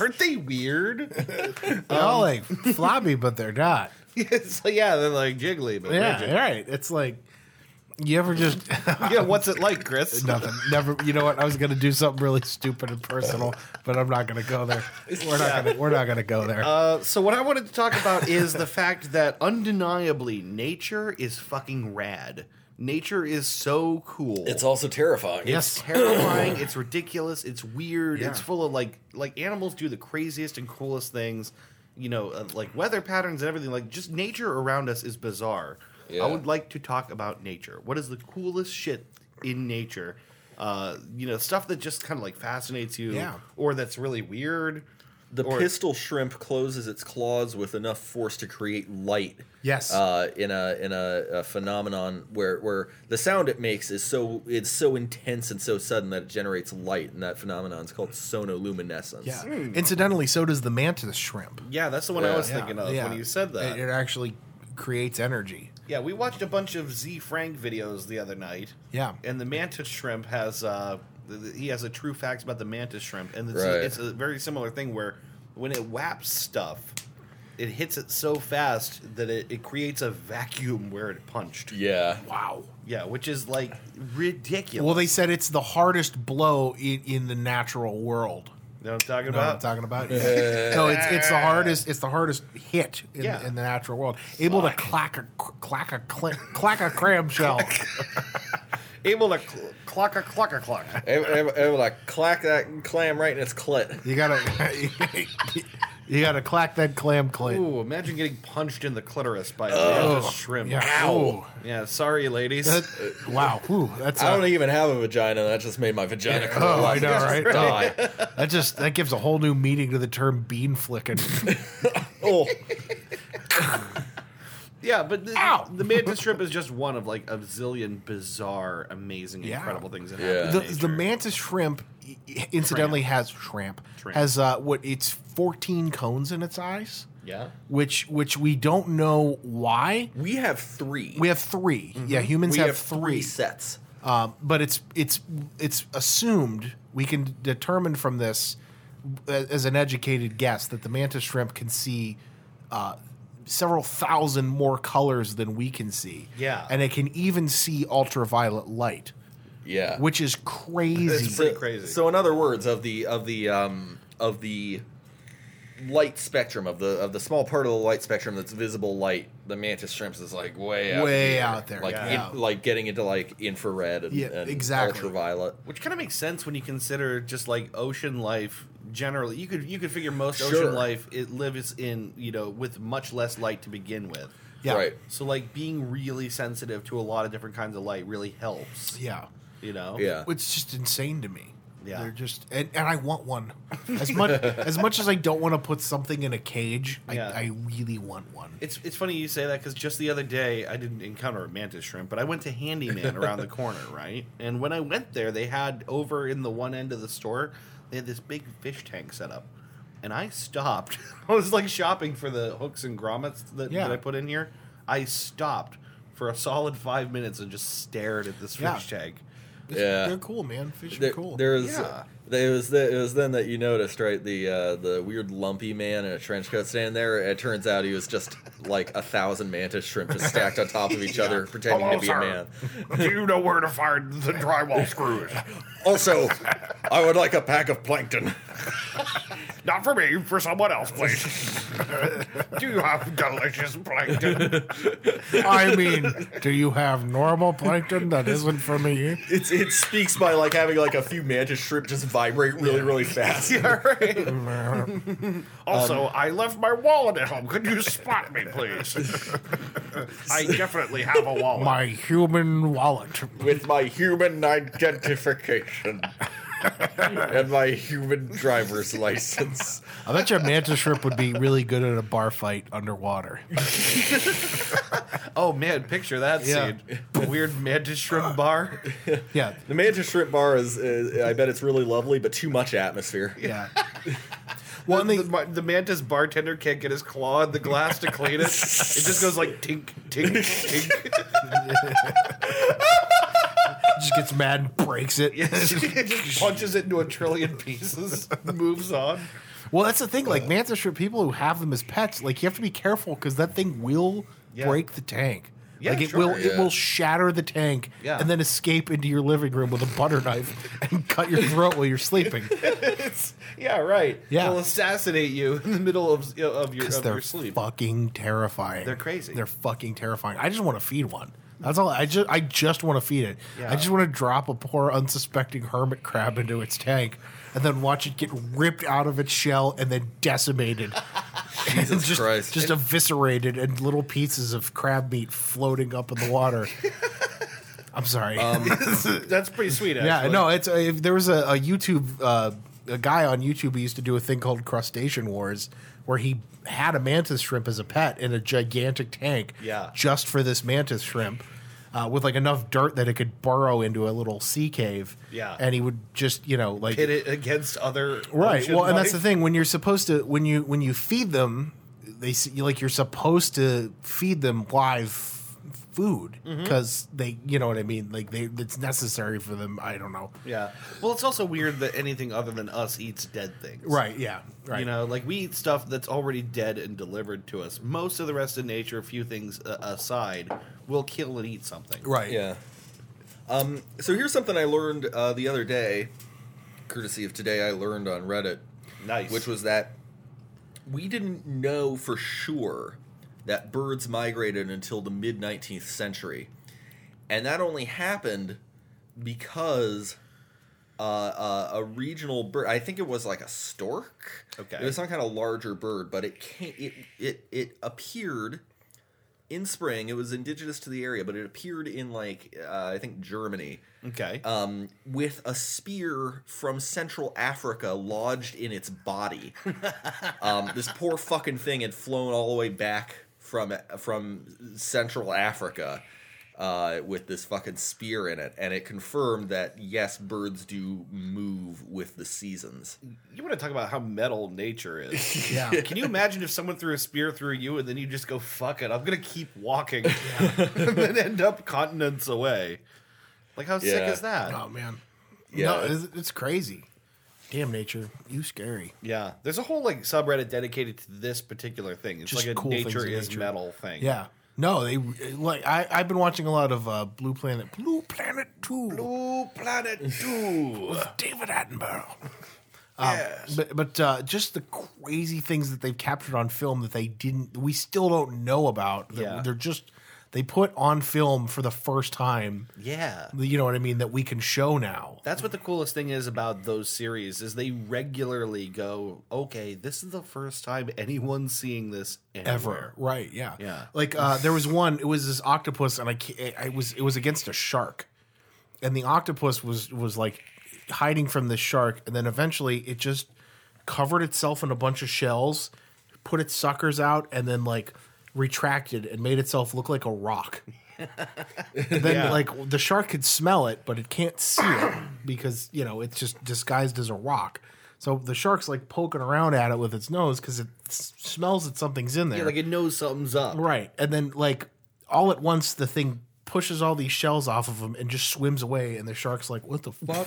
Speaker 2: Aren't they weird?
Speaker 1: They're all like floppy, but they're not.
Speaker 2: it's like, yeah, they're like jiggly, but
Speaker 1: Yeah,
Speaker 2: yeah,
Speaker 1: all right. It's like you ever just
Speaker 2: yeah. What's it like, Chris?
Speaker 1: nothing. Never. You know what? I was gonna do something really stupid and personal, but I'm not gonna go there. We're not gonna. We're not gonna go there.
Speaker 2: Uh, so what I wanted to talk about is the fact that undeniably nature is fucking rad. Nature is so cool.
Speaker 3: also terrifying.
Speaker 1: yes.
Speaker 2: terrifying. it's ridiculous. It's weird. It's
Speaker 1: Yeah.
Speaker 2: full of like like animals do the craziest and coolest things. You know, uh, like weather patterns and everything. Like just nature around us is bizarre.
Speaker 3: Yeah.
Speaker 2: I would like to talk about nature. What is the coolest shit in nature? Uh, you know, stuff that just kind of like fascinates you,
Speaker 1: Yeah.
Speaker 2: or that's really weird.
Speaker 3: The
Speaker 2: Or-
Speaker 3: pistol shrimp closes its claws with enough force to create light.
Speaker 1: Yes.
Speaker 3: Uh, in a in a, a phenomenon where where the sound it makes is so it's so intense and so sudden that it generates light, and that phenomenon is called sonoluminescence.
Speaker 1: Yeah.
Speaker 2: hmm.
Speaker 1: Incidentally, so does the mantis shrimp.
Speaker 2: Yeah, that's the one I
Speaker 3: Yeah.
Speaker 2: was
Speaker 1: Yeah,
Speaker 2: thinking of
Speaker 1: yeah.
Speaker 2: when you said that.
Speaker 1: It, it actually creates energy.
Speaker 2: Yeah, we watched a bunch of Z Frank videos the other night.
Speaker 1: Yeah.
Speaker 2: and the mantis shrimp has uh, th- th- he has a true facts about the mantis shrimp, and it's,
Speaker 3: Right.
Speaker 2: it's a very similar thing where when it whaps stuff, it hits it so fast that it, it creates a vacuum where it punched.
Speaker 3: Yeah.
Speaker 1: Wow.
Speaker 2: Yeah, which is like ridiculous.
Speaker 1: Well, they said it's the hardest blow in, in the natural world.
Speaker 2: know what I'm talking
Speaker 1: You know what I'm
Speaker 2: about?
Speaker 1: talking about? no, it's it's the hardest it's the hardest hit in,
Speaker 2: Yeah.
Speaker 1: in the natural world. Able to clack a clack a cl- clack a clam shell.
Speaker 2: Able to cl- clock a clock a clock.
Speaker 3: Able, able, able to clack that clam right in its clit.
Speaker 1: You gotta you gotta clack that clam clit.
Speaker 2: Ooh, imagine getting punched in the clitoris by a oh, shrimp.
Speaker 1: Yeah.
Speaker 3: Ow.
Speaker 2: Yeah, sorry, ladies.
Speaker 1: That- wow. Ooh, that's a-
Speaker 3: I don't even have a vagina. That just made my vagina yeah.
Speaker 1: Oh, I know, right? That just that gives a whole new meaning to the term bean flicking.
Speaker 3: Oh,
Speaker 2: yeah, but the,
Speaker 1: Ow.
Speaker 2: the mantis shrimp is just one of like a zillion bizarre, amazing,
Speaker 1: Yeah.
Speaker 2: incredible things that
Speaker 3: Yeah.
Speaker 2: happen.
Speaker 1: the,
Speaker 2: in
Speaker 1: the
Speaker 2: nature.
Speaker 1: mantis shrimp, i- i- incidentally, has shrimp,
Speaker 2: Shrimp.
Speaker 1: has uh, what it's fourteen cones in its eyes,
Speaker 2: Yeah.
Speaker 1: which which we don't know why.
Speaker 3: we have three.
Speaker 1: We have 3 Yeah, humans
Speaker 3: We
Speaker 1: have,
Speaker 3: three
Speaker 1: three.
Speaker 3: sets.
Speaker 1: Um, but it's it's it's assumed we can determine from this a- as an educated guess that the mantis shrimp can see uh, several thousand more colors than we can see.
Speaker 2: Yeah.
Speaker 1: and it can even see ultraviolet light,
Speaker 3: Yeah.
Speaker 1: which is crazy.
Speaker 2: It's pretty crazy.
Speaker 3: So in other words, of the of the um of the light spectrum of the of the small part of the light spectrum that's visible light, the mantis shrimps is like way out
Speaker 1: Way
Speaker 3: here.
Speaker 1: out there,
Speaker 3: like
Speaker 1: yeah.
Speaker 3: in, like getting into like infrared and,
Speaker 1: Yeah,
Speaker 3: and
Speaker 1: exactly.
Speaker 3: ultraviolet.
Speaker 2: Which kind of makes sense when you consider just like ocean life generally. You could you could figure most
Speaker 3: Sure.
Speaker 2: ocean life it lives in you know with much less light to begin with.
Speaker 1: yeah,
Speaker 3: Right.
Speaker 2: So like being really sensitive to a lot of different kinds of light really helps.
Speaker 1: yeah.
Speaker 2: You know.
Speaker 3: Yeah.
Speaker 1: It's just insane to me.
Speaker 2: Yeah.
Speaker 1: They're just and, and I want one. As much as much as I don't want to put something in a cage,
Speaker 2: Yeah.
Speaker 1: I, I really want one.
Speaker 2: It's it's funny you say that because just the other day I didn't encounter a mantis shrimp, but I went to Handyman around the corner, right? And when I went there, they had over in the one end of the store, they had this big fish tank set up, and I stopped. I was like shopping for the hooks and grommets that,
Speaker 1: Yeah.
Speaker 2: that I put in here. I stopped for a solid five minutes and just stared at this fish
Speaker 1: Yeah.
Speaker 2: tank.
Speaker 3: Yeah.
Speaker 1: They're cool, man. Fish
Speaker 3: There,
Speaker 1: are cool.
Speaker 3: there was,
Speaker 2: Yeah.
Speaker 3: there was the, it was then that you noticed right the uh, the weird lumpy man in a trench coat standing there. It turns out he was just like a thousand mantis shrimp just stacked on top of each other, pretending to
Speaker 5: Hello,
Speaker 3: be a man.
Speaker 5: sir. Do you know where to find the drywall screws?
Speaker 3: Also, I would like a pack of plankton.
Speaker 5: Not for me, for someone else, please. Do you have delicious plankton?
Speaker 1: I mean, do you have normal plankton that isn't for me?
Speaker 3: It's it speaks by like having like a few mantis shrimp just vibrate really really fast.
Speaker 5: Also,
Speaker 3: Um,
Speaker 5: I left my wallet at home. Could you spot me, please? I definitely have a wallet.
Speaker 1: My human wallet.
Speaker 3: With my human identification and my human driver's license.
Speaker 1: I bet your mantis shrimp would be really good at a bar fight underwater.
Speaker 2: Oh man, picture that
Speaker 1: Yeah.
Speaker 2: scene. The weird mantis shrimp bar.
Speaker 1: Yeah.
Speaker 3: The mantis shrimp bar is, is I bet it's really lovely, but too much atmosphere.
Speaker 1: Yeah. Well, and
Speaker 2: the,
Speaker 1: they,
Speaker 2: the, the mantis bartender can't get his claw in the glass to clean it. It just goes like tink, tink, tink.
Speaker 1: just gets mad and breaks it.
Speaker 2: it just punches it into a trillion pieces, moves on.
Speaker 1: Well, that's the thing. Like mantis shrimp, people who have them as pets, like you have to be careful because that thing will
Speaker 2: Yeah.
Speaker 1: break the tank.
Speaker 2: Yeah,
Speaker 1: like it
Speaker 2: sure,
Speaker 1: will, it
Speaker 3: yeah.
Speaker 1: will shatter the tank
Speaker 2: Yeah.
Speaker 1: and then escape into your living room with a butter knife and cut your throat while you're sleeping.
Speaker 2: It's, yeah, right.
Speaker 1: Yeah.
Speaker 2: It'll assassinate you in the middle of, of, your,
Speaker 1: because
Speaker 2: of
Speaker 1: they're
Speaker 2: your sleep.
Speaker 1: fucking terrifying.
Speaker 2: They're crazy.
Speaker 1: They're fucking terrifying. I just want to feed one. That's all. I just I just want to feed it.
Speaker 2: Yeah.
Speaker 1: I just want to drop a poor unsuspecting hermit crab into its tank, and then watch it get ripped out of its shell and then decimated. Jesus just,
Speaker 3: Christ.
Speaker 1: Just eviscerated and little pieces of crab meat floating up in the water. I'm sorry.
Speaker 2: Um, That's pretty sweet, actually.
Speaker 1: yeah, no. It's if there was a, a YouTube uh, a guy on YouTube who used to do a thing called Crustacean Wars, where he had a mantis shrimp as a pet in a gigantic tank,
Speaker 2: Yeah.
Speaker 1: just for this mantis shrimp, uh, with like enough dirt that it could burrow into a little sea cave,
Speaker 2: Yeah.
Speaker 1: and he would just you know like
Speaker 2: Hit it against other.
Speaker 1: right
Speaker 2: ocean
Speaker 1: well and that's the
Speaker 2: life.
Speaker 1: thing when you're supposed to when you when you feed them they s- you like you're supposed to feed them live f- food
Speaker 2: Mm-hmm.
Speaker 1: because they, you know what I mean. Like they, it's necessary for them. I don't know.
Speaker 2: Yeah. Well, it's also weird that anything other than us eats dead things.
Speaker 1: Right? Yeah. Right.
Speaker 2: You know, like we eat stuff that's already dead and delivered to us. Most of the rest of nature, a few things uh, aside, will kill and eat something.
Speaker 1: Right.
Speaker 3: Yeah. Um, so here's something I learned uh, the other day, courtesy of today I learned on Reddit,
Speaker 2: Nice.
Speaker 3: which was that we didn't know for sure that birds migrated until the mid 19th century. And that only happened because uh, uh, a regional bird, I think it was like a stork.
Speaker 2: Okay.
Speaker 3: It was some kind of larger bird, but it, came, it, it, it appeared in spring. It was indigenous to the area, but it appeared in like uh, I think Germany,
Speaker 2: Okay.
Speaker 3: um, with a spear from Central Africa lodged in its body. um, this poor fucking thing had flown all the way back from from Central Africa. Uh, with this fucking spear in it, and it confirmed that yes, birds do move with the seasons.
Speaker 2: you want to talk about how metal nature is?
Speaker 1: Yeah.
Speaker 2: Can you imagine if someone threw a spear through you and then you just go, fuck it, I'm going to keep walking and then end up continents away? Like, how sick
Speaker 3: Yeah.
Speaker 2: is that?
Speaker 1: Oh man.
Speaker 3: Yeah.
Speaker 1: No, it's, it's crazy. Damn nature, you scary.
Speaker 2: Yeah. There's a whole like subreddit dedicated to this particular thing. It's
Speaker 1: Just
Speaker 2: like a
Speaker 1: cool things
Speaker 2: nature
Speaker 1: in
Speaker 2: is
Speaker 1: nature.
Speaker 2: metal thing.
Speaker 1: Yeah. No, they like I I've been watching a lot of uh, Blue Planet, Blue Planet Two,
Speaker 2: Ooh, planet two.
Speaker 1: with David Attenborough. Um, But but uh, just the crazy things that they've captured on film that they didn't, we still don't know about. That
Speaker 2: Yeah.
Speaker 1: They're just they put on film for the first time.
Speaker 2: yeah.
Speaker 1: You know what I mean? That we can show now.
Speaker 2: That's what the coolest thing is about those series is they regularly go, okay, this is the first time anyone's seeing this
Speaker 1: ever.
Speaker 2: anywhere.
Speaker 1: Right? Yeah.
Speaker 2: Yeah.
Speaker 1: Like uh, there was one. It was this octopus, and I, ca- I was it was against a shark, and the octopus was was like hiding from the shark, and then eventually it just covered itself in a bunch of shells, put its suckers out, and then like retracted and made itself look like a rock. and then
Speaker 2: Yeah.
Speaker 1: like the shark could smell it, but it can't see it because you know it's just disguised as a rock. So the shark's like poking around at it with its nose because it s- smells that something's in there.
Speaker 2: Yeah, like it knows something's up.
Speaker 1: Right. And then like all at once the thing pushes all these shells off of him and just swims away and the shark's like, What the fuck?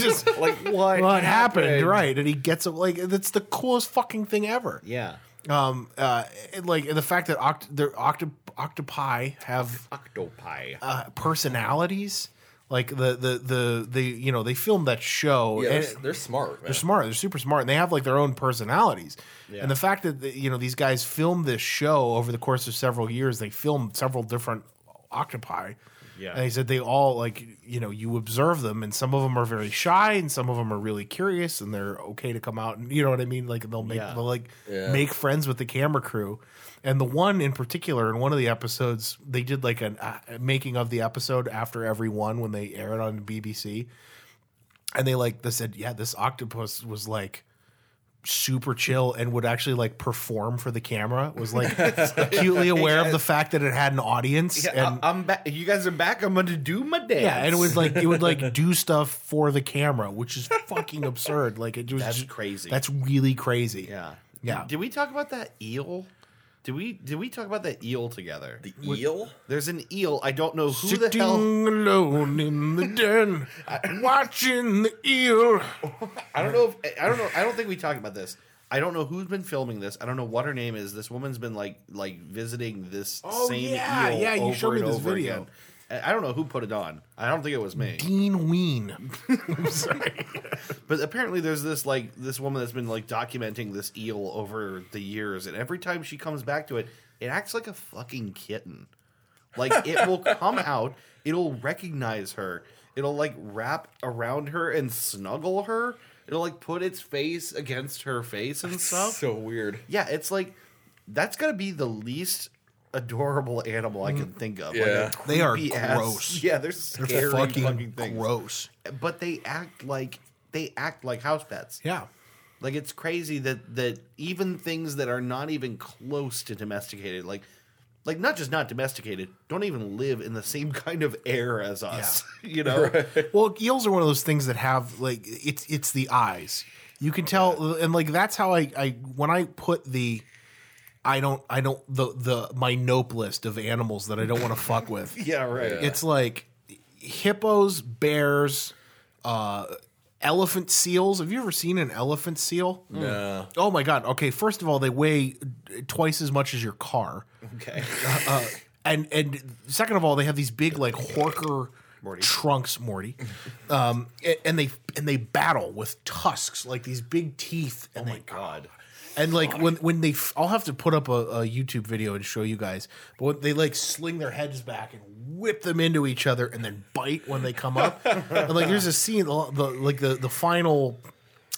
Speaker 1: just
Speaker 2: Like what?
Speaker 1: what happened? Right. And he gets it like that's the coolest fucking thing ever.
Speaker 2: Yeah.
Speaker 1: Um uh and, like and the fact that oct- their octop- octopi have
Speaker 2: Octopi.
Speaker 1: uh, personalities. Like the the the the you know, they filmed that show
Speaker 3: Yeah,
Speaker 1: and-
Speaker 3: they're, they're smart. Man.
Speaker 1: they're smart. They're super smart, and they have like their own personalities. And the fact that the, you know these guys filmed this show over the course of several years, they filmed several different octopi.
Speaker 2: Yeah.
Speaker 1: and he said they all like you know you observe them, and some of them are very shy, and some of them are really curious, and they're okay to come out, and you know what I mean. Like they'll make
Speaker 2: Yeah.
Speaker 1: they'll like
Speaker 3: Yeah.
Speaker 1: make friends with the camera crew. And the one in particular, in one of the episodes, they did like an uh, making of the episode after every one when they aired on BBC and they like they said yeah this octopus was like super chill and would actually like perform for the camera was like acutely aware of the fact that it had an audience
Speaker 2: Yeah,
Speaker 1: and
Speaker 2: I, am back. You guys are back. I'm going to do my dance.
Speaker 1: yeah and it was like it would like do stuff for the camera which is fucking absurd like it was
Speaker 2: That's
Speaker 1: just-
Speaker 2: crazy.
Speaker 1: that's really crazy
Speaker 2: yeah.
Speaker 1: Yeah.
Speaker 2: Did, did we talk about that eel? Did we did we talk about that eel together?
Speaker 3: The eel?
Speaker 2: There's an eel. I don't know who the
Speaker 1: Sitting
Speaker 2: hell.
Speaker 1: alone in the den, watching the eel.
Speaker 2: I don't know if I don't know. I don't think we talked about this. I don't know who's been filming this. I don't know what her name is. This woman's been like like visiting this
Speaker 1: Oh,
Speaker 2: same
Speaker 1: yeah,
Speaker 2: eel
Speaker 1: yeah, you
Speaker 2: over
Speaker 1: showed me
Speaker 2: and
Speaker 1: this
Speaker 2: over
Speaker 1: video.
Speaker 2: again. I I don't know who put it on. I don't think it was me.
Speaker 1: Dean Ween. I'm sorry.
Speaker 2: But apparently, there's this like this woman that's been like documenting this eel over the years, and every time she comes back to it, it acts like a fucking kitten. Like it will come out, it'll recognize her, it'll like wrap around her and snuggle her, it'll like put its face against her face and stuff.
Speaker 3: So weird.
Speaker 2: yeah, it's like that's gotta be the least adorable animal I can think of.
Speaker 3: Mm. Yeah.
Speaker 2: Like a
Speaker 1: They are
Speaker 2: creepy ass-
Speaker 1: gross.
Speaker 2: Yeah, they're scary
Speaker 1: They're
Speaker 2: fucking,
Speaker 1: fucking,
Speaker 2: things
Speaker 1: gross.
Speaker 2: but they act like they act like house pets.
Speaker 1: Yeah.
Speaker 2: Like it's crazy that that even things that are not even close to domesticated, like like not just not domesticated, don't even live in the same kind of air as us. You know?
Speaker 1: Well, eels are one of those things that have like it's it's the eyes. You can tell, and like that's how I I when I put the I don't I don't the the my nope list of animals that I don't want to fuck with.
Speaker 2: Yeah, right.
Speaker 1: It's like hippos, bears, uh, elephant seals. Have you ever seen an elephant seal?
Speaker 3: No.
Speaker 1: Oh my god. Okay, first of all, they weigh uh, twice as much as your car.
Speaker 2: Okay.
Speaker 1: Uh, and and second of all, they have these big like horker trunks, Morty, um, a- and they and they battle with tusks like these big teeth. And oh my
Speaker 2: God.
Speaker 1: And like when when they, f- I'll have to put up a, a YouTube video and show you guys. But when they like sling their heads back and whip them into each other, and then bite when they come up. and like there's a scene, the, the like the the final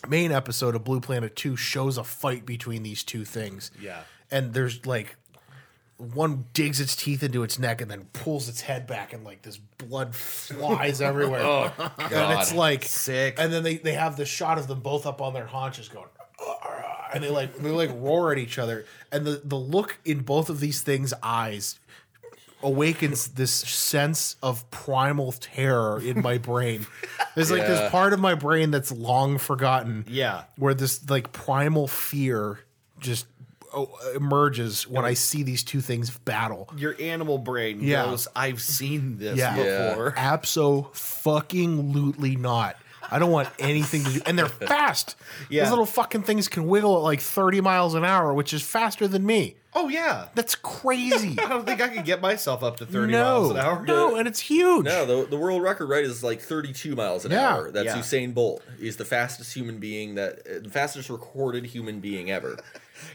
Speaker 1: main episode of Blue Planet Two shows a fight between these two things.
Speaker 2: Yeah.
Speaker 1: and there's like one digs its teeth into its neck and then pulls its head back and like this blood flies everywhere. and it's like
Speaker 3: Sick.
Speaker 1: And then they, they have the shot of them both up on their haunches going "Argh," and they like they like roar at each other and the, the look in both of these things' eyes awakens this sense of primal terror in my brain. There's like
Speaker 3: Yeah.
Speaker 1: this part of my brain that's long forgotten.
Speaker 2: Yeah.
Speaker 1: Where this like primal fear just oh, emerges when I see these two things battle.
Speaker 2: Your animal brain
Speaker 1: Yeah.
Speaker 2: goes, I've seen this
Speaker 1: Yeah.
Speaker 3: Yeah.
Speaker 2: before.
Speaker 1: Abso fucking lutely not. I don't want anything to do. And they're fast.
Speaker 2: Yeah.
Speaker 1: These little fucking things can wiggle at like 30 miles an hour, which is faster than me.
Speaker 2: Oh, yeah.
Speaker 1: That's crazy.
Speaker 2: I don't think I could get myself up to 30 miles
Speaker 1: no.
Speaker 2: an hour.
Speaker 1: No, and it's huge.
Speaker 3: No, the, the world record rate is like 32 miles an
Speaker 1: Yeah.
Speaker 3: hour. That's
Speaker 2: Yeah.
Speaker 3: Usain Bolt. He's the fastest human being that uh, the fastest recorded human being ever,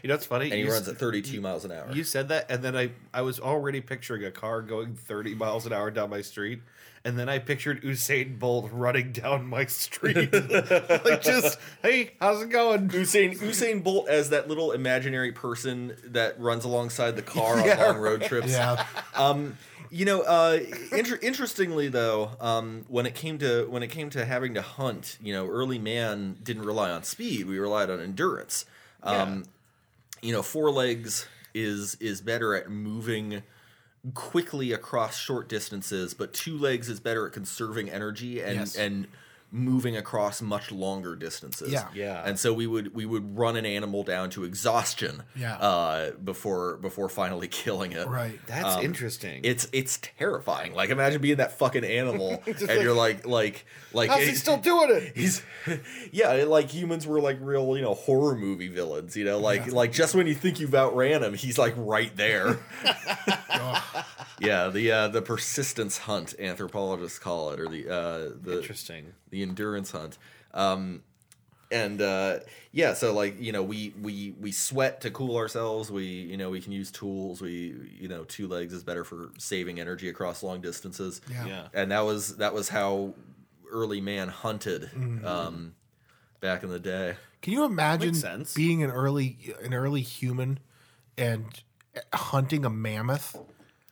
Speaker 2: You know, it's funny.
Speaker 3: and he
Speaker 2: you
Speaker 3: runs
Speaker 2: s-
Speaker 3: at 32 miles an hour.
Speaker 2: You said that, and then I, I was already picturing a car going 30 miles an hour down my street. And then I pictured Usain Bolt running down my street. like, just, hey, how's it going?
Speaker 3: Usain Usain Bolt as that little imaginary person that runs alongside the car on long road trips.
Speaker 1: Yeah.
Speaker 3: You know, uh, inter- interestingly though, um, when it came to when it came to having to hunt, you know, early man didn't rely on speed; we relied on endurance. Um, You know, four legs is is better at moving quickly across short distances, but two legs is better at conserving energy and
Speaker 1: Yes.
Speaker 3: and moving across much longer distances.
Speaker 1: Yeah.
Speaker 2: Yeah.
Speaker 3: And so we would we would run an animal down to exhaustion.
Speaker 1: Yeah.
Speaker 3: Uh, before before finally killing it.
Speaker 1: Right.
Speaker 2: That's interesting.
Speaker 3: It's it's terrifying. Like imagine being that fucking animal, and you're like like like
Speaker 2: how's he still doing it?
Speaker 3: He's yeah, like humans were like real you know horror movie villains. You know, like like just when you think you've outran him, he's like right there. yeah, the uh, the persistence hunt anthropologists call it, or the uh, the
Speaker 2: Interesting.
Speaker 3: the endurance hunt. Um, and uh, yeah, so like you know, we we we sweat to cool ourselves. We you know we can use tools. We you know two legs is better for saving energy across long distances.
Speaker 1: Yeah.
Speaker 2: Yeah.
Speaker 3: And that was that was how early man hunted
Speaker 1: Mm-hmm.
Speaker 3: um, back in the day.
Speaker 1: Can you imagine
Speaker 2: Makes sense.
Speaker 1: being an early an early human and hunting a mammoth?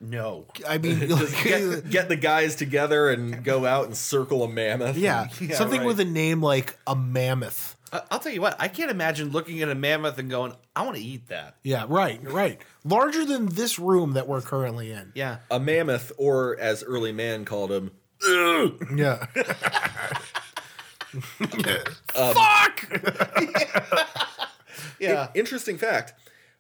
Speaker 2: No.
Speaker 1: I mean, like,
Speaker 3: Get, get the guys together and go out and circle a mammoth.
Speaker 1: yeah,
Speaker 2: Yeah,
Speaker 1: something
Speaker 2: right.
Speaker 1: with a name like a mammoth.
Speaker 2: I- I'll tell you what, I can't imagine looking at a mammoth and going, I want to eat that.
Speaker 1: Yeah, right, right. Larger than this room that we're currently in.
Speaker 2: Yeah.
Speaker 3: a mammoth, or as early man called him,
Speaker 1: Yeah.
Speaker 2: Yeah.
Speaker 3: Interesting fact.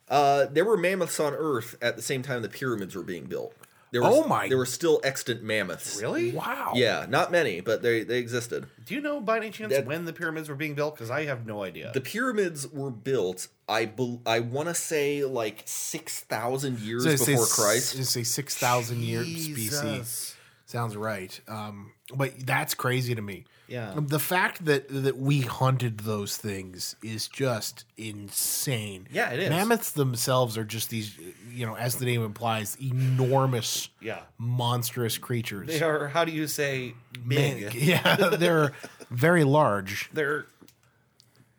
Speaker 3: Uh, there were mammoths on Earth at the same time the pyramids were being built. There was,
Speaker 1: Oh my-
Speaker 3: There were still extant mammoths.
Speaker 2: really?
Speaker 1: Wow.
Speaker 3: Yeah, not many, but they they existed.
Speaker 2: Do you know by any chance
Speaker 3: That-
Speaker 2: when the pyramids were being built? Because I have no idea.
Speaker 3: The pyramids were built. I bel I want to say like six thousand years
Speaker 1: So it's
Speaker 3: before
Speaker 1: a-
Speaker 3: Christ.
Speaker 1: It's a 6,000 years BC.
Speaker 2: Jesus.
Speaker 1: Sounds right. Um, but that's crazy to me. Um,
Speaker 2: Yeah.
Speaker 1: The fact that that we hunted those things is just insane.
Speaker 2: Yeah, it is.
Speaker 1: Mammoths themselves are just these, you know, as the name implies, enormous,
Speaker 2: Yeah.
Speaker 1: monstrous creatures.
Speaker 2: They are, how do you say, big?
Speaker 1: Big. Yeah, they're very large.
Speaker 2: They're,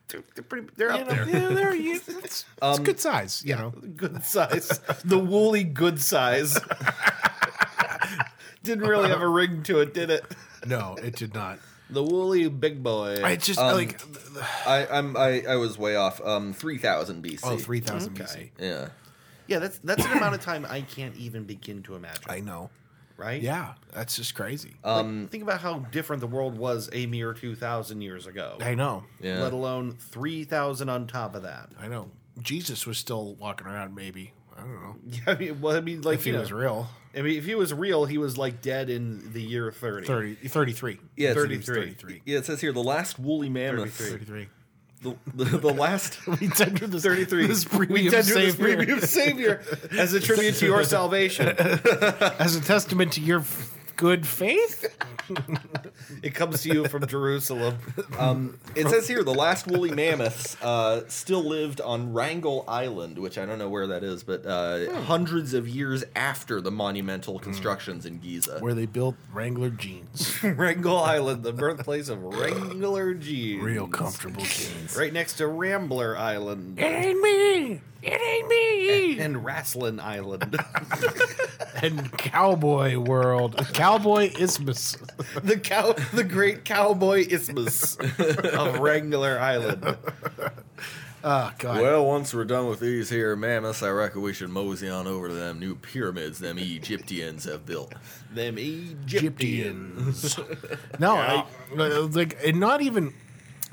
Speaker 2: they're, they're pretty, they're
Speaker 1: You
Speaker 2: out
Speaker 1: know,
Speaker 2: there. Um,
Speaker 1: yeah, they're- you- it's, it's good size, you know.
Speaker 2: Good size. the woolly good size. Didn't really have a ring to it, did it?
Speaker 1: No, it did not.
Speaker 2: The woolly big boy.
Speaker 1: I just like
Speaker 2: Um,
Speaker 1: oh,
Speaker 3: I I'm I, I was way off. Um, three thousand BC.
Speaker 1: oh, 3000 BC.
Speaker 2: Okay.
Speaker 3: Yeah.
Speaker 2: yeah, that's that's an amount of time I can't even begin to imagine.
Speaker 1: I know.
Speaker 2: right?
Speaker 1: Yeah, that's just crazy.
Speaker 2: Like, think about how different the world was a mere 2,000 years ago,
Speaker 1: I know.
Speaker 3: Yeah.
Speaker 2: let alone 3,000 on top of that.
Speaker 1: I know. Jesus was still walking around, maybe. I don't know.
Speaker 2: Yeah, I mean, well, I mean, like
Speaker 1: If he
Speaker 2: you know,
Speaker 1: was real.
Speaker 2: I mean, if he was real, he was like dead in the year 30.
Speaker 1: 30, 33.
Speaker 3: Yeah, it's-
Speaker 2: 33.
Speaker 1: 33.
Speaker 3: Yeah, it says here the last woolly mammoth.
Speaker 1: 33.
Speaker 3: The, the, the last.
Speaker 1: We tender this,
Speaker 2: 33.
Speaker 1: this
Speaker 2: we
Speaker 1: premium
Speaker 2: tender this
Speaker 1: savior
Speaker 2: premium savior as a tribute to your salvation.
Speaker 1: as a testament to your f- good faith.
Speaker 2: It comes to you from Jerusalem.
Speaker 3: Um, it says here the last woolly mammoths uh, still lived on Wrangell Island, which I don't know where that is, but uh, hundreds of years after the monumental constructions in Giza.
Speaker 1: Hmm. Where they built Wrangler jeans.
Speaker 2: Wrangell Island, the birthplace of Wrangler G.
Speaker 1: Real comfortable jeans.
Speaker 2: Right next to Rambler Island
Speaker 5: It ain't me. It ain't me.
Speaker 2: and Rasslin Island.
Speaker 1: And cowboy world. Cowboy isthmus.
Speaker 2: the cow the great cowboy isthmus of Wrangler Island.
Speaker 1: Oh, God.
Speaker 3: Well, once we're done with these here mammoths, I reckon we should mosey on over to them new pyramids them Egyptians have built.
Speaker 2: Them Egyptian.
Speaker 1: Egyptians. no, I, like, and not even.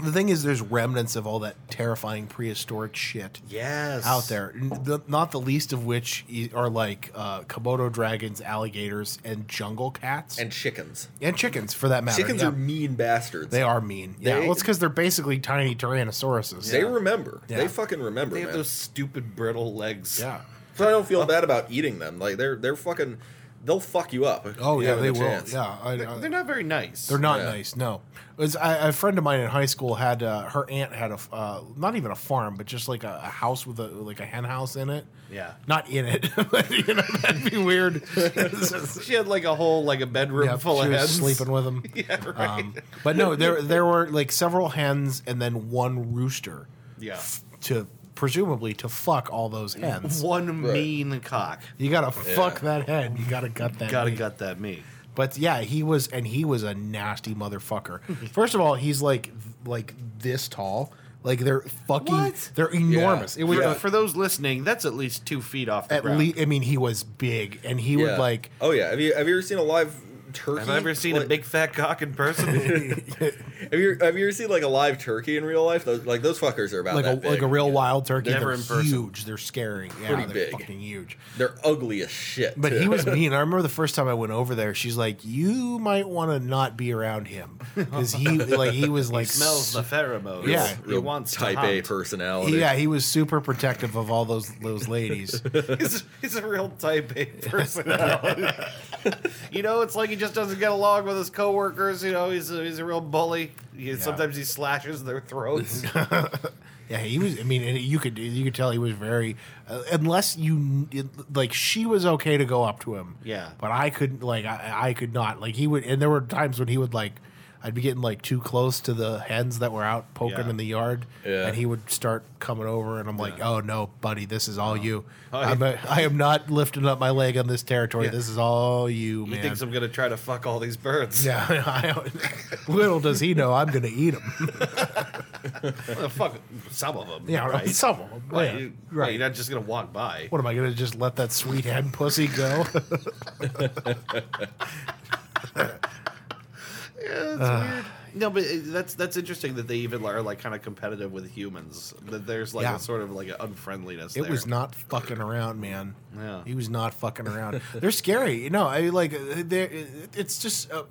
Speaker 1: The thing is, there's remnants of all that terrifying prehistoric shit
Speaker 2: Yes.
Speaker 1: out there. N- the- not the least of which i- are like uh, Komodo dragons, alligators, and jungle cats,
Speaker 3: And chickens.
Speaker 1: And chickens for that matter.
Speaker 3: Chickens
Speaker 1: yeah.
Speaker 3: are mean bastards.
Speaker 1: they are mean. Yeah,
Speaker 3: They-
Speaker 1: well, it's because they're basically tiny tyrannosauruses.
Speaker 3: They remember.
Speaker 1: Yeah.
Speaker 3: They fucking remember.
Speaker 2: They have
Speaker 3: man.
Speaker 2: those stupid brittle legs.
Speaker 1: yeah.
Speaker 3: So I don't feel bad about eating them. Like they're theyey're fucking, they'll fuck you up. if
Speaker 1: Oh
Speaker 3: you
Speaker 1: yeah,
Speaker 3: have
Speaker 1: they
Speaker 3: the
Speaker 1: will.
Speaker 3: chance.
Speaker 1: Yeah, I, I-
Speaker 2: They're not very nice.
Speaker 1: They're not
Speaker 3: Yeah.
Speaker 1: nice. No, it was, I, a friend of mine in high school had uh, her aunt had a f- uh, not even a farm, but just like a, a house with a like a hen house in it.
Speaker 2: Yeah.
Speaker 1: not in it. but, you know, that'd be weird.
Speaker 2: She had like a whole like a bedroom
Speaker 1: yeah,
Speaker 2: full
Speaker 1: she
Speaker 2: of
Speaker 1: was
Speaker 2: heads.
Speaker 1: sleeping with them.
Speaker 2: Yeah, right.
Speaker 1: um, but no, there there were like several hens and then one rooster.
Speaker 2: Yeah.
Speaker 1: f- to presumably to fuck all those hens.
Speaker 2: One mean cock.
Speaker 1: You gotta fuck that hen. You gotta gut that.
Speaker 2: Gotta
Speaker 1: meat.
Speaker 2: gut that meat.
Speaker 1: But yeah, he was, and he was a nasty motherfucker. First of all, he's like like this tall. Like they're fucking,
Speaker 2: What?
Speaker 1: they're enormous. It was uh,
Speaker 2: For,
Speaker 3: Yeah.
Speaker 2: for those listening, that's at least two feet off the
Speaker 1: at
Speaker 2: ground.
Speaker 1: least. I mean, he was big, and he
Speaker 3: Yeah.
Speaker 1: would like.
Speaker 3: Oh yeah. Have you have you ever seen a live turkey?
Speaker 2: Have I ever seen a
Speaker 3: Like-
Speaker 2: big fat cock in person?
Speaker 3: Have you have you ever seen like a live turkey in real life? Those, like those fuckers are about
Speaker 1: Like
Speaker 3: that
Speaker 1: a,
Speaker 3: big.
Speaker 1: like a real wild turkey.
Speaker 2: Never
Speaker 1: they're
Speaker 2: in person.
Speaker 1: huge. They're scary. Yeah,
Speaker 3: Pretty
Speaker 1: they're
Speaker 3: big.
Speaker 1: fucking huge.
Speaker 3: They're ugly as shit.
Speaker 1: But
Speaker 3: too.
Speaker 1: he was mean. I remember the first time I went over there. She's like, "You might want to not be around him because he like he was like
Speaker 2: Smells the pheromones.
Speaker 1: Yeah.
Speaker 2: he wants
Speaker 3: type
Speaker 2: to
Speaker 3: A
Speaker 2: hunt.
Speaker 3: personality.
Speaker 1: yeah he was super protective of all those those ladies.
Speaker 2: He's, he's a real type A personality. you know, it's like he just doesn't get along with his coworkers. You know, he's a, he's a real bully. He, Sometimes he slashes their throats.
Speaker 1: Yeah, he was. I mean, and you could you could tell he was very, uh, unless you it- like she was okay to go up to him.
Speaker 2: Yeah.
Speaker 1: but I couldn't. Like I, I could not. Like he would, and there were times when he would like, I'd be getting like too close to the hens that were out poking
Speaker 2: Yeah.
Speaker 1: in the yard,
Speaker 3: Yeah.
Speaker 1: and he would start coming over, and I'm like, oh no, buddy, this is all you.
Speaker 2: Oh,
Speaker 1: I'm
Speaker 2: yeah.
Speaker 1: a, I am not lifting up my leg on this territory.
Speaker 2: Yeah.
Speaker 1: This is all you,
Speaker 2: he
Speaker 1: man.
Speaker 2: thinks I'm gonna try to fuck all these birds.
Speaker 1: yeah, I- little does he know I'm going to eat him.
Speaker 2: I'm gonna fuck some of them.
Speaker 1: Yeah,
Speaker 2: right.
Speaker 1: some of 'em.
Speaker 2: Right,
Speaker 1: Yeah,
Speaker 2: you-
Speaker 1: right.
Speaker 2: You're not just gonna walk by.
Speaker 1: What am I gonna just let that sweet hen pussy go? uh,
Speaker 2: No, but it, that's that's interesting that they even are like kind of competitive with humans. That there's like
Speaker 1: Yeah.
Speaker 2: a sort of like an unfriendliness.
Speaker 1: It
Speaker 2: there.
Speaker 1: was not fucking around, man.
Speaker 2: Yeah.
Speaker 1: He was not fucking around. They're scary. You know, I like they it's just uh,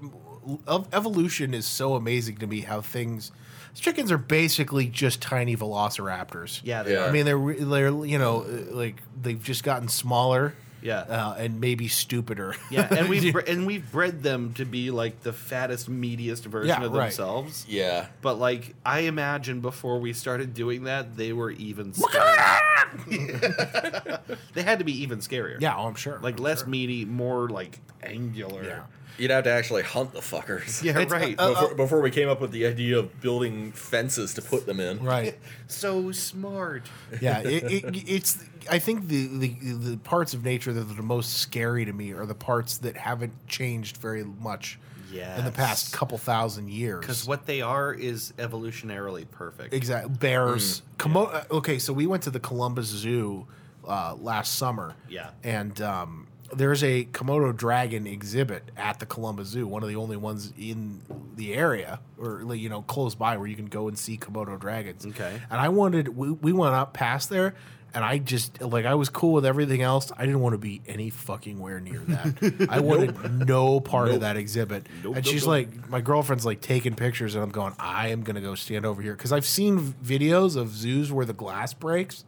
Speaker 1: ev- evolution is so amazing to me how things chickens are basically just tiny velociraptors.
Speaker 2: Yeah, they
Speaker 3: Yeah.
Speaker 1: I
Speaker 2: are.
Speaker 1: mean they're re- they're you know uh, like they've just gotten smaller.
Speaker 2: Yeah.
Speaker 1: Uh, and maybe stupider.
Speaker 2: Yeah, and we've bre- and we've bred them to be like the fattest, meatiest version
Speaker 1: Yeah,
Speaker 2: of
Speaker 1: right.
Speaker 2: themselves.
Speaker 3: Yeah.
Speaker 2: But like, I imagine before we started doing that, they were even. Scarier. they had to be even scarier.
Speaker 1: yeah, oh, I'm sure.
Speaker 2: like less meaty, more like angular.
Speaker 1: Yeah.
Speaker 3: You'd have to actually hunt the fuckers.
Speaker 2: Yeah,
Speaker 1: It's-
Speaker 2: right.
Speaker 1: uh, uh,
Speaker 3: Before, before we came up with the idea of building fences to put them in.
Speaker 1: right.
Speaker 2: so smart.
Speaker 1: yeah, it, it, it's. I think the, the the parts of nature that are the most scary to me are the parts that haven't changed very much in the
Speaker 2: Yes.
Speaker 1: past couple thousand years.
Speaker 2: Because what they are is evolutionarily perfect.
Speaker 1: Exactly. Bears. Komo- uh, Okay, so we went to the Columbus Zoo uh, last summer.
Speaker 2: Yeah.
Speaker 1: And um, there's a Komodo dragon exhibit at the Columbus Zoo, one of the only ones in the area or like, you know close by where you can go and see Komodo dragons.
Speaker 2: Okay.
Speaker 1: And I wanted we, we went up past there and I just like I was cool with everything else. I didn't want to be any fucking where near that. I wanted no part of that exhibit. and she's like my girlfriend's like taking pictures and I'm going I am going to go stand over here cuz I've seen videos of zoos where the glass breaks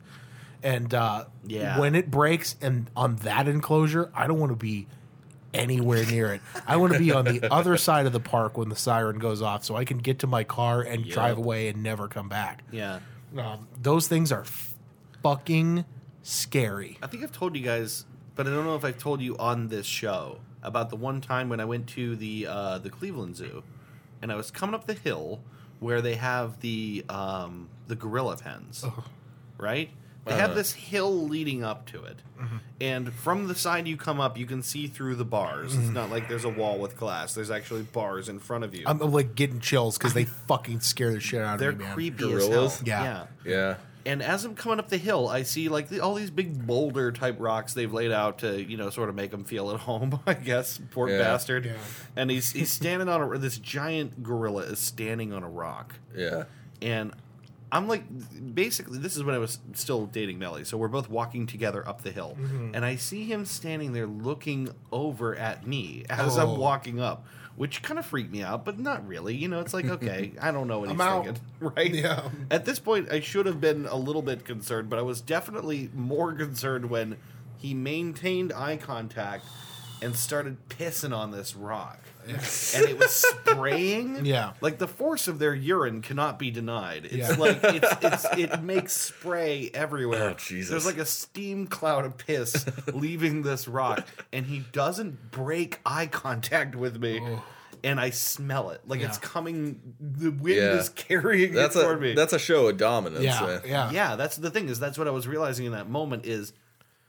Speaker 1: and uh
Speaker 2: Yeah.
Speaker 1: when it breaks and on that enclosure, I don't want to be anywhere near it. I want to be on the other side of the park when the siren goes off so I can get to my car and drive away and never come back.
Speaker 2: Yeah.
Speaker 1: Um, those things are fucking scary.
Speaker 2: I think I've told you guys, but I don't know if I've told you on this show about the one time when I went to the uh, the Cleveland Zoo, and I was coming up the hill where they have the um, the gorilla pens,
Speaker 1: Oh.
Speaker 2: right? They have this hill leading up to it,
Speaker 1: Mm-hmm.
Speaker 2: and from the side you come up, you can see through the bars.
Speaker 1: Mm-hmm.
Speaker 2: It's not like there's a wall with glass. There's actually bars in front of you.
Speaker 1: I'm, I'm, like getting chills because they fucking scare the shit out of
Speaker 2: They're
Speaker 1: me, man.
Speaker 2: creepy as
Speaker 3: Gorillas?
Speaker 2: hell.
Speaker 1: Yeah.
Speaker 2: yeah.
Speaker 3: Yeah.
Speaker 2: And as I'm coming up the hill, I see like the, all these big boulder type rocks they've laid out to you know sort of make him feel at home. I guess poor
Speaker 3: Yeah.
Speaker 2: bastard.
Speaker 1: Yeah.
Speaker 2: And he's he's standing on a this giant gorilla is standing on a rock,
Speaker 3: Yeah.
Speaker 2: and I'm like basically this is when I was still dating Melly, so we're both walking together up the hill,
Speaker 1: Mm-hmm.
Speaker 2: and I see him standing there looking over at me as
Speaker 1: Oh.
Speaker 2: I'm walking up. Which kind of freaked me out, but not really. You know, it's like okay, I don't know what
Speaker 1: I'm
Speaker 2: he's
Speaker 1: out.
Speaker 2: thinking, right?
Speaker 1: Yeah.
Speaker 2: At this point, I should have been a little bit concerned, but I was definitely more concerned when he maintained eye contact and started pissing on this rock. and it was spraying.
Speaker 1: Yeah.
Speaker 2: Like the force of their urine cannot be denied. It's
Speaker 1: Yeah.
Speaker 2: like it's, it's it makes spray everywhere.
Speaker 3: Oh, Jesus.
Speaker 2: There's like a steam cloud of piss leaving this rock and he doesn't break eye contact with me. And I smell it. Like it's
Speaker 1: Oh. Yeah.
Speaker 2: coming the wind
Speaker 3: Yeah.
Speaker 2: is carrying
Speaker 3: That's
Speaker 2: it toward me
Speaker 3: a that's a show of dominance.
Speaker 1: Yeah,
Speaker 3: man.
Speaker 1: yeah,
Speaker 2: yeah that's the thing is that's what i was realizing in that moment is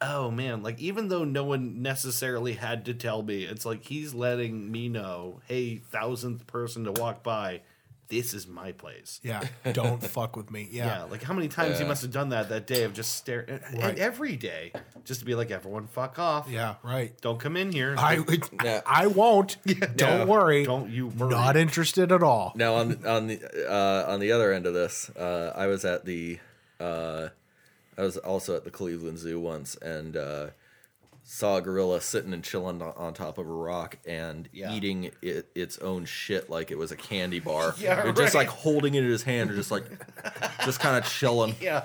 Speaker 2: oh man like even though no one necessarily had to tell me it's like he's letting me know hey thousandth person to walk by this is my place
Speaker 1: yeah. Don't fuck with me.
Speaker 2: yeah,
Speaker 1: Yeah,
Speaker 2: like how many times he
Speaker 3: Yeah.
Speaker 2: must have done that that day of just staring and, and
Speaker 1: Right.
Speaker 2: every day just to be like everyone fuck off
Speaker 1: yeah, right.
Speaker 2: don't come in here
Speaker 1: I would.
Speaker 3: Yeah.
Speaker 1: I won't. Don't
Speaker 3: No.
Speaker 1: worry.
Speaker 2: don't you worry.
Speaker 1: Not interested at all.
Speaker 3: Now on on the uh, on the other end of this, uh, I was at the uh, I was also at the Cleveland Zoo once and uh, saw a gorilla sitting and chilling on, on top of a rock and
Speaker 2: Yeah.
Speaker 3: eating it, its own shit like it was a candy bar.
Speaker 2: Yeah,
Speaker 3: and just
Speaker 2: right.
Speaker 3: like holding it in his hand, or just like just kind of chilling.
Speaker 2: Yeah,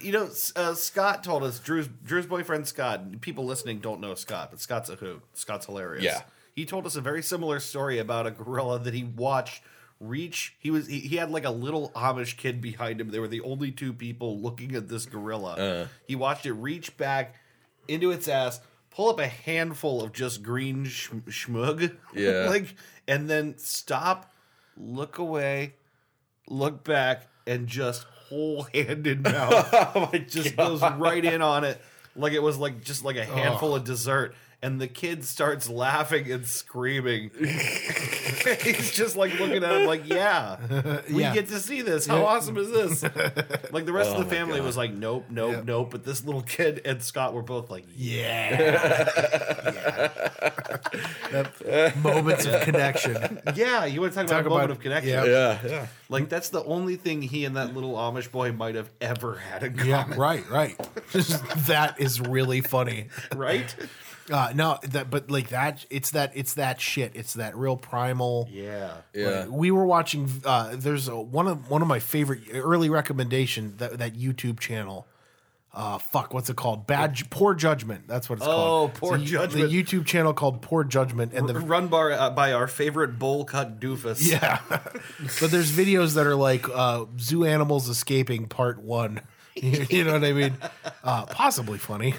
Speaker 2: you know, S- uh, Scott told us Drew's Drew's boyfriend Scott. People listening don't know Scott, but Scott's a hoot. Scott's hilarious.
Speaker 3: Yeah.
Speaker 2: he told us a very similar story about a gorilla that he watched reach. He was he, he had like a little Amish kid behind him. They were the only two people looking at this gorilla.
Speaker 3: Uh.
Speaker 2: he watched it reach back into its ass, pull up a handful of just green sh- schmug.
Speaker 3: Yeah.
Speaker 2: like and then stop, look away, look back and just whole hand in mouth
Speaker 1: Oh
Speaker 2: just goes right in on it like it was like just like a handful of dessert and the kid starts laughing and screaming he's just like looking at him like yeah we
Speaker 1: Yeah. Oh
Speaker 2: get to see this how
Speaker 1: Yeah.
Speaker 2: awesome is this like the rest of the
Speaker 3: my
Speaker 2: family
Speaker 3: God.
Speaker 2: was like nope nope nope but this little kid and scott were both like yeah
Speaker 1: Yeah. Yep. Moments of connection.
Speaker 2: yeah you want to talk,
Speaker 1: Talk
Speaker 2: about a moment
Speaker 1: about-
Speaker 2: of connection
Speaker 1: yeah.
Speaker 3: Yeah, yeah.
Speaker 2: like that's the only thing he and that little amish boy might have ever had in
Speaker 1: Yeah,
Speaker 2: common
Speaker 1: right, right. that is really funny.
Speaker 2: right
Speaker 1: Uh, no, that but like that, it's that, it's that shit. It's that real primal.
Speaker 2: yeah
Speaker 3: yeah.
Speaker 1: We were watching. Uh, there's a, one of one of my favorite early recommendation that that YouTube channel. Uh, fuck, what's it called? Bad, Ju- poor judgment. That's what it's
Speaker 2: Oh,
Speaker 1: called.
Speaker 2: Poor
Speaker 1: It's a-
Speaker 2: Judgment.
Speaker 1: The YouTube channel called Poor Judgment, and the
Speaker 2: run bar uh, by our favorite bowl cut doofus
Speaker 1: Yeah. but there's videos that are like uh, zoo animals escaping part one. You, you know what I mean? Uh, possibly funny.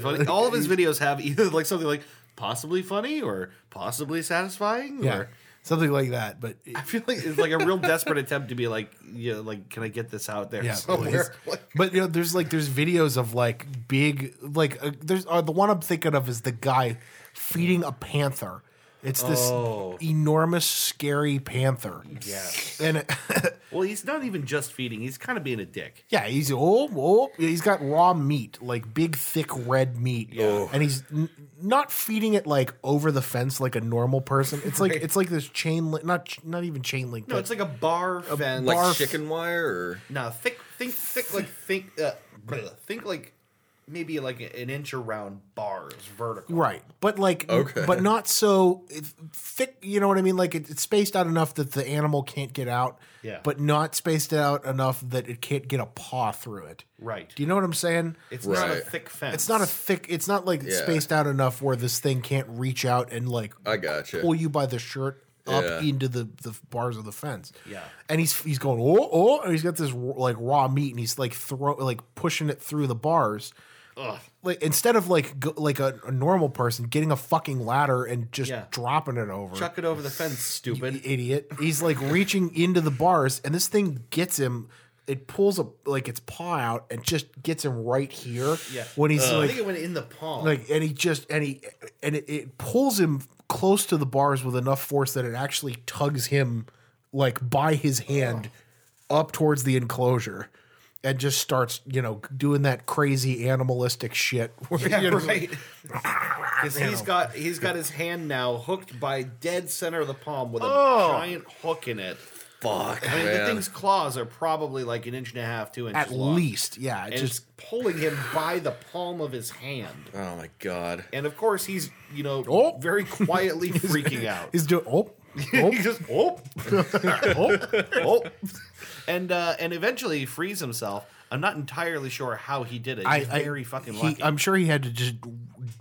Speaker 2: funny. All of his videos have either like something like possibly funny or possibly satisfying.
Speaker 1: yeah.
Speaker 2: Or
Speaker 1: Something like that. But
Speaker 2: I feel like it's like a real desperate attempt to be like, yeah, like can I get this out there
Speaker 1: yeah, please.
Speaker 2: somewhere? Like,
Speaker 1: But you know, there's like there's videos of like big like uh, there's uh, the one I'm thinking of is the guy feeding a panther. It's this
Speaker 3: Oh.
Speaker 1: enormous, scary panther. Yes. And it,
Speaker 2: Well, he's not even just feeding. He's kind of being a dick.
Speaker 1: yeah, he's oh, oh, he's got raw meat, like big, thick red meat,
Speaker 3: Yeah.
Speaker 1: and he's n- not feeding it like over the fence like a normal person. It's like it's like this chain link, not ch- not even chain link.
Speaker 2: No,
Speaker 1: but-
Speaker 2: it's like a bar fence.
Speaker 3: Like
Speaker 1: bar- Barf.
Speaker 3: chicken wire or
Speaker 2: no, thick, think, thick, like think, uh, bleh, think like maybe like an inch around bars vertical.
Speaker 1: Right, but like,
Speaker 3: Okay.
Speaker 1: but not so thick. You know what I mean? Like it, it's spaced out enough that the animal can't get out.
Speaker 2: Yeah.
Speaker 1: But not spaced out enough that it can't get a paw through it.
Speaker 2: Right.
Speaker 1: Do you know what I'm saying?
Speaker 2: It's not a
Speaker 3: Right.
Speaker 2: thick fence.
Speaker 1: It's not a thick. It's not like it's
Speaker 3: Yeah.
Speaker 1: spaced out enough where this thing can't reach out and like
Speaker 3: I gotcha.
Speaker 1: pull you by the shirt up
Speaker 3: Yeah.
Speaker 1: into the the bars of the fence.
Speaker 2: Yeah.
Speaker 1: And he's he's going oh oh, and he's got this like raw meat, and he's like throw like pushing it through the bars. Like instead of like go, like a, a normal person getting a fucking ladder and just
Speaker 2: Yeah.
Speaker 1: dropping it over,
Speaker 2: Chuck it over the fence,
Speaker 1: you
Speaker 2: stupid.
Speaker 1: idiot. He's like reaching into the bars, and this thing gets him. It pulls a like its paw out and just gets him right here.
Speaker 2: Yeah.
Speaker 1: When he's
Speaker 2: I
Speaker 1: like
Speaker 2: think it went in the palm.
Speaker 1: like and he just and he and it, it pulls him close to the bars with enough force that it actually tugs him like by his hand up towards the enclosure and just starts you know doing that crazy animalistic shit where,
Speaker 2: yeah,
Speaker 1: you know,
Speaker 2: right. 'Cause he's got he's got his hand now hooked by dead center of the palm with a
Speaker 1: Oh.
Speaker 2: giant hook in it.
Speaker 3: Fuck,
Speaker 2: I mean, the
Speaker 3: man.
Speaker 2: thing's claws are probably like an inch and a half, two inches
Speaker 1: at
Speaker 2: long.
Speaker 1: least yeah it
Speaker 2: and
Speaker 1: just
Speaker 2: it's pulling him by the palm of his hand.
Speaker 3: oh my god.
Speaker 2: And of course, he's you know
Speaker 1: Oh.
Speaker 2: very quietly freaking out.
Speaker 1: is doing oh
Speaker 2: He just oh, oh, oh, and uh, and eventually he frees himself. I'm not entirely sure how he did it.
Speaker 1: I,
Speaker 2: He's
Speaker 1: I-
Speaker 2: very fucking
Speaker 1: he-
Speaker 2: lucky.
Speaker 1: I'm sure he had to just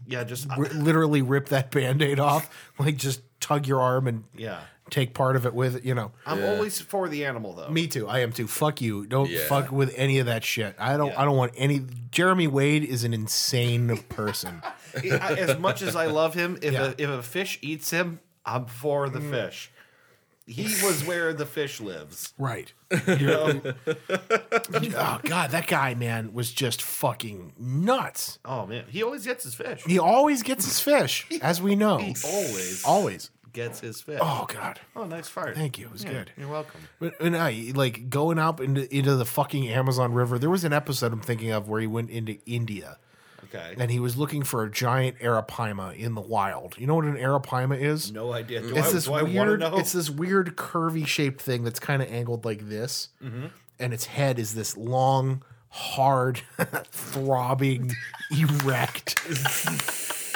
Speaker 2: yeah, just
Speaker 1: r- literally rip that band-aid off like just tug your arm and
Speaker 2: yeah.
Speaker 1: take part of it with it, you know
Speaker 2: I'm
Speaker 3: Yeah.
Speaker 2: always for the animal though.
Speaker 1: Me too. I am too. Fuck you. Don't
Speaker 3: Yeah.
Speaker 1: fuck with any of that shit. I don't.
Speaker 2: Yeah.
Speaker 1: I don't want any. Jeremy Wade is an insane person.
Speaker 2: I- as much as I love him, if
Speaker 1: Yeah. Mm.
Speaker 2: a, if a fish eats him, I'm for the fish. He was where the fish lives.
Speaker 1: right.
Speaker 2: You know?
Speaker 1: Oh god, that guy man was just fucking nuts.
Speaker 2: oh man, he always gets his fish.
Speaker 1: He always gets his fish, as we know.
Speaker 2: He always
Speaker 1: Always.
Speaker 2: gets his fish.
Speaker 1: Oh god.
Speaker 2: Oh, nice fart.
Speaker 1: Thank you. It was
Speaker 2: Yeah,
Speaker 1: good.
Speaker 2: You're welcome.
Speaker 1: But- And I like going up into into the fucking Amazon River. There was an episode I'm thinking of where he went into India
Speaker 2: Okay.
Speaker 1: and he was looking for a giant arapaima in the wild. You know what an arapaima is?
Speaker 2: no idea. Do
Speaker 1: it's
Speaker 2: I,
Speaker 1: this
Speaker 2: do I want to
Speaker 1: weird,
Speaker 2: know?
Speaker 1: it's this weird curvy shaped thing that's kind of angled like this,
Speaker 2: Mm-hmm.
Speaker 1: and its head is this long, hard, throbbing, erect.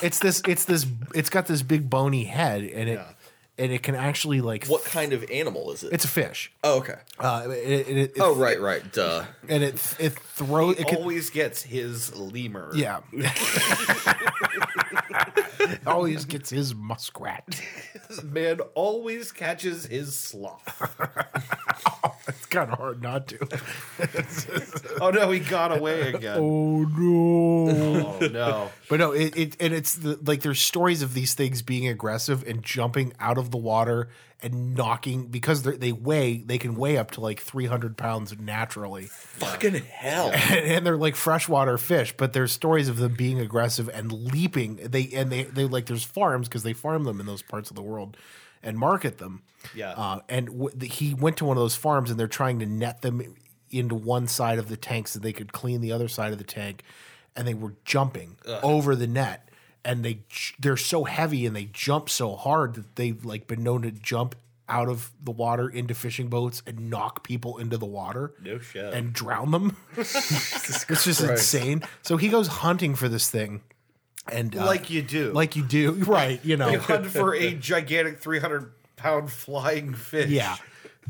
Speaker 1: it's this, it's this, it's got this big bony head, and it, and it can actually like,
Speaker 3: What kind of animal is it?
Speaker 1: it's a fish.
Speaker 3: oh, okay.
Speaker 1: Uh, it, it, it,
Speaker 3: Oh right, right. Duh.
Speaker 1: and it it throws it can,
Speaker 2: always gets his lemur.
Speaker 1: yeah. always gets his muskrat.
Speaker 2: This man always catches his sloth.
Speaker 1: It's kind of hard not to.
Speaker 2: oh no, he got away again.
Speaker 1: Oh no.
Speaker 2: Oh no.
Speaker 1: But no, it, it and it's the, like there's stories of these things being aggressive and jumping out of the water and knocking because they're- they weigh they can weigh up to like 300 pounds naturally,
Speaker 3: Fucking hell.
Speaker 1: and, and they're like freshwater fish. But there's stories of them being aggressive and leaping. They and they they like there's farms because they farm them in those parts of the world and market them.
Speaker 2: Yeah.
Speaker 1: Uh, and w- the, he went to one of those farms and they're trying to net them into one side of the tank so they could clean the other side of the tank. And they were jumping over the net and they j- they're so heavy and they jump so hard that they've like been known to jump out of the water into fishing boats and knock people into the water
Speaker 2: No shit.
Speaker 1: and drown them. it's just insane. So he goes hunting for this thing and uh,
Speaker 2: like you do.
Speaker 1: like you do, right? You know,
Speaker 2: you hunt for a gigantic 300 pound flying fish.
Speaker 1: Yeah.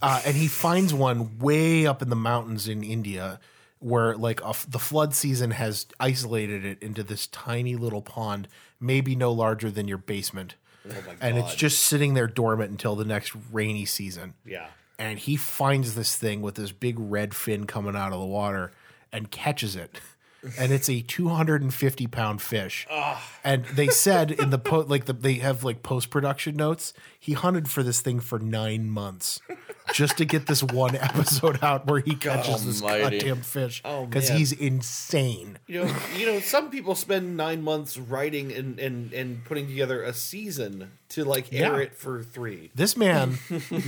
Speaker 1: Uh, and he finds one way up in the mountains in India where like a f the flood season has isolated it into this tiny little pond, maybe no larger than your basement.
Speaker 2: Oh
Speaker 1: and it's just sitting there dormant until the next rainy season.
Speaker 2: Yeah.
Speaker 1: And he finds this thing with this big red fin coming out of the water and catches it. and it's a 250 pound fish. And they said in the po- like the, they have like post production notes. He hunted for this thing for nine months just to get this one episode out where he catches this
Speaker 3: Almighty.
Speaker 1: goddamn fish
Speaker 2: Oh,
Speaker 1: because
Speaker 2: man.
Speaker 1: he's insane.
Speaker 2: You know, you know, some people spend nine months writing and, and, and putting together a season to like air
Speaker 1: Yeah.
Speaker 2: it for three.
Speaker 1: This man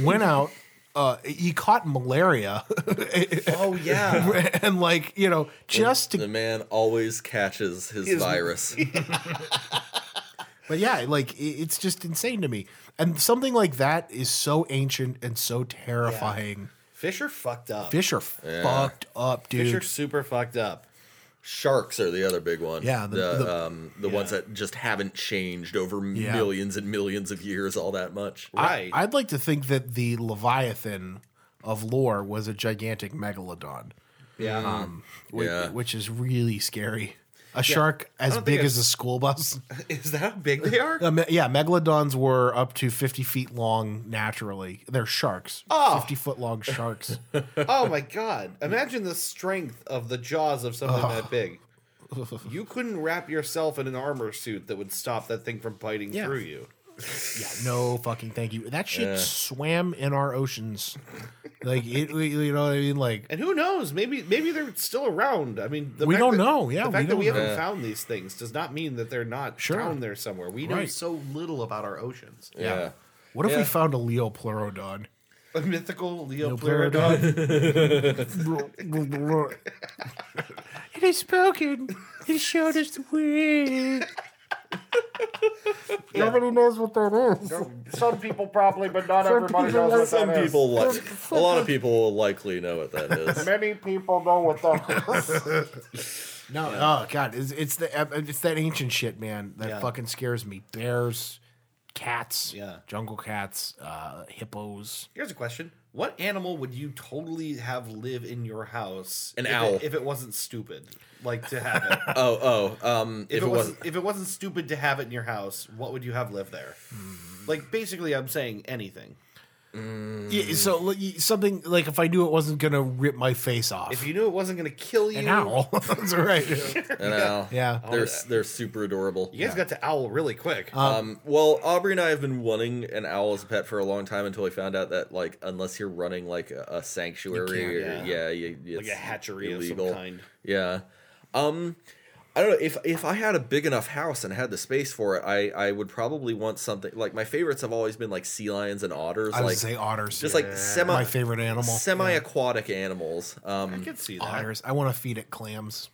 Speaker 1: went out. Uh, he caught malaria,
Speaker 2: Oh yeah,
Speaker 1: and like you know, just to
Speaker 3: the man always catches his virus.
Speaker 1: But yeah, like i- it's just insane to me. And something like that is so ancient and so terrifying.
Speaker 2: fish are fucked up.
Speaker 1: Fish are fucked up, dude.
Speaker 2: Fish are super fucked up.
Speaker 3: Sharks are the other big one.
Speaker 1: Yeah, the-
Speaker 3: the the,
Speaker 1: the-
Speaker 3: um, the ones that just haven't changed over
Speaker 1: Yeah.
Speaker 3: millions and millions of years all that much.
Speaker 2: Right.
Speaker 1: I'd like to think that the Leviathan of lore was a gigantic megalodon,
Speaker 2: yeah.
Speaker 1: which,
Speaker 3: Yeah.
Speaker 1: which is really scary. A shark as
Speaker 2: don't
Speaker 1: big
Speaker 2: think
Speaker 1: as a school bus.
Speaker 2: Is that how big they are?
Speaker 1: Uh, me- yeah, megalodons were up to 50 feet long naturally. They're sharks.
Speaker 2: Oh.
Speaker 1: 50 foot long sharks.
Speaker 2: oh my god! Imagine the strength of the jaws of something
Speaker 1: Oh.
Speaker 2: that big. You couldn't wrap yourself in an armor suit that would stop that thing from biting
Speaker 1: Yeah.
Speaker 2: through you.
Speaker 1: Yeah, no fucking thank you. That shit swam in our oceans. Like it, we- you know what I mean? Like
Speaker 2: And who knows? Maybe maybe they're still around. I mean, the
Speaker 1: We
Speaker 2: fact
Speaker 1: don't
Speaker 2: that-
Speaker 1: know. Yeah,
Speaker 2: the
Speaker 1: we
Speaker 2: fact that we
Speaker 1: don't
Speaker 2: haven't
Speaker 3: know.
Speaker 2: found these things does not mean that they're not
Speaker 1: Sure.
Speaker 2: down there somewhere. We know
Speaker 1: Right.
Speaker 2: so little about our oceans.
Speaker 1: yeah. What if we
Speaker 3: Yeah.
Speaker 1: found a Leo pleurodon?
Speaker 2: A mythical Leopleurodon.
Speaker 1: Pleurodon. it has spoken. It showed us the way. Nobody knows what that is.
Speaker 5: Some people probably, but not
Speaker 1: Some
Speaker 5: everybody
Speaker 1: people
Speaker 5: knows what
Speaker 3: Some
Speaker 5: that is.
Speaker 3: people like a lot of people will likely know what that is.
Speaker 5: Many people know what that is.
Speaker 1: No, oh god, it's, it's the it's that ancient shit, man. That
Speaker 2: Yeah.
Speaker 1: fucking scares me. Bears, cats,
Speaker 2: Yeah.
Speaker 1: jungle cats, uh, hippos.
Speaker 2: Here's a question: What animal would you totally have live in your house?
Speaker 3: An
Speaker 2: if it-
Speaker 3: owl.
Speaker 2: if it wasn't stupid, like to have it.
Speaker 3: Oh, oh, um,
Speaker 2: if, it wasn't, if it wasn't stupid to have it in your house, what would you have live there? Like basically, I'm saying anything. Mm.
Speaker 1: Yeah, so like, y- something like if I knew it wasn't gonna rip my face off,
Speaker 2: If you knew it wasn't going to kill you,
Speaker 1: an owl, that's right.
Speaker 3: an owl.
Speaker 1: Yeah.
Speaker 3: they're they're super adorable.
Speaker 2: You guys got to owl really quick.
Speaker 3: Um, well, Aubrey and I have been wanting an owl as a pet for a long time until we found out that like unless you're running like a, a sanctuary,
Speaker 2: can't,
Speaker 3: or,
Speaker 2: yeah.
Speaker 3: yeah, you, it's
Speaker 2: like a hatchery
Speaker 3: illegal.
Speaker 2: of some kind.
Speaker 3: Yeah. Um I don't know if if I had a big enough house and had the space for it, I I would probably want something like my favorites have always been like sea lions and otters,
Speaker 1: I would
Speaker 3: like
Speaker 1: say otters.
Speaker 3: just like semi
Speaker 1: my favorite animal.
Speaker 3: semi aquatic animals.
Speaker 2: I
Speaker 3: Um
Speaker 2: could see that.
Speaker 1: otters. I want to feed it clams.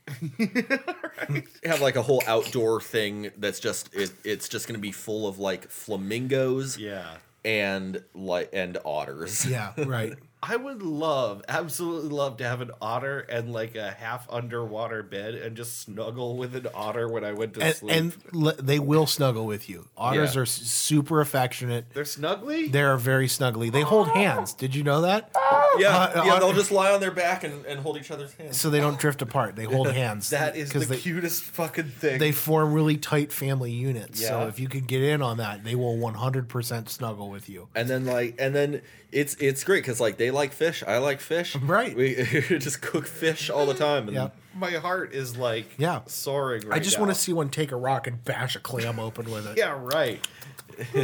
Speaker 3: have like a whole outdoor thing that's just it, it's just going to be full of like flamingos
Speaker 2: Yeah.
Speaker 3: and like and otters.
Speaker 1: Yeah, right.
Speaker 2: I would love, absolutely love to have an otter and like a half underwater bed and just snuggle with an otter when I went to
Speaker 1: and
Speaker 2: sleep.
Speaker 1: and le- they will snuggle with you. Otters
Speaker 3: Yeah.
Speaker 1: are s- super affectionate.
Speaker 2: they're Ah. snuggly?
Speaker 1: They are very snuggly. They hold hands. Did you know that?
Speaker 3: Yeah,
Speaker 1: Uh,
Speaker 3: yeah,
Speaker 1: uh,
Speaker 3: they'll just lie on their back and, and hold each other's hands.
Speaker 1: So they don't drift apart. They hold hands.
Speaker 2: that is the
Speaker 1: 'Cause they,
Speaker 2: cutest fucking thing.
Speaker 1: they form really tight family units. So
Speaker 2: Yeah.
Speaker 1: if you can get in on that, they will 100% snuggle with you.
Speaker 3: and then like and then it's it's great because like they like fish i like fish
Speaker 1: Right.
Speaker 3: we just cook fish all the time and
Speaker 1: Yeah.
Speaker 2: My heart is like
Speaker 1: Yeah.
Speaker 2: soaring Mm. right
Speaker 1: I just
Speaker 2: now.
Speaker 1: want to see one take a rock and bash a clam open with it.
Speaker 2: Yeah, right. I,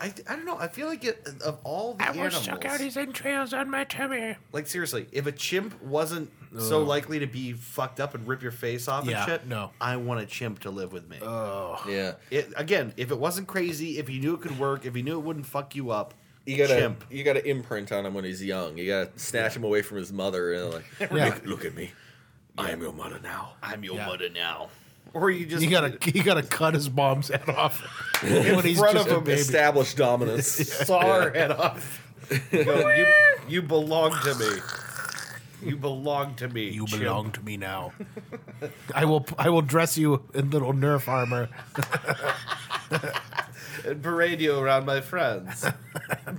Speaker 2: I, I don't know. I feel like it, of all the
Speaker 5: I will
Speaker 2: animals,
Speaker 5: suck out his entrails on my tummy.
Speaker 2: like seriously, if a chimp wasn't so likely to be fucked up and rip your face off
Speaker 1: Yeah,
Speaker 2: and shit,
Speaker 1: no.
Speaker 2: I want a chimp to live with me.
Speaker 3: yeah
Speaker 2: It, again, if it wasn't crazy, if you knew it could work, if you knew it wouldn't fuck you up,
Speaker 3: you gotta
Speaker 2: chimp.
Speaker 3: you gotta imprint on him when he's young you gotta snatch him away from his mother and like
Speaker 1: Yeah.
Speaker 3: look, look at me i am your mother now
Speaker 2: I'm your
Speaker 1: Yeah.
Speaker 2: mother now. Or you just
Speaker 1: You gotta you gotta cut his mom's head off when he's
Speaker 2: front
Speaker 1: just
Speaker 2: of
Speaker 1: a
Speaker 2: him,
Speaker 1: baby.
Speaker 3: establish dominance
Speaker 2: saw her head off. Go, you, you belong to me. You belong to me.
Speaker 1: You
Speaker 2: chimp."
Speaker 1: belong to me now. I will I will dress you in little Nerf armor.
Speaker 2: and parade you around my friends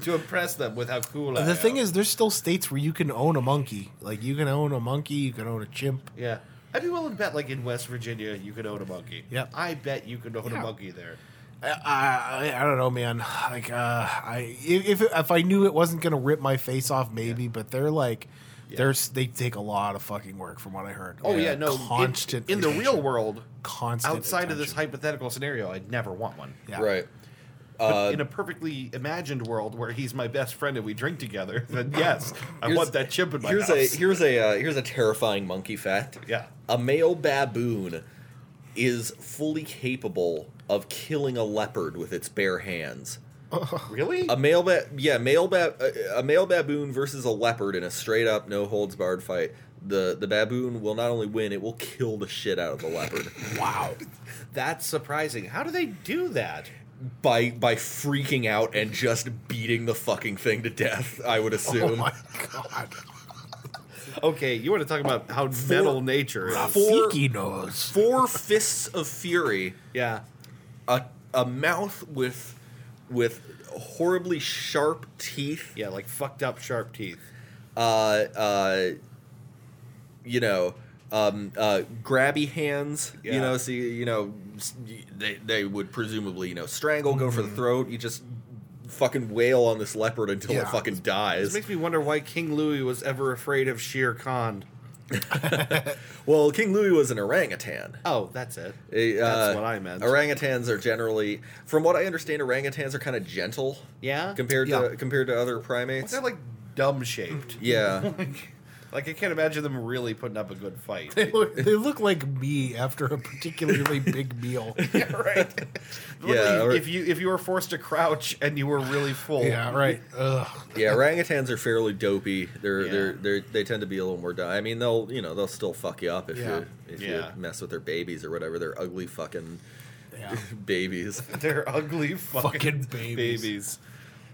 Speaker 2: to impress them with how cool I am.
Speaker 1: The thing is, there's still states where you can own a monkey. Like you can own a monkey, you can own a chimp.
Speaker 2: yeah, I'd be willing to bet, like in West Virginia, you could own a monkey.
Speaker 1: Yep.
Speaker 2: I bet you could own
Speaker 1: Yeah.
Speaker 2: a monkey there.
Speaker 1: I, I, I don't know, man. Like, uh, I if if I knew it wasn't gonna rip my face off, maybe. But they're like There's they take a lot of fucking work from what I heard.
Speaker 2: Oh
Speaker 1: Like,
Speaker 2: yeah, no. in-
Speaker 1: constant
Speaker 2: in, the real
Speaker 1: attention.
Speaker 2: world,
Speaker 1: constant
Speaker 2: outside of this
Speaker 1: attention.
Speaker 2: hypothetical scenario, I'd never want one.
Speaker 1: Yeah.
Speaker 3: Right.
Speaker 2: But in a perfectly imagined world where he's my best friend and we drink together, then yes, I
Speaker 3: Here's-
Speaker 2: want that chip in my
Speaker 3: Here's
Speaker 2: house.
Speaker 3: a here's a uh, here's a terrifying monkey fact.
Speaker 2: Yeah.
Speaker 3: A male baboon is fully capable of killing a leopard with its bare hands.
Speaker 2: really?
Speaker 3: A male ba- yeah, male ba- uh, a male baboon versus a leopard in a straight up no holds barred fight. The the baboon will not only win, it will kill the shit out of the leopard
Speaker 2: wow, that's surprising. How do they do that?
Speaker 3: by by freaking out and just beating the fucking thing to death, I would
Speaker 1: Oh
Speaker 3: assume.
Speaker 1: my god.
Speaker 2: Okay, you want to talk about how metal nature is?
Speaker 3: Four-
Speaker 1: Rafiki knows.
Speaker 3: Four fists of fury
Speaker 2: Yeah,
Speaker 3: a, a mouth with with horribly sharp teeth.
Speaker 2: yeah, like fucked up sharp teeth.
Speaker 3: Uh, uh, you know, um, uh, grabby hands. You
Speaker 2: Yeah.
Speaker 3: know, so you, you know s- y- they they would presumably you know strangle, go
Speaker 2: Mm-hmm.
Speaker 3: for the throat. You just fucking wail on this leopard until it
Speaker 1: Yeah.
Speaker 3: fucking
Speaker 2: This
Speaker 3: dies.
Speaker 2: makes me wonder why King Louis was ever afraid of Shere Khan.
Speaker 3: well, King Louis was an orangutan.
Speaker 2: Oh, that's it.
Speaker 3: Eh,
Speaker 2: that's
Speaker 3: uh,
Speaker 2: what I meant.
Speaker 3: Orangutans are generally, from what I understand, orangutans are kind of gentle.
Speaker 2: Yeah?
Speaker 3: Compared
Speaker 1: Yeah.
Speaker 3: to compared to other primates.
Speaker 2: They're like dumb shaped.
Speaker 3: yeah.
Speaker 2: Like I can't imagine them really putting up a good fight.
Speaker 1: They look, they look like me after a particularly big meal.
Speaker 2: right.
Speaker 3: Yeah, or-
Speaker 2: if you if you were forced to crouch and you were really full.
Speaker 1: Yeah, right. Ugh.
Speaker 3: yeah, orangutans are fairly dopey. They're
Speaker 2: Yeah.
Speaker 3: they're they they tend to be a little more. Di- I mean, they'll you know they'll still fuck you up if
Speaker 1: Yeah.
Speaker 3: you if
Speaker 2: Yeah.
Speaker 3: you mess with their babies or whatever. They're ugly fucking
Speaker 1: Yeah.
Speaker 3: babies.
Speaker 2: They're ugly fucking,
Speaker 1: Fucking
Speaker 2: babies.
Speaker 1: babies.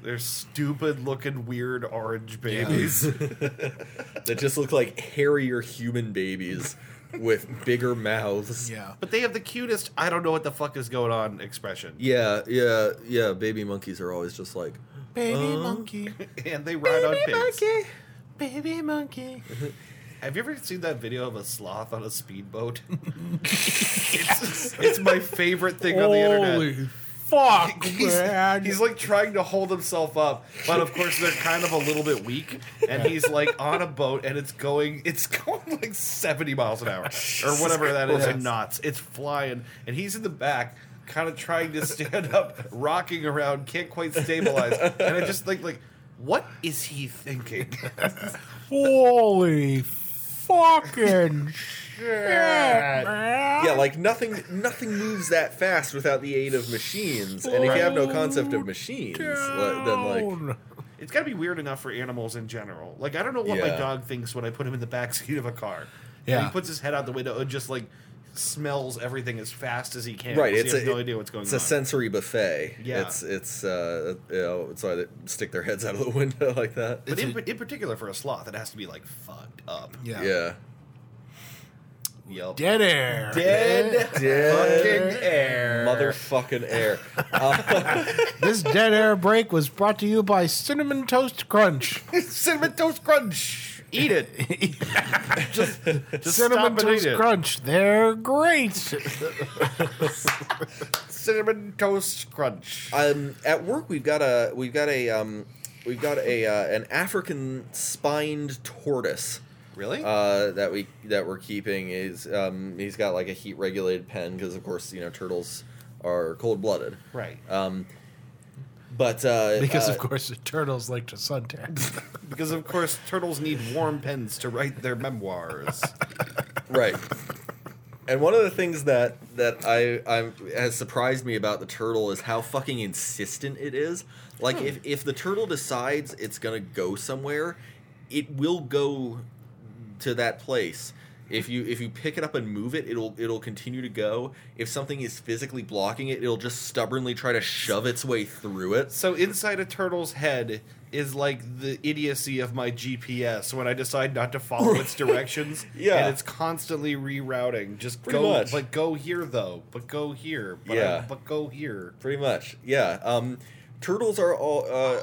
Speaker 2: They're stupid looking weird orange babies.
Speaker 3: that just look like hairier human babies with bigger mouths.
Speaker 1: Yeah.
Speaker 2: but they have the cutest I don't know what the fuck is going on expression.
Speaker 3: yeah, yeah, yeah. Baby monkeys are always just like
Speaker 1: Baby monkey.
Speaker 2: And they ride on pigs.
Speaker 1: Baby monkey.
Speaker 2: Have you ever seen that video of a sloth on a speedboat? it's, it's my favorite thing on the internet.
Speaker 1: fuck,
Speaker 2: He's, he's, like trying to hold himself up, but of course they're kind of a little bit weak, and he's like on a boat and it's going it's going like seventy miles an hour or whatever that is in knots. It's flying, and he's in the back. Kind of trying to stand up, rocking around, can't quite stabilize, and I just think like, what is he thinking?
Speaker 1: Holy fucking shit, man.
Speaker 3: Yeah, like nothing nothing moves that fast without the aid of machines. And if you have no concept of machines, li- then like
Speaker 1: Down.
Speaker 2: It's got to be weird enough for animals in general. Like I don't know what my
Speaker 3: Yeah.
Speaker 2: dog thinks when I put him in the backseat of a car.
Speaker 1: Yeah.
Speaker 2: and he puts his head out the window and just like smells everything as fast as he can.
Speaker 3: right,
Speaker 2: 'cause
Speaker 3: it's
Speaker 2: he
Speaker 3: a,
Speaker 2: has no idea what's going
Speaker 3: it's
Speaker 2: on.
Speaker 3: a sensory buffet.
Speaker 2: Yeah.
Speaker 3: it's it's uh, you know, it's why they stick their heads out of the window like that.
Speaker 2: but in, in particular for a sloth, it has to be like fucked up.
Speaker 1: Yeah.
Speaker 3: yeah,
Speaker 2: Yep.
Speaker 1: Dead air.
Speaker 2: Dead
Speaker 3: Dead
Speaker 2: fucking air.
Speaker 3: motherfucking air. Uh,
Speaker 1: This dead air break was brought to you by Cinnamon Toast Crunch.
Speaker 2: cinnamon toast crunch. Eat it. Just
Speaker 1: Cinnamon
Speaker 2: stop and eat
Speaker 1: Toast
Speaker 2: it.
Speaker 1: Crunch. They're great.
Speaker 2: Cinnamon toast crunch.
Speaker 3: um, at work, we've got a we've got a um, we've got a uh, an African spined tortoise.
Speaker 2: really?
Speaker 3: uh, that we that we're keeping is um, he's got like a heat regulated pen because of course you know turtles are cold blooded,
Speaker 2: right.
Speaker 3: um, but uh,
Speaker 1: Because,
Speaker 3: uh,
Speaker 1: of course, the turtles like to suntan.
Speaker 2: because of course turtles need warm pens to write their memoirs.
Speaker 3: right. And one of the things that that I I has surprised me about the turtle is how fucking insistent it is. Like if if the turtle decides it's gonna go somewhere, it will go to that place. If you if you pick it up and move it, it'll it'll continue to go. If something is physically blocking it, it'll just stubbornly try to shove its way through it.
Speaker 2: So inside a turtle's head is like the idiocy of my GPS when I decide not to follow its directions.
Speaker 3: Yeah.
Speaker 2: and it's constantly rerouting. Just
Speaker 3: Pretty
Speaker 2: go,
Speaker 3: much.
Speaker 2: like go here though, but go here. But I-
Speaker 3: Yeah.
Speaker 2: but go here.
Speaker 3: Pretty much, yeah. Um, turtles are all uh,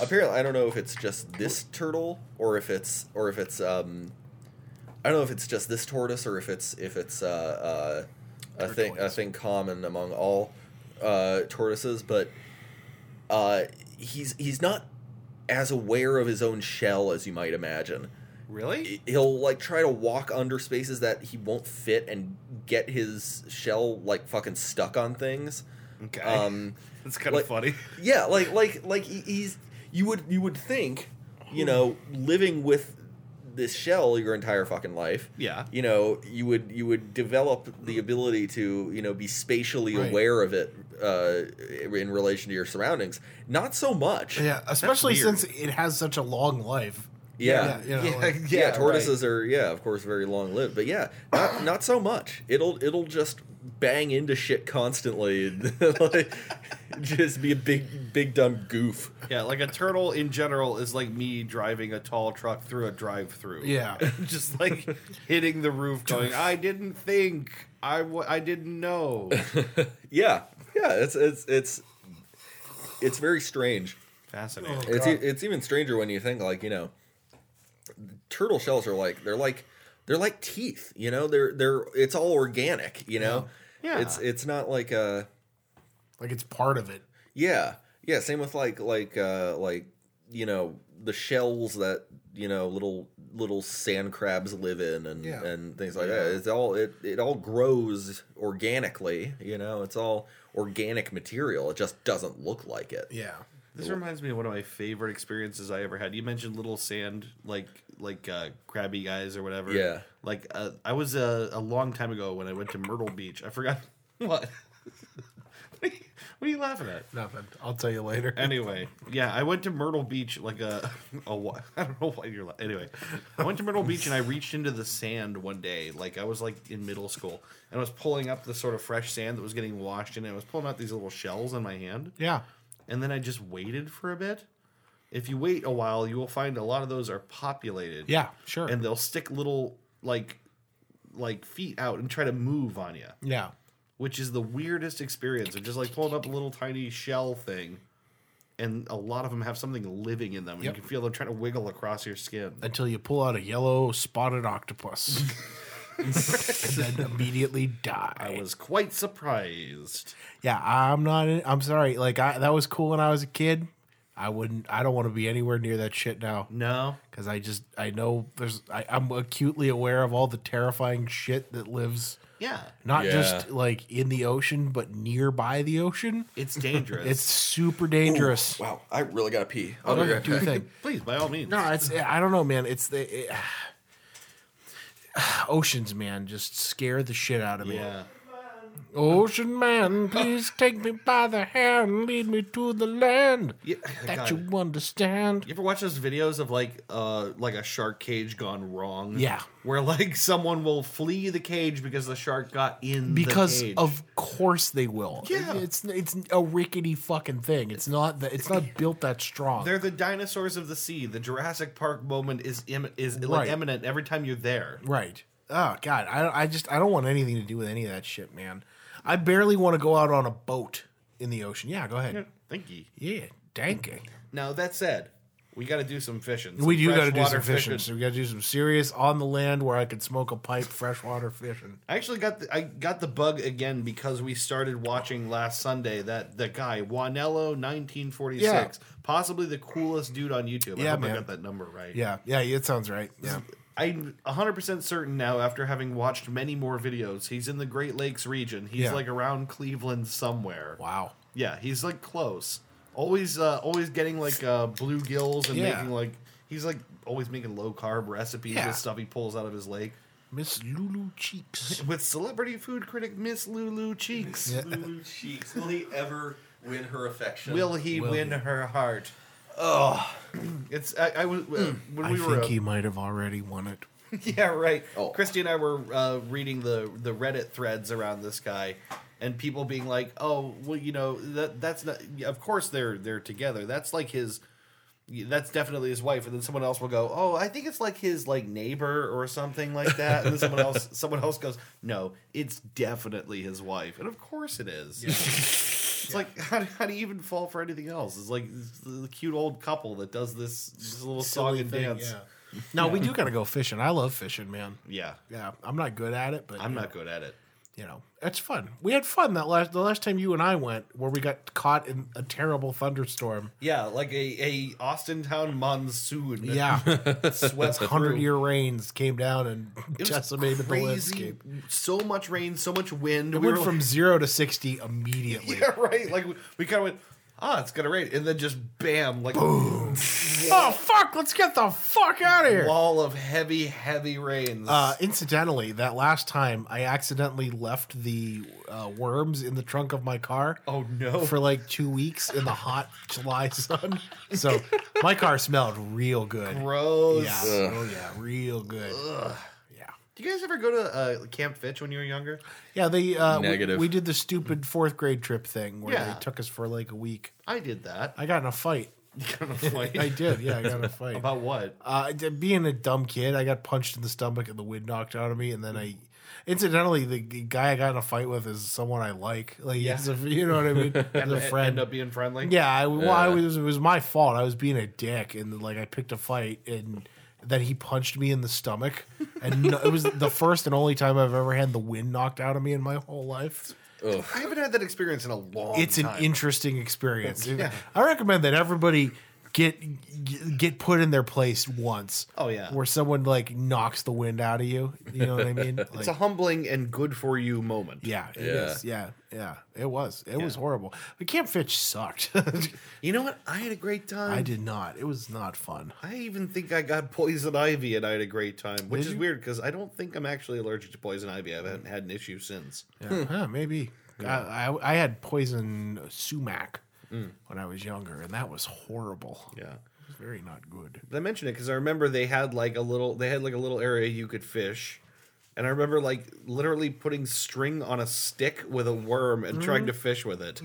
Speaker 3: apparently. I don't know if it's just this turtle or if it's or if it's um, I don't know if it's just this tortoise or if it's if it's uh, uh, a thing a thing common among all uh, tortoises, but uh, he's he's not as aware of his own shell as you might imagine.
Speaker 2: Really?
Speaker 3: he'll like try to walk under spaces that he won't fit and get his shell like fucking stuck on things.
Speaker 2: Okay.
Speaker 3: Um,
Speaker 2: That's kind of
Speaker 3: like-
Speaker 2: funny.
Speaker 3: yeah, like like like he- he's you would you would think, you know, living with this shell your entire fucking life.
Speaker 2: Yeah.
Speaker 3: You know, you would you would develop the ability to, you know, be spatially
Speaker 1: Right.
Speaker 3: aware of it uh in relation to your surroundings. Not so much.
Speaker 1: Yeah, especially
Speaker 2: weird.
Speaker 1: since it has such a long life.
Speaker 3: Yeah.
Speaker 1: Yeah, you know, like-
Speaker 3: yeah, tortoises are yeah, of course, very long lived, but yeah, not not so much. It'll it'll just bang into shit constantly, and like, just be a big big dumb goof.
Speaker 2: Yeah, like a turtle in general is like me driving a tall truck through a drive-through.
Speaker 1: Yeah.
Speaker 2: just like hitting the roof, going, "I didn't think, I w- I didn't know."
Speaker 3: Yeah, yeah, it's it's it's it's very strange.
Speaker 2: Fascinating.
Speaker 3: It's e- it's even stranger when you think like you know, turtle shells are like they're like they're like teeth. You know, they're they're it's all organic. You know,
Speaker 2: Yeah. Yeah.
Speaker 3: it's it's not like a.
Speaker 1: Like it's part of it.
Speaker 3: Yeah. Yeah, same with like like uh like you know the shells that you know little little sand crabs live in and
Speaker 1: Yeah.
Speaker 3: and things like that. It's all it it all grows organically, you know. It's all organic material. It just doesn't look like it.
Speaker 1: Yeah.
Speaker 2: This reminds me of one of my favorite experiences I ever had. You mentioned little sand, like like uh, crabby guys or whatever.
Speaker 3: Yeah.
Speaker 2: Like uh, I was uh, a long time ago when I went to Myrtle Beach. I forgot what. what, are you, what are you laughing at?
Speaker 1: Nothing. I'll tell you later.
Speaker 2: Anyway, yeah, I went to Myrtle Beach like a, a wh- I don't know why you're la- anyway. I went to Myrtle Beach and I reached into the sand one day, like I was like in middle school, and I was pulling up the sort of fresh sand that was getting washed in. And I was pulling out these little shells in my hand
Speaker 1: yeah.
Speaker 2: and then I just waited for a bit. If you wait a while, you will find a lot of those are populated.
Speaker 1: Yeah, sure.
Speaker 2: And they'll stick little like like feet out and try to move on you,
Speaker 1: yeah.
Speaker 2: which is the weirdest experience of just like pulling up a little tiny shell thing. And a lot of them have something living in them. and
Speaker 1: Yep.
Speaker 2: You can feel them trying to wiggle across your skin.
Speaker 1: Until you pull out a yellow spotted octopus. and then immediately die.
Speaker 2: I was quite surprised.
Speaker 1: yeah, I'm not I'm sorry. Like I that was cool when I was a kid. I wouldn't I don't want to be anywhere near that shit now.
Speaker 2: No.
Speaker 1: Cause I just I know there's I, I'm acutely aware of all the terrifying shit that lives
Speaker 2: Yeah.
Speaker 1: not
Speaker 3: Yeah.
Speaker 1: just like in the ocean, but nearby the ocean.
Speaker 2: It's dangerous.
Speaker 1: It's super dangerous.
Speaker 3: Wow, I really got to pee. I'll
Speaker 1: What
Speaker 3: be
Speaker 1: do
Speaker 3: right
Speaker 1: Oh, you
Speaker 3: back.
Speaker 1: think?
Speaker 2: please by all means.
Speaker 1: No, it's I don't know, man. It's the it- oceans, man. Just scare the shit out of me.
Speaker 2: Yeah.
Speaker 1: Ocean man, please take me by the hand, lead me to the land
Speaker 2: yeah.
Speaker 1: that
Speaker 2: God.
Speaker 1: you understand.
Speaker 2: You ever watch those videos of like uh like a shark cage gone wrong?
Speaker 1: Yeah.
Speaker 2: Where like someone will flee the cage because the shark got in the
Speaker 1: Because
Speaker 2: cage.
Speaker 1: of course they will.
Speaker 2: Yeah.
Speaker 1: it's it's a rickety fucking thing. It's not that it's not built that strong.
Speaker 2: they're the dinosaurs of the sea. The Jurassic Park moment is Im- is
Speaker 1: Right.
Speaker 2: like eminent every time you're there.
Speaker 1: Right. Oh God, I I just I don't want anything to do with any of that shit, man. I barely want to go out on a boat in the ocean. Yeah, go ahead.
Speaker 2: Thank you.
Speaker 1: Yeah, danking.
Speaker 2: Now that said, we got to do some fishing.
Speaker 1: We do got to do
Speaker 2: freshwater
Speaker 1: some fishing. So we got to do some serious on the land where I could smoke a pipe, freshwater fishing.
Speaker 2: I actually got the, I got the bug again because we started watching last Sunday that the guy Juanello 1946, possibly the coolest dude on YouTube.
Speaker 1: Yeah,
Speaker 2: I hope
Speaker 1: man.
Speaker 2: I got that number right.
Speaker 1: Yeah, yeah, it sounds right. Yeah,
Speaker 2: I'm 100% certain now, after having watched many more videos, he's in the Great Lakes region. He's
Speaker 1: Yeah.
Speaker 2: like around Cleveland somewhere.
Speaker 1: wow.
Speaker 2: Yeah, he's like close. Always, uh, always getting like uh, bluegills and
Speaker 1: Yeah.
Speaker 2: making like he's like always making low carb recipes
Speaker 1: Yeah.
Speaker 2: with stuff he pulls out of his lake
Speaker 1: Miss Lulu Cheeks.
Speaker 2: with celebrity food critic Miss Lulu Cheeks.
Speaker 1: Yeah.
Speaker 3: Blue cheeks. Will he ever win her affection?
Speaker 2: Will he win her heart? Oh, it's I, I was uh, when
Speaker 1: I
Speaker 2: we were
Speaker 1: think he might have already won it.
Speaker 2: Yeah, right.
Speaker 3: Oh.
Speaker 2: Christy and I were uh, reading the the Reddit threads around this guy, and people being like, "Oh, well, you know, that that's not. yeah, Of course, they're they're together. That's like his. That's definitely his wife." And then someone else will go, "Oh, I think it's like his like neighbor or something like that." And then someone else someone else goes, "No, it's definitely his wife." And of course, it is. It's like how, do- how do you even fall for anything else? It's like the cute old couple that does this, this little song
Speaker 1: Silly
Speaker 2: and
Speaker 1: thing,
Speaker 2: dance.
Speaker 1: yeah. No, we do gotta go fishing. I love fishing, man.
Speaker 2: yeah.
Speaker 1: Yeah, I'm not good at it, but
Speaker 2: I'm not good at it.
Speaker 1: you know, it's fun. We had fun that last the last time you and I went, where we got caught in a terrible thunderstorm.
Speaker 2: Yeah, like a, a Austin town monsoon.
Speaker 1: Yeah,
Speaker 2: swept
Speaker 1: hundred
Speaker 2: through.
Speaker 1: year rains came down and
Speaker 2: It was
Speaker 1: decimated the
Speaker 2: crazy.
Speaker 1: landscape.
Speaker 2: So much rain, so much wind.
Speaker 1: It
Speaker 2: we
Speaker 1: went
Speaker 2: were
Speaker 1: from zero to sixty immediately.
Speaker 2: like, yeah, right. Like we, we kind of went, ah, it's gonna rain, and then just bam, like
Speaker 1: Oh fuck! Let's get the fuck out of here.
Speaker 2: wall of heavy, heavy rains.
Speaker 1: Uh, incidentally, that last time I accidentally left the uh, worms in the trunk of my car.
Speaker 2: oh no!
Speaker 1: For like two weeks in the hot July sun, so my car smelled real good.
Speaker 2: Gross.
Speaker 1: Yeah, oh yeah, real good. Yeah,
Speaker 2: Do you guys ever go to uh, Camp Fitch when you were younger?
Speaker 1: yeah. They uh, we,
Speaker 3: Negative.
Speaker 1: we did the stupid fourth grade trip thing where
Speaker 2: Yeah.
Speaker 1: they took us for like a week.
Speaker 2: I did that.
Speaker 1: I got in a fight. I did. Yeah, I got in a fight.
Speaker 2: About what?
Speaker 1: Uh, d- being a dumb kid, I got punched in the stomach and the wind knocked out of me, and then I, incidentally, the g- guy I got in a fight with is someone I like. Like,
Speaker 2: Yeah.
Speaker 1: he's a, you know what I mean? He's a
Speaker 2: E-
Speaker 1: friend.
Speaker 2: End up being friendly.
Speaker 1: yeah, I, well, I was. It was my fault. I was being a dick, and like I picked a fight, and then he punched me in the stomach, and no, it was the first and only time I've ever had the wind knocked out of me in my whole life.
Speaker 2: I haven't had that experience in a long.
Speaker 1: It's an
Speaker 2: time.
Speaker 1: interesting experience.
Speaker 2: Yeah.
Speaker 1: I recommend that everybody get get put in their place once.
Speaker 2: Oh, yeah.
Speaker 1: where someone like knocks the wind out of you. You know what I mean? Like,
Speaker 2: It's a humbling and good for you moment.
Speaker 1: yeah, it
Speaker 3: Yeah.
Speaker 1: is. yeah, yeah. It was. It was horrible. But Camp Fitch sucked.
Speaker 2: You know what? I had a great time.
Speaker 1: I did not. It was not fun.
Speaker 2: I even think I got poison ivy and I had a great time, which
Speaker 1: Did
Speaker 2: is
Speaker 1: you?
Speaker 2: weird because I don't think I'm actually allergic to poison ivy. I haven't had an issue since.
Speaker 1: Yeah, huh, maybe. I, I I had poison sumac
Speaker 2: Hmm.
Speaker 1: when I was younger, and that was horrible.
Speaker 2: Yeah.
Speaker 1: It was very not good.
Speaker 2: I mentioned it because I remember they had like a little they had like a little area you could fish. And I remember like literally putting string on a stick with a worm and trying
Speaker 1: Mm-hmm.
Speaker 2: to fish with it.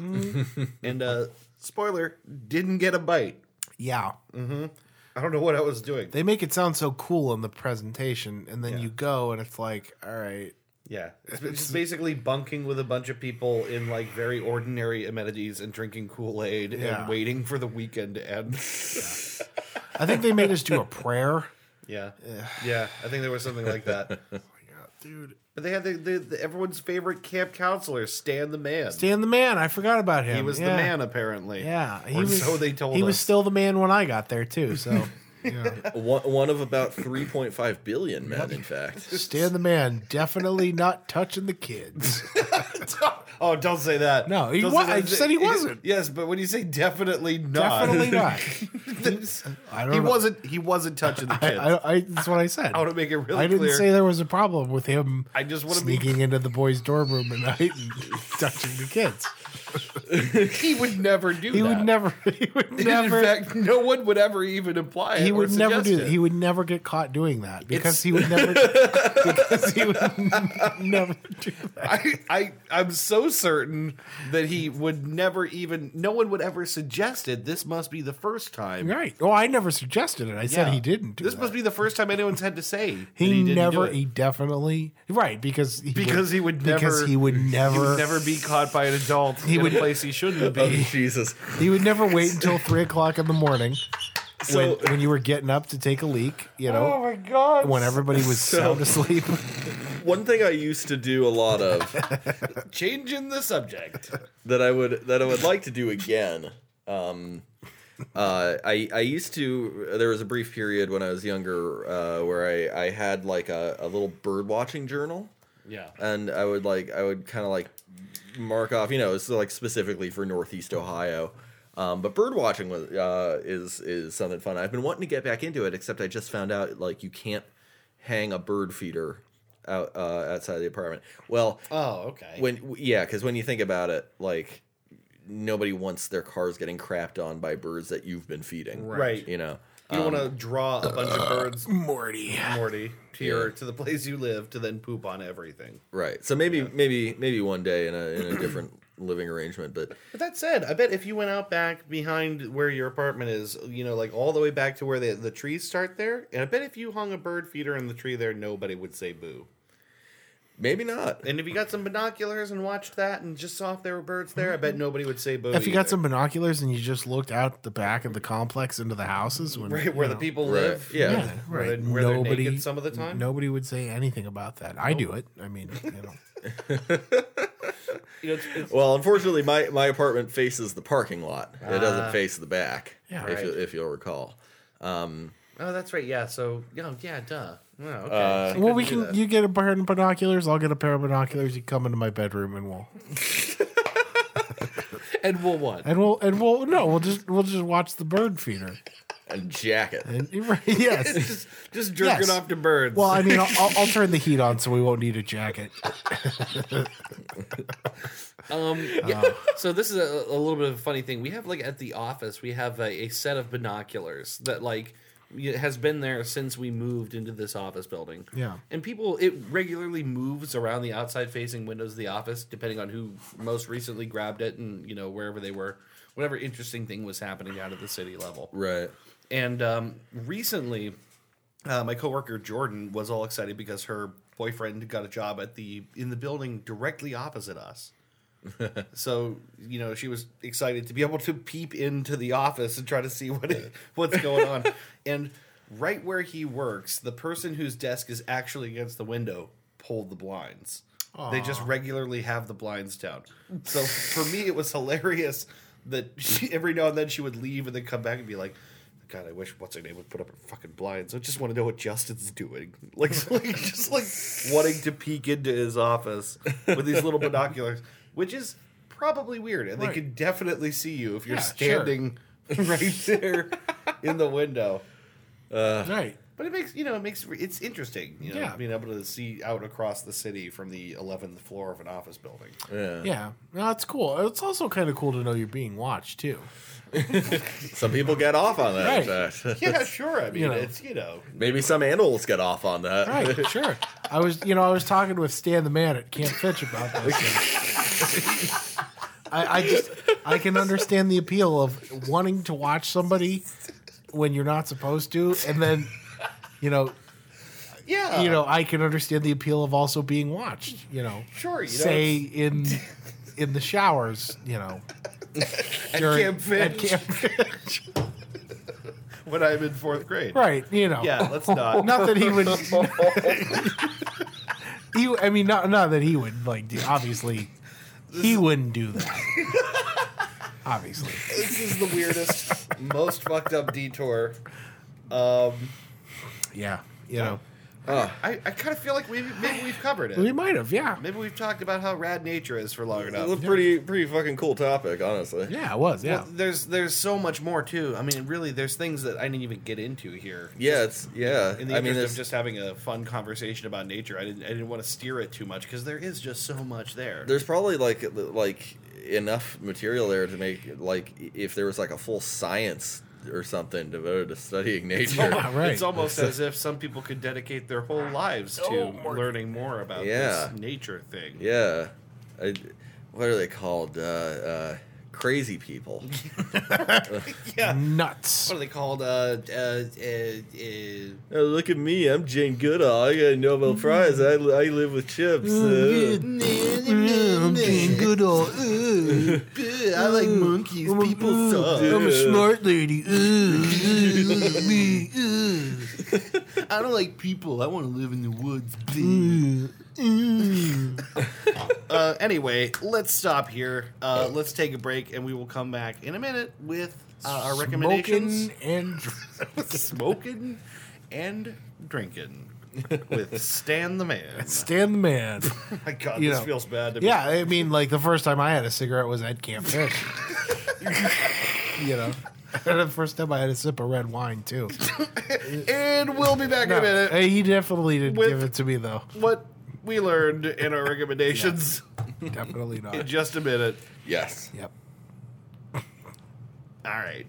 Speaker 2: and uh spoiler, didn't get a bite.
Speaker 1: Yeah,
Speaker 2: I don't know what I was doing.
Speaker 1: they make it sound so cool in the presentation, and then you go, and it's like, all right.
Speaker 2: yeah. It's just basically bunking with a bunch of people in like very ordinary amenities and drinking Kool-Aid
Speaker 1: Yeah.
Speaker 2: and waiting for the weekend to end.
Speaker 1: I think they made us do a prayer.
Speaker 2: Yeah, yeah. I think there was something like that.
Speaker 1: Oh Dude,
Speaker 2: But they had the, the, the everyone's favorite camp counselor, Stan the Man.
Speaker 1: Dan the man, I forgot about him.
Speaker 2: he was the
Speaker 1: Yeah.
Speaker 2: man, apparently.
Speaker 1: Yeah, he
Speaker 2: Or so they told
Speaker 1: He was
Speaker 2: us.
Speaker 1: still the man when I got there too. So, yeah.
Speaker 3: One, one of about 3.5 billion men, in fact.
Speaker 1: Stan the man definitely not touching the kids.
Speaker 2: Oh, don't say that.
Speaker 1: No, he
Speaker 2: Don't say
Speaker 1: wa-
Speaker 2: that.
Speaker 1: I said he wasn't.
Speaker 2: Yes, but when you say definitely not,
Speaker 1: definitely not. I don't
Speaker 2: he
Speaker 1: know.
Speaker 2: wasn't. He wasn't touching the
Speaker 1: I,
Speaker 2: kids. I,
Speaker 1: I, I, that's what I said.
Speaker 2: want to make it really
Speaker 1: I didn't
Speaker 2: clear.
Speaker 1: say there was a problem with him.
Speaker 2: I just wanna be-
Speaker 1: sneaking into the boys' dorm room at night and touching the kids.
Speaker 2: he would never do
Speaker 1: He
Speaker 2: that.
Speaker 1: would never. He would
Speaker 2: And
Speaker 1: never.
Speaker 2: In fact, no one would ever even imply it.
Speaker 1: he
Speaker 2: or
Speaker 1: would never do
Speaker 2: suggest
Speaker 1: that.
Speaker 2: it.
Speaker 1: He would never get caught doing that because he would never. because he would never do that.
Speaker 2: I, I I'm so certain that he would never even no one would ever suggest it. This must be the first time.
Speaker 1: Right. Well, I never suggested it. I said
Speaker 2: Yeah.
Speaker 1: he didn't. Do
Speaker 2: this
Speaker 1: that.
Speaker 2: must be the first time anyone's had to say
Speaker 1: He,
Speaker 2: that he didn't
Speaker 1: never.
Speaker 2: do it.
Speaker 1: He definitely. Right. Because he
Speaker 2: because he would never
Speaker 1: Because he would never.
Speaker 2: he would never be caught by an adult
Speaker 1: would-
Speaker 2: in a place he shouldn't
Speaker 3: Oh,
Speaker 2: be.
Speaker 3: Jesus.
Speaker 1: He would never wait until three o'clock in the morning
Speaker 3: So-
Speaker 1: when, when you were getting up to take a leak, you know,
Speaker 2: Oh my god!
Speaker 1: when everybody was
Speaker 3: So-
Speaker 1: sound asleep.
Speaker 3: One thing I used to do a lot of
Speaker 2: Changing the subject.
Speaker 3: that I would that I would like to do again. Um, uh, I I used to. There was a brief period when I was younger uh, where I I had like a, a little bird watching journal,
Speaker 2: Yeah.
Speaker 3: and I would like I would kind of like mark off. You know, it's like specifically for Northeast Ohio. Um, but bird watching was, uh, is is something fun. I've been wanting to get back into it, except I just found out like you can't hang a bird feeder out uh, outside the apartment. Well,
Speaker 2: Oh, okay.
Speaker 3: when w- yeah because when you think about it like nobody wants their cars getting crapped on by birds that you've been feeding
Speaker 2: Right.
Speaker 3: you know
Speaker 2: you don't want to draw a bunch of birds,
Speaker 1: Morty.
Speaker 2: Morty, to your to the place you live to then poop on everything.
Speaker 3: right so maybe maybe maybe one day in a, in a different living arrangement but
Speaker 2: But that said, I bet if you went out back behind where your apartment is, you know, like all the way back to where the, the trees start there, and I bet if you hung a bird feeder in the tree there, nobody would say boo.
Speaker 3: Maybe not.
Speaker 2: And if you got some binoculars and watched that and just saw if there were birds there, I bet nobody would say boo.
Speaker 1: Mm-hmm. If you
Speaker 2: either.
Speaker 1: got some binoculars and you just looked out the back of the complex into the houses, when,
Speaker 2: right where
Speaker 1: you
Speaker 2: the
Speaker 1: know,
Speaker 2: people
Speaker 3: Right.
Speaker 2: live,
Speaker 3: Yeah.
Speaker 1: yeah,
Speaker 2: where
Speaker 1: right,
Speaker 2: they- where they're naked some of the time?
Speaker 1: nobody would say anything about that. I do it. I mean, you know,
Speaker 2: You know, it's- it's-
Speaker 3: Well, unfortunately, my, my apartment faces the parking lot. It
Speaker 2: Ah.
Speaker 3: doesn't face the back,
Speaker 1: Yeah,
Speaker 3: if,
Speaker 1: right.
Speaker 3: you, if you'll recall. Um,
Speaker 2: oh, that's right. Yeah. So, yeah, yeah, duh. Oh, okay.
Speaker 3: Uh,
Speaker 2: So you
Speaker 1: well,
Speaker 2: couldn't
Speaker 1: we
Speaker 2: do
Speaker 1: can.
Speaker 2: that.
Speaker 1: You get a pair of binoculars. I'll get a pair of binoculars. You come into my bedroom and we'll
Speaker 2: and we'll what?
Speaker 1: and we'll and we'll no, we'll just we'll just watch the bird feeder.
Speaker 3: and jacket.
Speaker 1: And yes,
Speaker 2: just, just jerking
Speaker 1: Yes.
Speaker 2: off to birds.
Speaker 1: Well, I mean, I'll, I'll, I'll turn the heat on so we won't need a jacket.
Speaker 2: Um, yeah. so this is a, a little bit of a funny thing. We have like at the office, we have a, a set of binoculars that like y- has been there since we moved into this office building.
Speaker 1: Yeah.
Speaker 2: and people it regularly moves around the outside facing windows of the office depending on who most recently grabbed it and you know wherever they were, whatever interesting thing was happening out at the city level.
Speaker 3: Right.
Speaker 2: And um, recently, uh, my coworker Jordan was all excited because her boyfriend got a job at the in the building directly opposite us. so you know she was excited to be able to peep into the office and try to see what it, what's going on. And right where he works, the person whose desk is actually against the window pulled the blinds. They just regularly have the blinds down. So for me, it was hilarious that she, every now and then she would leave and then come back and be like, God, I wish what's her name would put up her fucking blinds. I just want to know what Justin's doing. Like, like, just like wanting to peek into his office with these little binoculars, which is probably weird. And they
Speaker 1: Right.
Speaker 2: can definitely see you if you're
Speaker 1: Yeah, sure.
Speaker 2: standing right there in the window. Uh,
Speaker 1: Right.
Speaker 2: But it makes you know it makes it's interesting. You know,
Speaker 1: Yeah.
Speaker 2: being able to see out across the city from the 11th floor of an office building. uh.
Speaker 3: Yeah.
Speaker 1: Yeah. No, that's cool. It's also kind of cool to know you're being watched too.
Speaker 3: Some people get off on that. in
Speaker 1: Right.
Speaker 3: fact.
Speaker 2: Yeah, sure. I mean,
Speaker 1: you know.
Speaker 2: it's you know,
Speaker 3: Maybe some animals get off on that.
Speaker 1: Right. sure. I was, you know, I was talking with Stan the man at Camp Fitch about this. and I, I just, I can understand the appeal of wanting to watch somebody when you're not supposed to, and then, you know,
Speaker 2: yeah,
Speaker 1: you know, I can understand the appeal of also being watched. You know,
Speaker 2: Sure, you know,
Speaker 1: say in in the showers. You know, during-
Speaker 2: Camp Fitch.
Speaker 1: Camp Fitch.
Speaker 2: when I'm in fourth grade.
Speaker 1: right? You know,
Speaker 2: Yeah, let's not.
Speaker 1: Not that he would. he, I mean, not not that he would like do. Obviously, he wouldn't do that. obviously,
Speaker 2: this is the weirdest, most fucked up detour. Um,
Speaker 1: yeah. You know,
Speaker 3: Ah,
Speaker 2: I, I kind of feel like we maybe we've covered
Speaker 1: we
Speaker 2: it.
Speaker 1: might have. Yeah,
Speaker 2: Maybe we've talked about how rad nature is for long
Speaker 3: That's a
Speaker 2: enough.
Speaker 3: pretty pretty fucking cool topic, honestly.
Speaker 1: yeah. It was. Yeah.
Speaker 2: Well, there's there's so much more too. I mean, really, there's things that I didn't even get into here.
Speaker 3: Yeah, it's yeah.
Speaker 2: In the
Speaker 3: I
Speaker 2: interest
Speaker 3: mean,
Speaker 2: of
Speaker 3: it's
Speaker 2: just having a fun conversation about nature, I didn't I didn't want to steer it too much because there is just so much there.
Speaker 3: there's probably like like enough material there to make like if there was like a full science or something devoted to studying nature.
Speaker 1: Yeah, right.
Speaker 2: It's almost as if some people could dedicate their whole lives to learning more about
Speaker 3: Yeah.
Speaker 2: this nature thing.
Speaker 3: Yeah. I, what are they called? Uh, uh, crazy people.
Speaker 2: Yeah.
Speaker 1: Nuts.
Speaker 2: What are they called? Uh, uh, uh, uh,
Speaker 3: Oh, look at me. I'm Jane Goodall. I got a Nobel Prize. I, I live with chips. Uh,
Speaker 1: I'm being good old. uh.
Speaker 2: I like monkeys.
Speaker 1: I'm a-
Speaker 2: People
Speaker 1: ooh,
Speaker 2: suck.
Speaker 1: I'm a smart lady. uh, Ooh, ooh, look at me. Ooh,
Speaker 2: I don't like people. I want to live in the woods.
Speaker 1: ooh, ooh.
Speaker 2: Uh, anyway, let's stop here. Uh, let's take a break, and we will come back in a minute with uh, our recommendations.
Speaker 1: Smoking and
Speaker 2: Smoking and drinking with Stan the Man.
Speaker 1: Stan the man.
Speaker 2: My God,
Speaker 1: You
Speaker 2: this
Speaker 1: know.
Speaker 2: feels bad. To me.
Speaker 1: Yeah, I mean, like the first time I had a cigarette was at Camp Fish. you know, the first time I had a sip of red wine too.
Speaker 2: And we'll be back in a
Speaker 1: No, uh,
Speaker 2: minute.
Speaker 1: he definitely didn't
Speaker 2: With-
Speaker 1: give it to me though.
Speaker 2: What we learned in our recommendations
Speaker 1: Definitely
Speaker 2: in
Speaker 1: not.
Speaker 2: just a minute.
Speaker 3: yes.
Speaker 1: Yep.
Speaker 2: All right.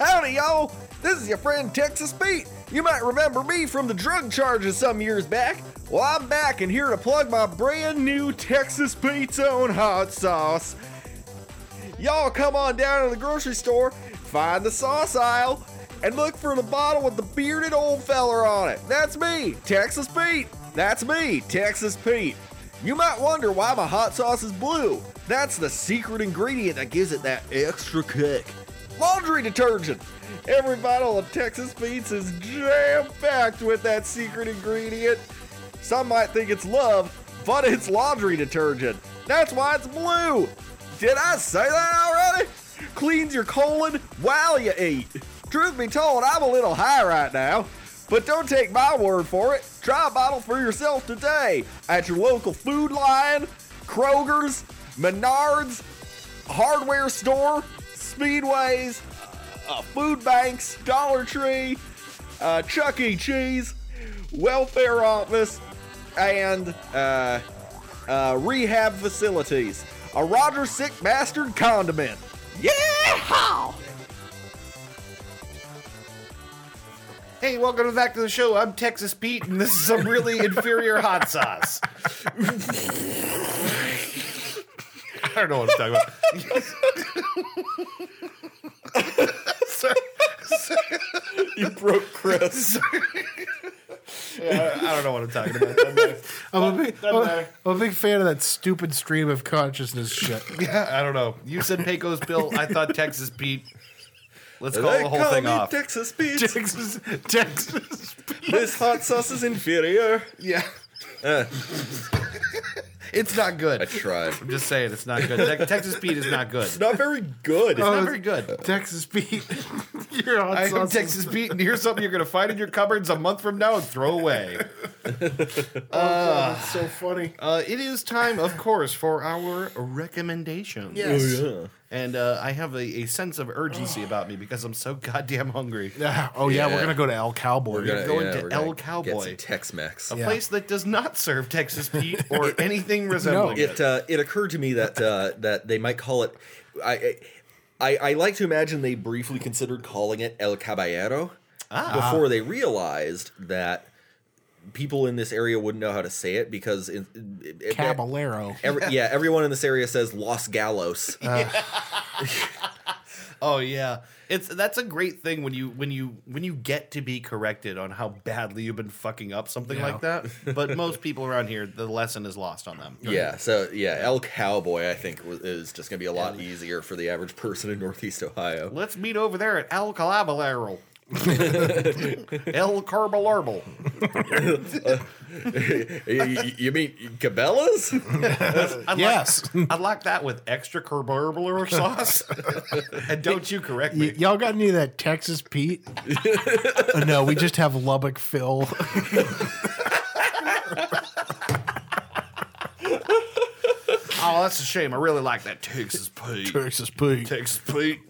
Speaker 3: Howdy, y'all! This is your friend Texas Pete. You might remember me from the drug charges some years back. Well, I'm back and here to plug my brand new Texas Pete's Own Hot Sauce. Y'all come on down to the grocery store, find the sauce aisle, and look for the bottle with the bearded old feller on it. That's me, Texas Pete. That's me, Texas Pete. You might wonder why my hot sauce is blue. That's the secret ingredient that gives it that extra kick. Laundry detergent. Every bottle of Texas Pete's is jam packed with that secret ingredient. Some might think it's love, but it's laundry detergent. That's why it's blue. Did I say that already? Cleans your colon while you eat. Truth be told, I'm a little high right now, but don't take my word for it. Try a bottle for yourself today at your local food line, Kroger's, Menards, hardware store, Speedways, uh, food banks, Dollar Tree, uh, Chuck E. Cheese, welfare office, and uh, uh, rehab facilities. A Roger Sick Bastard condiment. Yeah!
Speaker 2: Hey, welcome back to the show. I'm Texas Pete, and this is some really inferior hot sauce.
Speaker 1: I don't know what I'm talking about.
Speaker 3: You broke Chris.
Speaker 2: I I don't know what I'm talking about. Doesn't matter.
Speaker 1: I'm a, big,
Speaker 2: Doesn't
Speaker 1: I'm,
Speaker 2: matter.
Speaker 1: I'm a big fan of that stupid stream of consciousness shit.
Speaker 2: Yeah, I don't know. You said Pecos Bill. I thought Texas Pete. Let's call
Speaker 3: They
Speaker 2: the whole
Speaker 3: call
Speaker 2: thing
Speaker 3: me
Speaker 2: off.
Speaker 3: Texas Pete.
Speaker 1: Texas, Texas.
Speaker 3: this hot sauce is inferior.
Speaker 2: yeah. it's not good.
Speaker 3: I tried.
Speaker 2: I'm just saying, it's not good. Tex- Texas Pete is not good. It's
Speaker 3: Not very good.
Speaker 1: Oh,
Speaker 2: not very good.
Speaker 1: Texas Pete. Your hot
Speaker 2: I am
Speaker 1: sauce is-
Speaker 2: Texas Pete, and here's something you're going to find in your cupboards a month from now and throw away.
Speaker 1: Oh, That's so funny.
Speaker 2: Uh, it is time, of course, for our recommendations.
Speaker 1: Oh,
Speaker 3: yeah.
Speaker 2: And uh, I have a, a sense of urgency about me because I'm so goddamn hungry.
Speaker 1: Yeah. Oh yeah,
Speaker 3: Yeah.
Speaker 1: we're gonna go to El Cowboy.
Speaker 3: We're gonna,
Speaker 2: going
Speaker 3: yeah,
Speaker 2: to
Speaker 3: we're
Speaker 2: El
Speaker 3: gonna Get
Speaker 2: Cowboy.
Speaker 3: some Tex-Mex.
Speaker 2: A
Speaker 1: Yeah.
Speaker 2: place that does not serve Texas Pete or anything resembling it.
Speaker 3: It uh, it occurred to me that uh, that they might call it. I, I I like to imagine they briefly considered calling it El Caballero before they realized that people in this area wouldn't know how to say it because in, in- in-
Speaker 1: Caballero.
Speaker 3: every- yeah, everyone in this area says Los Galos.
Speaker 2: Oh yeah, it's that's a great thing when you when you when you get to be corrected on how badly you've been fucking up something like that. But most people around here, the lesson is lost on them.
Speaker 3: yeah, so yeah, El Cowboy I think was, is just going to be a lot easier for the average person in Northeast Ohio.
Speaker 2: Let's meet over there at El Calabalero. El Carbalarble.
Speaker 3: you, you, you mean Cabela's?
Speaker 2: I'd
Speaker 1: Yes.
Speaker 2: Like, I'd like that with extra carbalarble sauce. and don't you correct
Speaker 1: Y-
Speaker 2: me.
Speaker 1: y'all got any of that Texas Pete? Uh, no, we just have Lubbock Phil.
Speaker 2: Oh, that's a shame. I really like that Texas Pete.
Speaker 1: Texas Pete.
Speaker 2: Texas Pete.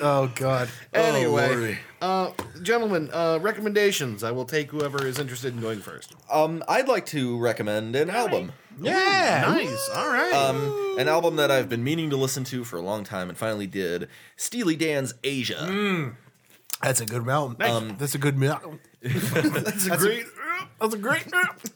Speaker 1: Oh God.
Speaker 2: Anyway, uh, gentlemen, uh, recommendations. I will take whoever is interested in going first.
Speaker 3: Um, I'd like to recommend an album.
Speaker 1: Yeah.
Speaker 2: Nice. All right.
Speaker 3: Um, an album that I've been meaning to listen to for a long time and finally did. Steely Dan's Asia.
Speaker 1: Mm. That's a good mountain. Um, that's a good mountain.
Speaker 2: that's a great.
Speaker 1: That's a great.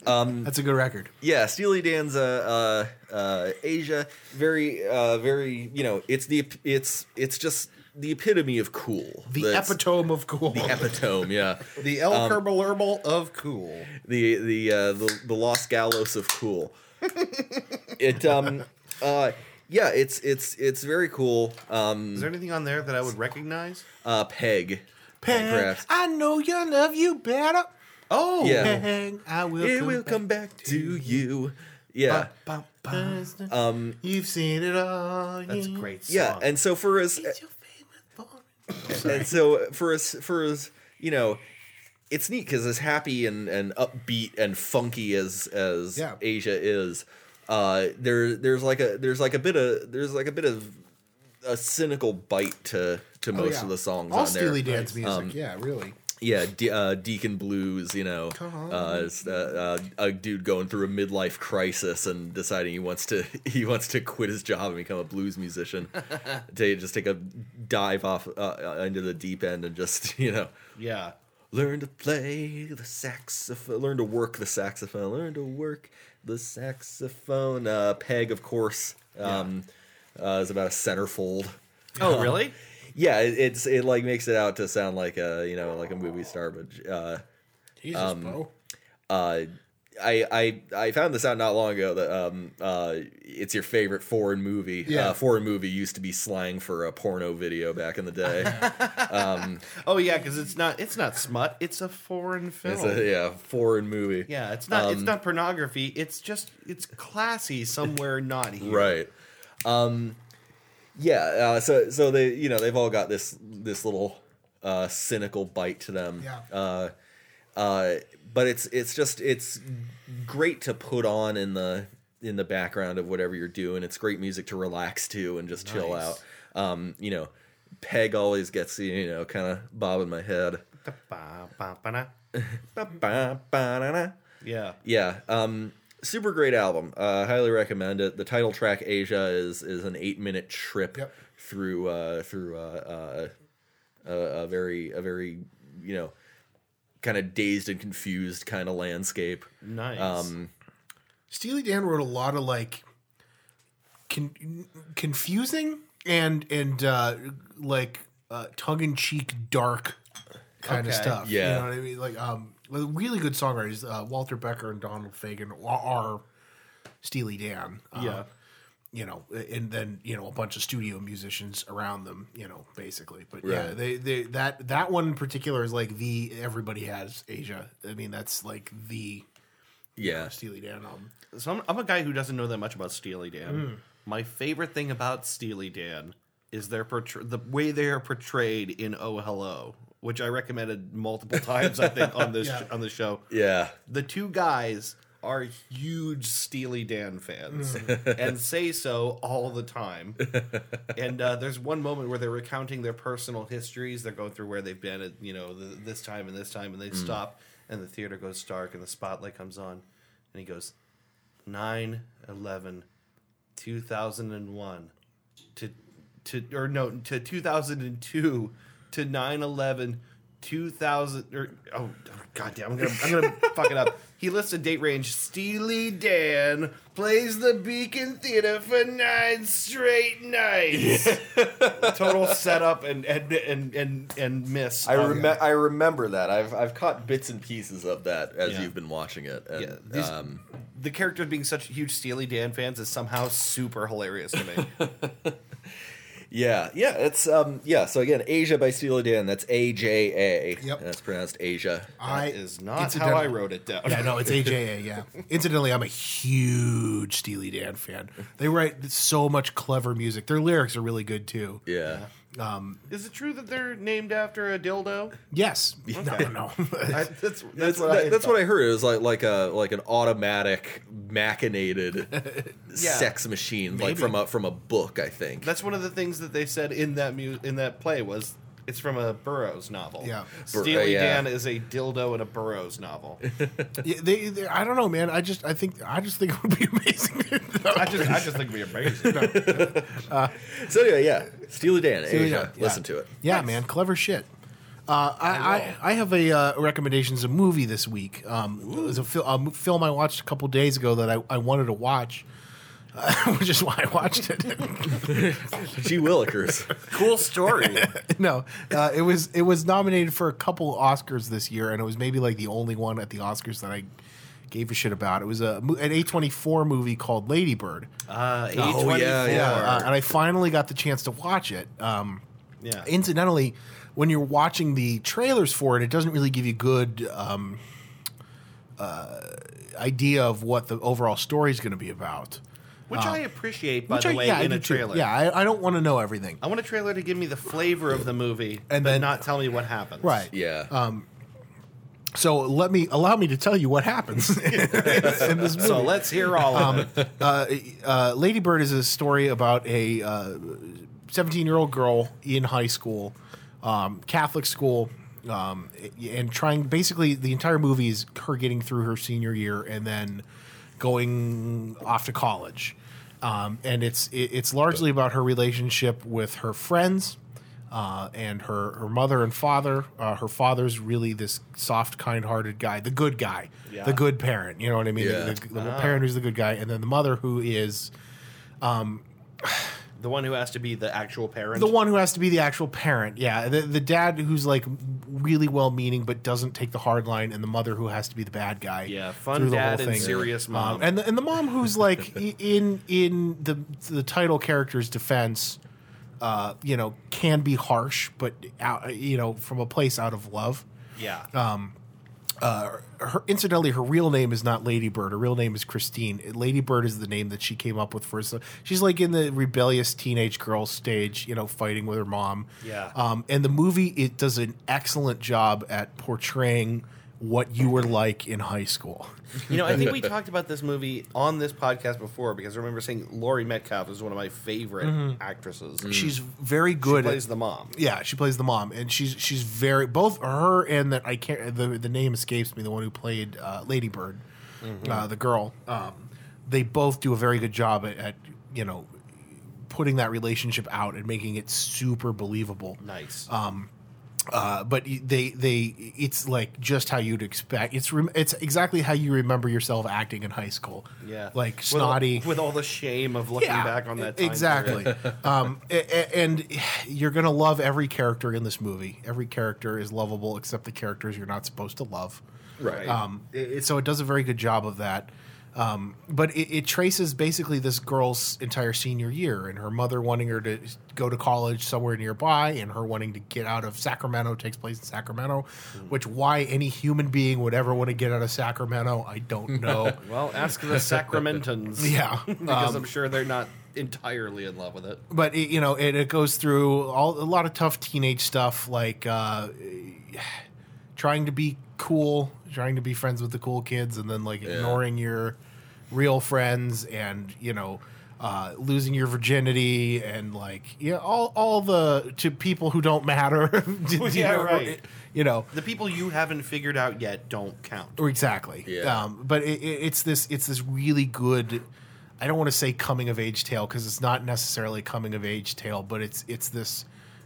Speaker 1: Um, that's a good record.
Speaker 3: Yeah, Steely Dan's uh, uh, uh, Asia. Very, uh, very. You know, it's the ep- it's it's just the epitome of cool.
Speaker 1: The
Speaker 3: That's-
Speaker 1: epitome of cool.
Speaker 3: The epitome, yeah.
Speaker 2: the El
Speaker 3: Um,
Speaker 2: Carbalarble of cool.
Speaker 3: the the uh, the, the Los Galos of cool. it um uh yeah, it's it's it's very cool.
Speaker 2: Is
Speaker 3: Um,
Speaker 2: there anything on there that I would recognize?
Speaker 3: uh, Peg.
Speaker 1: Peg,
Speaker 3: Crafts.
Speaker 1: I know you love you better. Oh,
Speaker 3: Yeah.
Speaker 1: Peg, I will.
Speaker 3: It
Speaker 1: come
Speaker 3: will
Speaker 1: back.
Speaker 3: come back to you. Yeah.
Speaker 1: Bum, bum. You've seen it all.
Speaker 2: That's a
Speaker 1: yeah.
Speaker 2: great song.
Speaker 3: Yeah, and so for as
Speaker 1: It's your favorite part.
Speaker 3: and so for as for as you know, it's neat because as happy and and upbeat and funky as as
Speaker 1: Yeah.
Speaker 3: Asia is, uh, there there's like a there's like a bit of there's like a bit of a cynical bite to to most
Speaker 1: Oh, yeah.
Speaker 3: of the songs
Speaker 1: All
Speaker 3: on there. Um,
Speaker 1: Steely Dan's music. yeah, really.
Speaker 3: Yeah, De- uh, Deacon Blues, you know, uh, it's, uh, uh, a dude going through a midlife crisis and deciding he wants to he wants to quit his job and become a blues musician. to just take a dive off uh, uh, into the deep end and just you know
Speaker 2: Yeah.
Speaker 3: learn to play the saxophone, learn to work the saxophone, learn to work the saxophone. Uh, Peg, of course, um, uh, is about a centerfold.
Speaker 2: Oh, really?
Speaker 3: yeah, it, it's it like makes it out to sound like a you know like a movie star, but uh,
Speaker 1: Jesus,
Speaker 3: um,
Speaker 1: Bo.
Speaker 3: uh, I I I found this out not long ago that um uh it's your favorite foreign movie.
Speaker 1: Yeah.
Speaker 3: Uh, foreign movie used to be slang for a porno video back in the day.
Speaker 2: Oh yeah, because it's not it's not smut. It's a foreign film.
Speaker 3: it's a yeah foreign movie.
Speaker 2: yeah, it's not
Speaker 3: Um,
Speaker 2: it's not pornography. It's just it's classy somewhere not here.
Speaker 3: Right. Um, yeah. Uh, so so they you know they've all got this this little uh, cynical bite to them.
Speaker 1: Yeah.
Speaker 3: Uh, uh, but it's it's just it's great to put on in the in the background of whatever you're doing. It's great music to relax to and just chill
Speaker 2: Nice.
Speaker 3: out. Um, you know, Peg always gets you know kind of bobbing my head.
Speaker 2: Ba-ba-ba-na.
Speaker 3: Ba-ba-ba-da-da.
Speaker 2: Yeah.
Speaker 3: Yeah. Um, super great album. Uh, highly recommend it. The title track "Asia" is is an eight minute trip
Speaker 1: Yep.
Speaker 3: through uh, through uh, uh, a, a very a very you know kind of dazed and confused kind of landscape.
Speaker 2: Nice.
Speaker 3: Um,
Speaker 1: Steely Dan wrote a lot of like con- confusing and and uh, like uh, tongue in cheek, dark kind of
Speaker 2: Okay.
Speaker 1: stuff.
Speaker 3: Yeah.
Speaker 1: you know what I mean. Like um, with really good songwriters, uh, Walter Becker and Donald Fagen are Steely Dan. Uh,
Speaker 2: yeah.
Speaker 1: you know, and then you know a bunch of studio musicians around them, you know, basically. But yeah,
Speaker 3: Right.
Speaker 1: they they that that one in particular is like the everybody has Asia. I mean, that's like the
Speaker 3: yeah.
Speaker 1: Steely Dan um, album.
Speaker 2: So I'm, I'm a guy who doesn't know that much about Steely Dan. My favorite thing about Steely Dan is their portray- the way they are portrayed in Oh Hello, which I recommended multiple times I think on this
Speaker 1: Yeah.
Speaker 2: on the show.
Speaker 3: Yeah.
Speaker 2: The two guys are huge Steely Dan fans and say so all the time. and uh, there's one moment where they're recounting their personal histories. They're going through where they've been at, you know, th- this time and this time, and they stop, and the theater goes dark, and the spotlight comes on, and he goes, 9 11 2001 to to or no to 2002 to 9/11 2000 or oh, oh goddamn I'm going to I'm going to fuck it up. He lists a date range. Steely Dan plays the Beacon Theater for 9 straight nights. Total setup and and and and, and miss.
Speaker 3: I
Speaker 2: Um,
Speaker 3: remember. I remember that. I've I've caught bits and pieces of that as
Speaker 2: Yeah.
Speaker 3: you've been watching it. And,
Speaker 2: Yeah, these-
Speaker 3: um,
Speaker 2: the character of being such huge Steely Dan fans is somehow super hilarious to me.
Speaker 3: yeah, yeah. It's um, yeah. So again, Asia by Steely Dan. That's A J A.
Speaker 1: Yep.
Speaker 3: That's pronounced Asia.
Speaker 1: I
Speaker 2: That is not how
Speaker 1: incidental-
Speaker 2: I wrote it down.
Speaker 1: Yeah, no, it's AJA. Yeah. Incidentally, I'm a huge Steely Dan fan. They write so much clever music. Their lyrics are really good too.
Speaker 3: Yeah.
Speaker 2: Is it true that they're named after a dildo?
Speaker 1: Yes. No, no, no.
Speaker 2: I, that's that's,
Speaker 3: That's,
Speaker 2: what, I,
Speaker 3: that- that's what I heard. It was like like a like an automatic machinated sex machine, like from a from a book, I think.
Speaker 2: That's one of the things that they said in that mu- in that play was it's from a Burroughs novel.
Speaker 1: Yeah.
Speaker 3: Bur-
Speaker 2: Steely
Speaker 3: yeah.
Speaker 2: Dan is a dildo in a Burroughs novel.
Speaker 1: Yeah, they, they, I don't know, man. I just, I think, I just think it would be amazing.
Speaker 2: I just I just think it'd be amazing.
Speaker 3: so anyway, yeah, Steely Dan,
Speaker 1: Steely
Speaker 3: Asia.
Speaker 1: Dan, yeah.
Speaker 3: Listen to it.
Speaker 1: Yeah, man, clever shit. Uh, I, I I have a uh, recommendations of movie this week. Um, it was a, fil- a mo- film I watched a couple days ago that I, I wanted to watch, uh, which is why I watched it.
Speaker 3: Gee Willikers.
Speaker 2: cool story.
Speaker 1: no, uh, it was it was nominated for a couple Oscars this year, and it was maybe like the only one at the Oscars that I gave a shit about. It was a mo- an A twenty four movie called Lady Bird,
Speaker 2: Uh,
Speaker 3: Oh, yeah,
Speaker 2: A24.
Speaker 3: yeah.
Speaker 1: uh, and I finally got the chance to watch it. Um,
Speaker 2: Yeah.
Speaker 1: incidentally, when you're watching the trailers for it, it doesn't really give you good um, uh, idea of what the overall story is going to be about.
Speaker 2: which I appreciate by
Speaker 1: Uh, Which
Speaker 2: the
Speaker 1: I-
Speaker 2: way
Speaker 1: yeah, I
Speaker 2: in a
Speaker 1: do too.
Speaker 2: trailer.
Speaker 1: Yeah, I, I don't want to know everything.
Speaker 2: I want a trailer to give me the flavor of the movie
Speaker 1: And
Speaker 2: and but
Speaker 1: then-
Speaker 2: not tell me what happens.
Speaker 1: Right.
Speaker 3: Yeah.
Speaker 1: So let me allow me to tell you what happens in this movie.
Speaker 2: So let's hear all of it.
Speaker 1: uh, uh, Lady Bird is a story about a uh, seventeen-year-old girl in high school, um, Catholic school, um, and trying. Basically, the entire movie is her getting through her senior year and then going off to college. Um, and it's it, it's largely about her relationship with her friends. Uh, and her, her mother and father. Uh, her father's really this soft, kind hearted guy, the good guy, the good parent. You know what I mean?
Speaker 3: Yeah.
Speaker 1: The, the- the parent who's the good guy, and then the mother who is
Speaker 2: The one who has to be the actual parent.
Speaker 1: The one who has to be the actual parent, yeah. The, the dad who's like really well meaning but doesn't take the hard line, and the mother who has to be the bad guy.
Speaker 2: Yeah, fun
Speaker 1: through the
Speaker 2: dad
Speaker 1: whole
Speaker 2: and
Speaker 1: thing.
Speaker 2: serious
Speaker 1: Um,
Speaker 2: mom.
Speaker 1: and the, and the mom who's like i- in in the the title character's defense, uh, you know, can be harsh, but out, you know, from a place out of love. uh,
Speaker 2: Yeah.
Speaker 1: Her, incidentally, her real name is not Lady Bird. Her real name is Christine. Lady Bird is the name that she came up with first. She's like in the rebellious teenage girl stage, you know, fighting with her mom.
Speaker 2: Yeah.
Speaker 1: Um, and the movie it does an excellent job at portraying what you were like in high school.
Speaker 2: you know, I think we talked about this movie on this podcast before because I remember saying Laurie Metcalf is one of my favorite actresses.
Speaker 1: Mm-hmm.
Speaker 3: Mm.
Speaker 1: She's very good.
Speaker 2: plays
Speaker 1: at,
Speaker 2: the mom.
Speaker 1: yeah, she plays the mom, and she's she's very both her and that I can't the the name escapes me. The one who played uh, Lady Bird,
Speaker 2: Mm-hmm.
Speaker 1: uh, the girl. Um, they both do a very good job at, at you know putting that relationship out and making it super believable.
Speaker 2: Nice.
Speaker 1: Um, Uh, but y- they they it's like just how you'd expect. It's rem- it's exactly how you remember yourself acting in high school.
Speaker 2: yeah.
Speaker 1: like
Speaker 2: With all-
Speaker 1: snotty
Speaker 2: With all, the shame of looking back on that time.
Speaker 1: exactly
Speaker 2: period.
Speaker 1: um, a- a- and you're gonna love every character in this movie every character is lovable except the characters you're not supposed to love
Speaker 2: Right.
Speaker 1: um, i- i- so it does a very good job of that um, but it, it traces basically this girl's entire senior year and her mother wanting her to go to college somewhere nearby and her wanting to get out of sacramento takes place in sacramento
Speaker 2: Hmm.
Speaker 1: which why any human being would ever want to get out of sacramento i don't know
Speaker 2: Well, ask the Sacramentans.
Speaker 1: Yeah. Um,
Speaker 2: because I'm sure they're not entirely in love with it.
Speaker 1: but it, you know it, it goes through all, a lot of tough teenage stuff like uh, trying to be cool trying to be friends with the cool kids and then like ignoring your real friends and you know uh, losing your virginity and like yeah all, all the to people who don't matter
Speaker 2: Yeah, right.
Speaker 1: you know
Speaker 2: The people you haven't figured out yet don't count.
Speaker 1: Exactly.
Speaker 3: Yeah.
Speaker 1: Um, but it, it, it's this it's this really good. I don't want to say coming of age tale because it's not necessarily coming of age tale, but it's it's this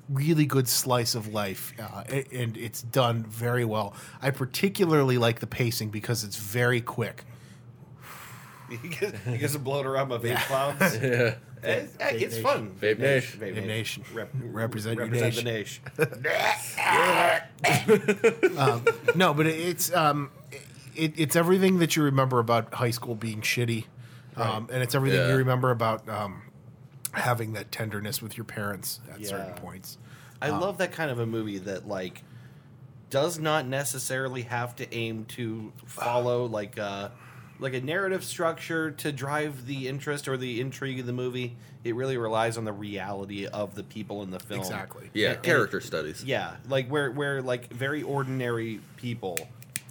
Speaker 1: really good slice of life, uh, a- and it's done very well. I particularly like the pacing because it's very quick.
Speaker 2: you guys are blown around by vape clouds.
Speaker 3: Yeah.
Speaker 2: Eh, eh, it's fun.
Speaker 3: Vape Nation.
Speaker 2: Vape
Speaker 1: Vape Nation.
Speaker 2: Rep-
Speaker 1: Represent your
Speaker 2: represent the
Speaker 1: nation.
Speaker 2: nation.
Speaker 1: no, but it, it's um, it, it's everything that you remember about high school being shitty, um, and it's everything
Speaker 3: Yeah.
Speaker 1: you remember about um, having that tenderness with your parents at certain
Speaker 2: Yeah.
Speaker 1: points.
Speaker 2: I love that kind of a movie that like does not necessarily have to aim to follow like a like a narrative structure to drive the interest or the intrigue of the movie. It really relies on the reality of the people in the film.
Speaker 1: Exactly.
Speaker 3: Yeah, character studies.
Speaker 2: Yeah, like where where like very ordinary people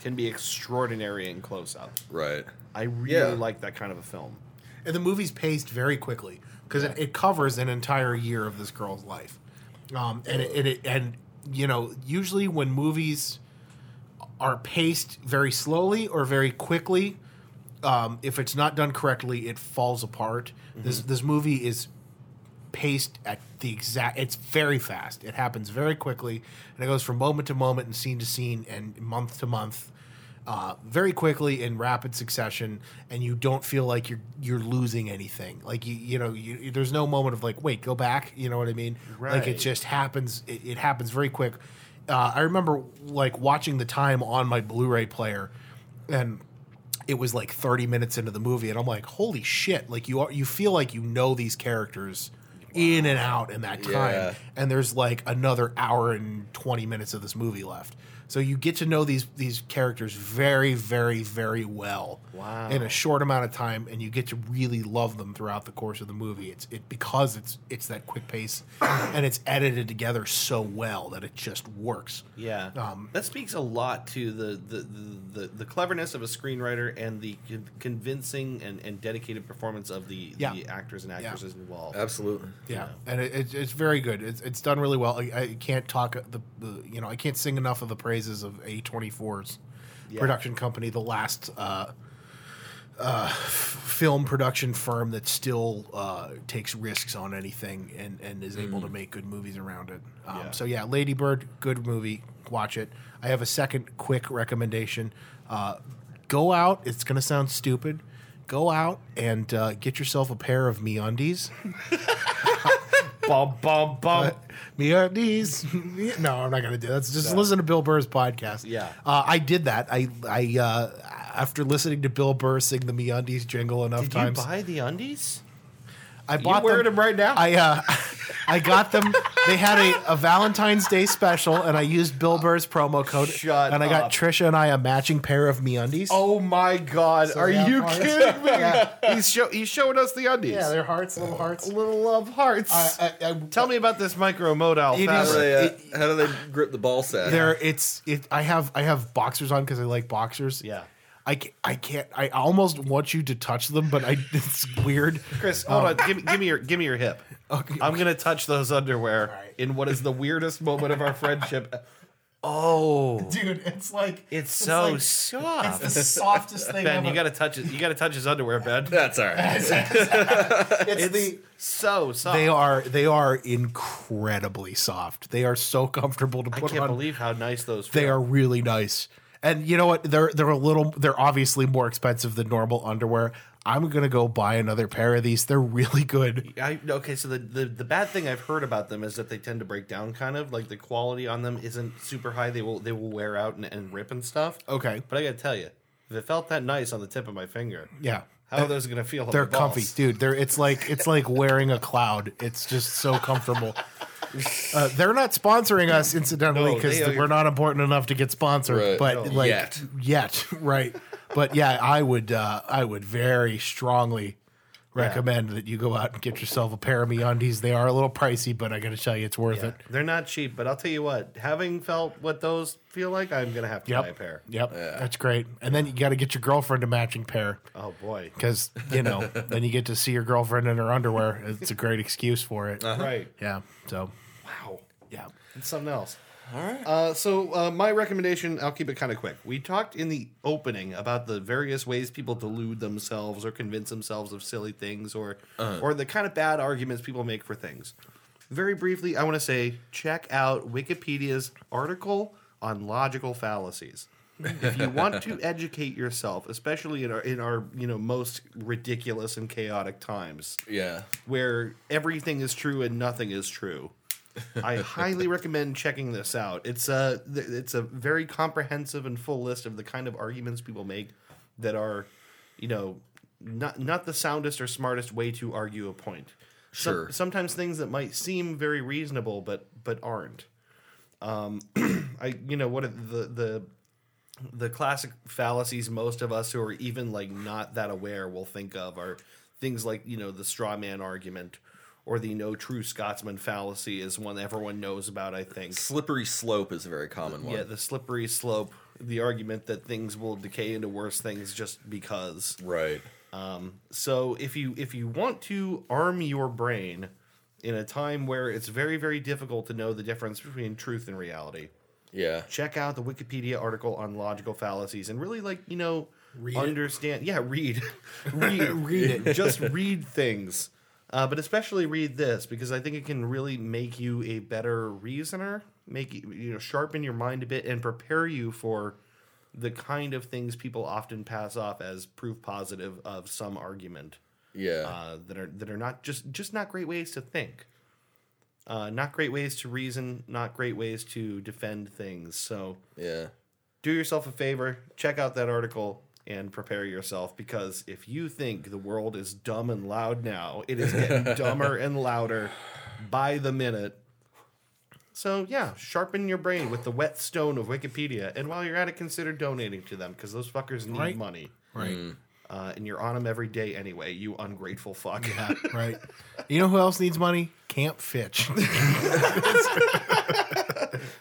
Speaker 2: can be extraordinary in close up.
Speaker 3: Right.
Speaker 2: I really
Speaker 3: Yeah.
Speaker 2: like that kind of a film.
Speaker 1: And the movie's paced very quickly because it, it covers an entire year of this girl's life. Um, and it, and it, and you know, usually when movies are paced very slowly or very quickly, um, if it's not done correctly, it falls apart. This this movie is paced at the exact. It's very fast. It happens very quickly, and it goes from moment to moment and scene to scene and month to month, uh, very quickly in rapid succession. And you don't feel like you're you're losing anything. Like you you know you, there's no moment of like wait go back. You know what I mean? Like it
Speaker 2: Right.
Speaker 1: just happens. It, it happens very quick. Uh, I remember like watching the time on my Blu-ray player, and it was like 30 minutes into the movie and I'm like holy shit like you are you feel like you know these characters in and out in that time
Speaker 3: Yeah.
Speaker 1: and there's like another hour and 20 minutes of this movie left so you get to know these these characters very very very well
Speaker 2: Wow.
Speaker 1: in a short amount of time and you get to really love them throughout the course of the movie it's it because it's it's that quick pace and it's edited together so well that it just works
Speaker 2: Yeah,
Speaker 1: Um,
Speaker 2: that speaks a lot to the the, the, the the cleverness of a screenwriter and the con- convincing and, and dedicated performance of the,
Speaker 1: Yeah.
Speaker 2: the actors and actresses involved.
Speaker 3: Absolutely.
Speaker 1: Yeah, and it, it's it's very good. It's it's done really well. I, I can't talk the, the you know I can't sing enough of the praises of A24's
Speaker 2: Yeah.
Speaker 1: production company, the last uh, uh, film production firm that still uh, takes risks on anything and and is able to make good movies around it. Um,
Speaker 2: Mm. Yeah.
Speaker 1: So yeah, Lady Bird, good movie. Watch it. I have a second quick recommendation. Uh, go out. It's gonna sound stupid. Go out and uh, get yourself a pair of MeUndies.
Speaker 2: bum bum bum.
Speaker 1: Me undies. No, I'm not gonna do. That's just listen to Bill Burr's podcast.
Speaker 2: Yeah.
Speaker 1: uh, I did that. I I uh, after listening to Bill Burr sing the Me undies jingle enough
Speaker 2: Did
Speaker 1: times,
Speaker 2: you buy the undies?
Speaker 1: I bought
Speaker 2: wearing
Speaker 1: them,
Speaker 2: them right now?
Speaker 1: I uh, I got them. They had a, a Valentine's Day special, and I used Bill Burr's promo code.
Speaker 2: Uh, Shut
Speaker 1: and I
Speaker 2: up.
Speaker 1: got Trisha and I a matching pair of Me undies.
Speaker 2: Oh my god! Are
Speaker 1: yeah,
Speaker 2: you
Speaker 1: honest-
Speaker 2: kidding me? He's show he's showing us the undies.
Speaker 1: yeah, they're hearts, little hearts.
Speaker 2: little love hearts.
Speaker 1: I, I, I,
Speaker 2: Tell me about this micro modal
Speaker 1: It
Speaker 3: How do
Speaker 2: fabric.
Speaker 3: they, uh, how do they grip the ball sack?
Speaker 1: There, it's it. I have I have boxers on because I like boxers.
Speaker 2: Yeah.
Speaker 1: I can't, I can't. I almost want you to touch them, but I it's weird.
Speaker 2: Chris, hold on. Give, me- give me your give me your hip.
Speaker 1: Oh. Okay.
Speaker 2: I'm gonna touch those underwear in what is the weirdest moment of our friendship. Oh,
Speaker 1: dude, it's like
Speaker 2: it's so soft.
Speaker 1: the softest thing.
Speaker 2: Ben, you gotta touch it. You gotta touch his underwear, Ben.
Speaker 3: That's all right.
Speaker 1: it's
Speaker 2: It's so soft.
Speaker 1: they are they are incredibly soft. They are so comfortable to
Speaker 2: I
Speaker 1: put
Speaker 2: can't
Speaker 1: on.
Speaker 2: believe how nice those.
Speaker 1: they
Speaker 2: feel.
Speaker 1: are really nice. And you know what? They're they're a little they're obviously more expensive than normal underwear. I'm gonna go buy another pair of these. They're really good.
Speaker 2: I, okay, so the, the the bad thing I've heard about them is that they tend to break down. Kind of like the quality on them isn't super high. They will they will wear out and, and rip and stuff.
Speaker 1: Okay.
Speaker 2: but I gotta tell you, if it felt that nice on the tip of my finger,
Speaker 1: Yeah.
Speaker 2: how are those gonna feel? on
Speaker 1: They're
Speaker 2: my balls?
Speaker 1: comfy, dude. They're it's like it's like wearing a cloud. It's just so comfortable. Uh, they're not sponsoring us, incidentally,
Speaker 2: No,
Speaker 1: because
Speaker 2: they are-
Speaker 1: we're not important enough to get sponsored.
Speaker 3: Right.
Speaker 1: But
Speaker 2: No.
Speaker 1: like
Speaker 3: Yet.
Speaker 1: yet, right? But yeah, I would uh, I would very strongly recommend that you go out and get yourself a pair of me undies. They are a little pricey, but I got to tell you, it's worth
Speaker 2: Yeah.
Speaker 1: it.
Speaker 2: They're not cheap, but I'll tell you what, having felt what those feel like, I'm gonna have to buy a
Speaker 1: Yep.
Speaker 2: pair.
Speaker 1: Yep. That's great. And then you got to get your girlfriend a matching pair.
Speaker 2: Oh boy.
Speaker 1: Because you know, then you get to see your girlfriend in her underwear. It's a great excuse for it.
Speaker 2: Right.
Speaker 1: Yeah. So
Speaker 2: Wow.
Speaker 1: yeah.
Speaker 2: It's something else. All right. Uh, so uh, my recommendation, I'll keep it kind of quick. We talked in the opening about the various ways people delude themselves or convince themselves of silly things, or or the kind of bad arguments people make for things. Very briefly, I want to say check out Wikipedia's article on logical fallacies. if you want to educate yourself, especially in our in our you know most ridiculous and chaotic times,
Speaker 3: yeah.
Speaker 2: where everything is true and nothing is true. I highly recommend checking this out. It's a th- it's a very comprehensive and full list of the kind of arguments people make that are, you know, not not the soundest or smartest way to argue a point. Some-
Speaker 3: Sure.
Speaker 2: sometimes things that might seem very reasonable but but aren't. Um, I you know what are the the the classic fallacies most of us who are even like not that aware will think of are things like you know the straw man argument or the no true Scotsman fallacy is one everyone knows about. I think
Speaker 3: Slippery slope is a very common one.
Speaker 2: yeah, the slippery slope, the argument that things will decay into worse things just because.
Speaker 3: right.
Speaker 2: So if you if you want to arm your brain in a time where it's very very difficult to know the difference between truth and reality,
Speaker 3: Yeah.
Speaker 2: check out the Wikipedia article on logical fallacies and really like you know understand. Yeah, read, read, read it. Just read things, uh, but especially read this because I think it can really make you a better reasoner, make you you know sharpen your mind a bit and prepare you for the kind of things people often pass off as proof positive of some argument
Speaker 3: Yeah.
Speaker 2: uh, that are that are not just just not great ways to think, uh, not great ways to reason, not great ways to defend things. So
Speaker 3: yeah.
Speaker 2: do yourself a favor, check out that article and prepare yourself because if you think the world is dumb and loud now, it is getting dumber and louder by the minute. So yeah, sharpen your brain with the whetstone of Wikipedia, and while you're at it, consider donating to them because those fuckers need
Speaker 1: Right.
Speaker 2: money,
Speaker 1: Right.
Speaker 2: uh, and you're on them every day anyway. You ungrateful fuck.
Speaker 1: Yeah, right. You know who else needs money? Camp Fitch.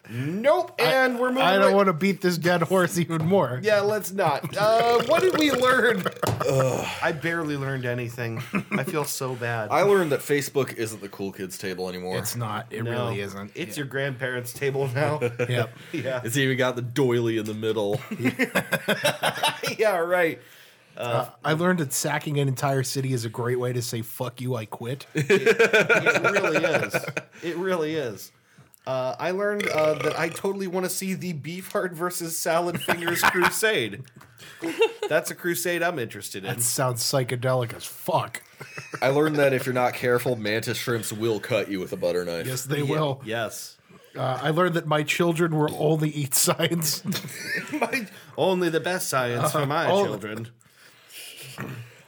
Speaker 2: Nope. And we're moving.
Speaker 1: I don't
Speaker 2: right-
Speaker 1: want to beat this dead horse even more.
Speaker 2: Yeah, let's not. Uh, what did we learn? I barely learned anything. I feel so bad.
Speaker 3: I learned that Facebook isn't the cool kids table anymore.
Speaker 1: It's not. It
Speaker 2: No,
Speaker 1: really isn't.
Speaker 2: It's your grandparents' table now.
Speaker 1: Yep.
Speaker 2: yeah.
Speaker 3: It's even got the doily in the middle.
Speaker 2: Yeah. Right.
Speaker 1: I learned that sacking an entire city is a great way to say "fuck you, I quit."
Speaker 2: It really is. It really is. Uh, I learned uh, that I totally want to see the Beefheart versus Salad Fingers Crusade. That's a crusade I'm interested in.
Speaker 1: It sounds psychedelic as fuck.
Speaker 3: I learned that if you're not careful, mantis shrimps will cut you with a butter knife.
Speaker 1: Yes, they will.
Speaker 2: Yes.
Speaker 1: Uh, I learned that my children will only eat science.
Speaker 2: Only the best science for my
Speaker 1: oh.
Speaker 2: children.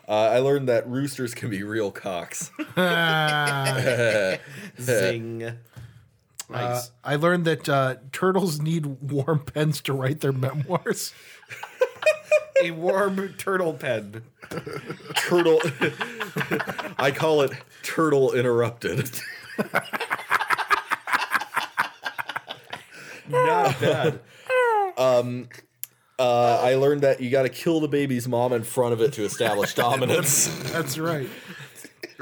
Speaker 3: Uh, I learned that roosters can be real cocks.
Speaker 2: Zing.
Speaker 1: Uh,
Speaker 2: Nice.
Speaker 1: I learned that uh, turtles need warm pens to write their memoirs.
Speaker 2: a warm turtle pen.
Speaker 3: turtle. I call it turtle interrupted.
Speaker 2: Not bad.
Speaker 3: Uh, I learned that you got to kill the baby's mom in front of it to establish dominance.
Speaker 1: That's right.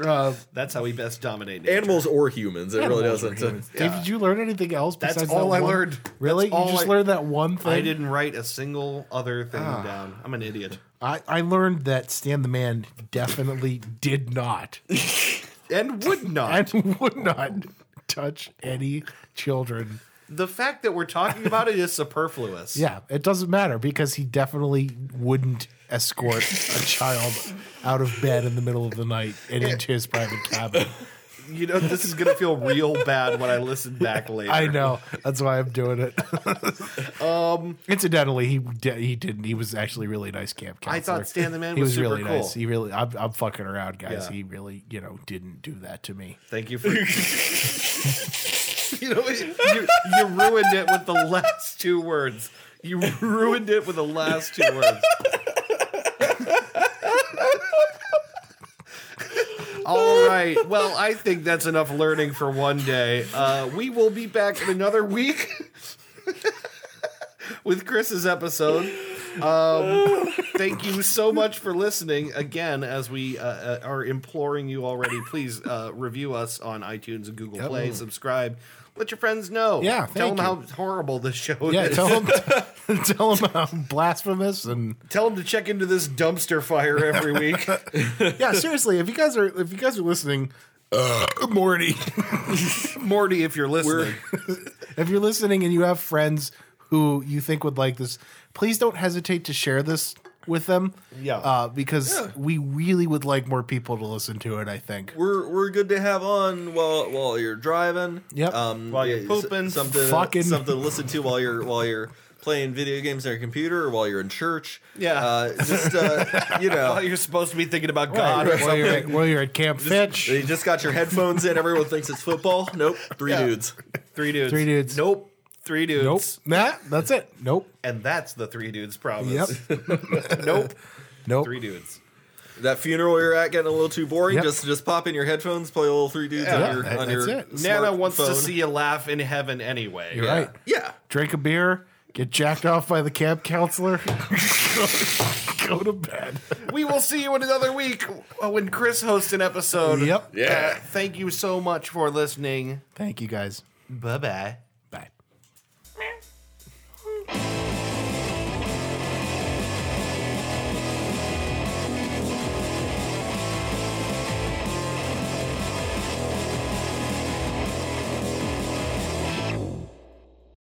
Speaker 1: Uh,
Speaker 2: That's how we best dominate nature.
Speaker 3: Animals or humans, it really
Speaker 1: animals are
Speaker 3: doesn't. uh,
Speaker 1: humans. Dave, did you learn anything else?
Speaker 2: That's
Speaker 1: besides
Speaker 2: all
Speaker 1: that
Speaker 2: I
Speaker 1: one-
Speaker 2: learned.
Speaker 1: Really?
Speaker 2: That's all
Speaker 1: you just
Speaker 2: I-
Speaker 1: learned that one thing.
Speaker 2: I didn't write a single other thing down. I'm an idiot.
Speaker 1: I, I learned that Stan the Man definitely did not
Speaker 2: And would not.
Speaker 1: and would not touch any children.
Speaker 2: the fact that we're talking about it is superfluous.
Speaker 1: Yeah, it doesn't matter because he definitely wouldn't escort a child out of bed in the middle of the night and into his private cabin.
Speaker 2: You know, this is going to feel real bad when I listen back later.
Speaker 1: I know. That's why I'm doing it. um, incidentally, he di- he didn't. He was actually a really nice camp counselor.
Speaker 2: I thought Stan the Man
Speaker 1: He
Speaker 2: was super
Speaker 1: really
Speaker 2: cool.
Speaker 1: nice. He really. I'm, I'm fucking around, guys.
Speaker 2: Yeah.
Speaker 1: He really, you know, didn't do that to me.
Speaker 2: Thank you for. you know, you, you ruined it with the last two words. You ruined it with the last two words. All right. Well, I think that's enough learning for one day. Uh, we will be back in another week with Chris's episode. Um, thank you so much for listening. Again, as we uh, uh, are imploring you already, please uh, review us on iTunes and Google Play. Subscribe. Let your friends know.
Speaker 1: Yeah,
Speaker 2: tell
Speaker 1: thank
Speaker 2: them
Speaker 1: you.
Speaker 2: how horrible this show
Speaker 1: Yeah,
Speaker 2: is.
Speaker 1: tell him, tell him I'm blasphemous and
Speaker 2: tell them to check into this dumpster fire every week.
Speaker 1: yeah. Seriously, if you guys are if you guys are listening, uh, Morty,
Speaker 2: Morty, if you're listening.
Speaker 1: if you're listening and you have friends who you think would like this, please don't hesitate to share this with them.
Speaker 2: Yeah.
Speaker 1: uh, because we really would like more people to listen to it. I think.
Speaker 3: We're we're good to have on while while you're driving.
Speaker 1: Yep.
Speaker 3: Um,
Speaker 2: While you're
Speaker 3: s-
Speaker 2: pooping,
Speaker 3: something
Speaker 1: fucking.
Speaker 3: something to listen to while you're while you're playing video games on your computer or while you're in church.
Speaker 2: Yeah.
Speaker 3: Uh, just uh, you know,
Speaker 2: Oh, you're supposed to be thinking about God.
Speaker 1: Right, while, you're at, while you're at Camp Fitch,
Speaker 3: you just got your headphones in. Everyone thinks it's football. Nope. Three dudes.
Speaker 2: Three dudes.
Speaker 1: Three dudes.
Speaker 2: Nope. Three dudes.
Speaker 1: nope, nah, that's it. Nope,
Speaker 2: And that's the three dudes
Speaker 1: yep,
Speaker 2: promise. nope.
Speaker 1: nope.
Speaker 2: Three dudes.
Speaker 3: That funeral you're at getting a little too boring.
Speaker 1: Yep.
Speaker 3: Just just pop in your headphones, play a little three dudes
Speaker 2: Yeah,
Speaker 3: on your
Speaker 1: that-
Speaker 3: on
Speaker 1: that's
Speaker 3: your
Speaker 1: it.
Speaker 2: Nana wants to
Speaker 3: smartphone.
Speaker 2: see you laugh in heaven anyway.
Speaker 1: You're right.
Speaker 3: Yeah.
Speaker 1: Drink a beer, get jacked off by the camp counselor, go to bed.
Speaker 2: We will see you in another week uh, when Chris hosts an episode. Uh,
Speaker 1: Yep.
Speaker 2: Yeah. thank you so much for listening.
Speaker 1: Thank you guys.
Speaker 2: Bye bye.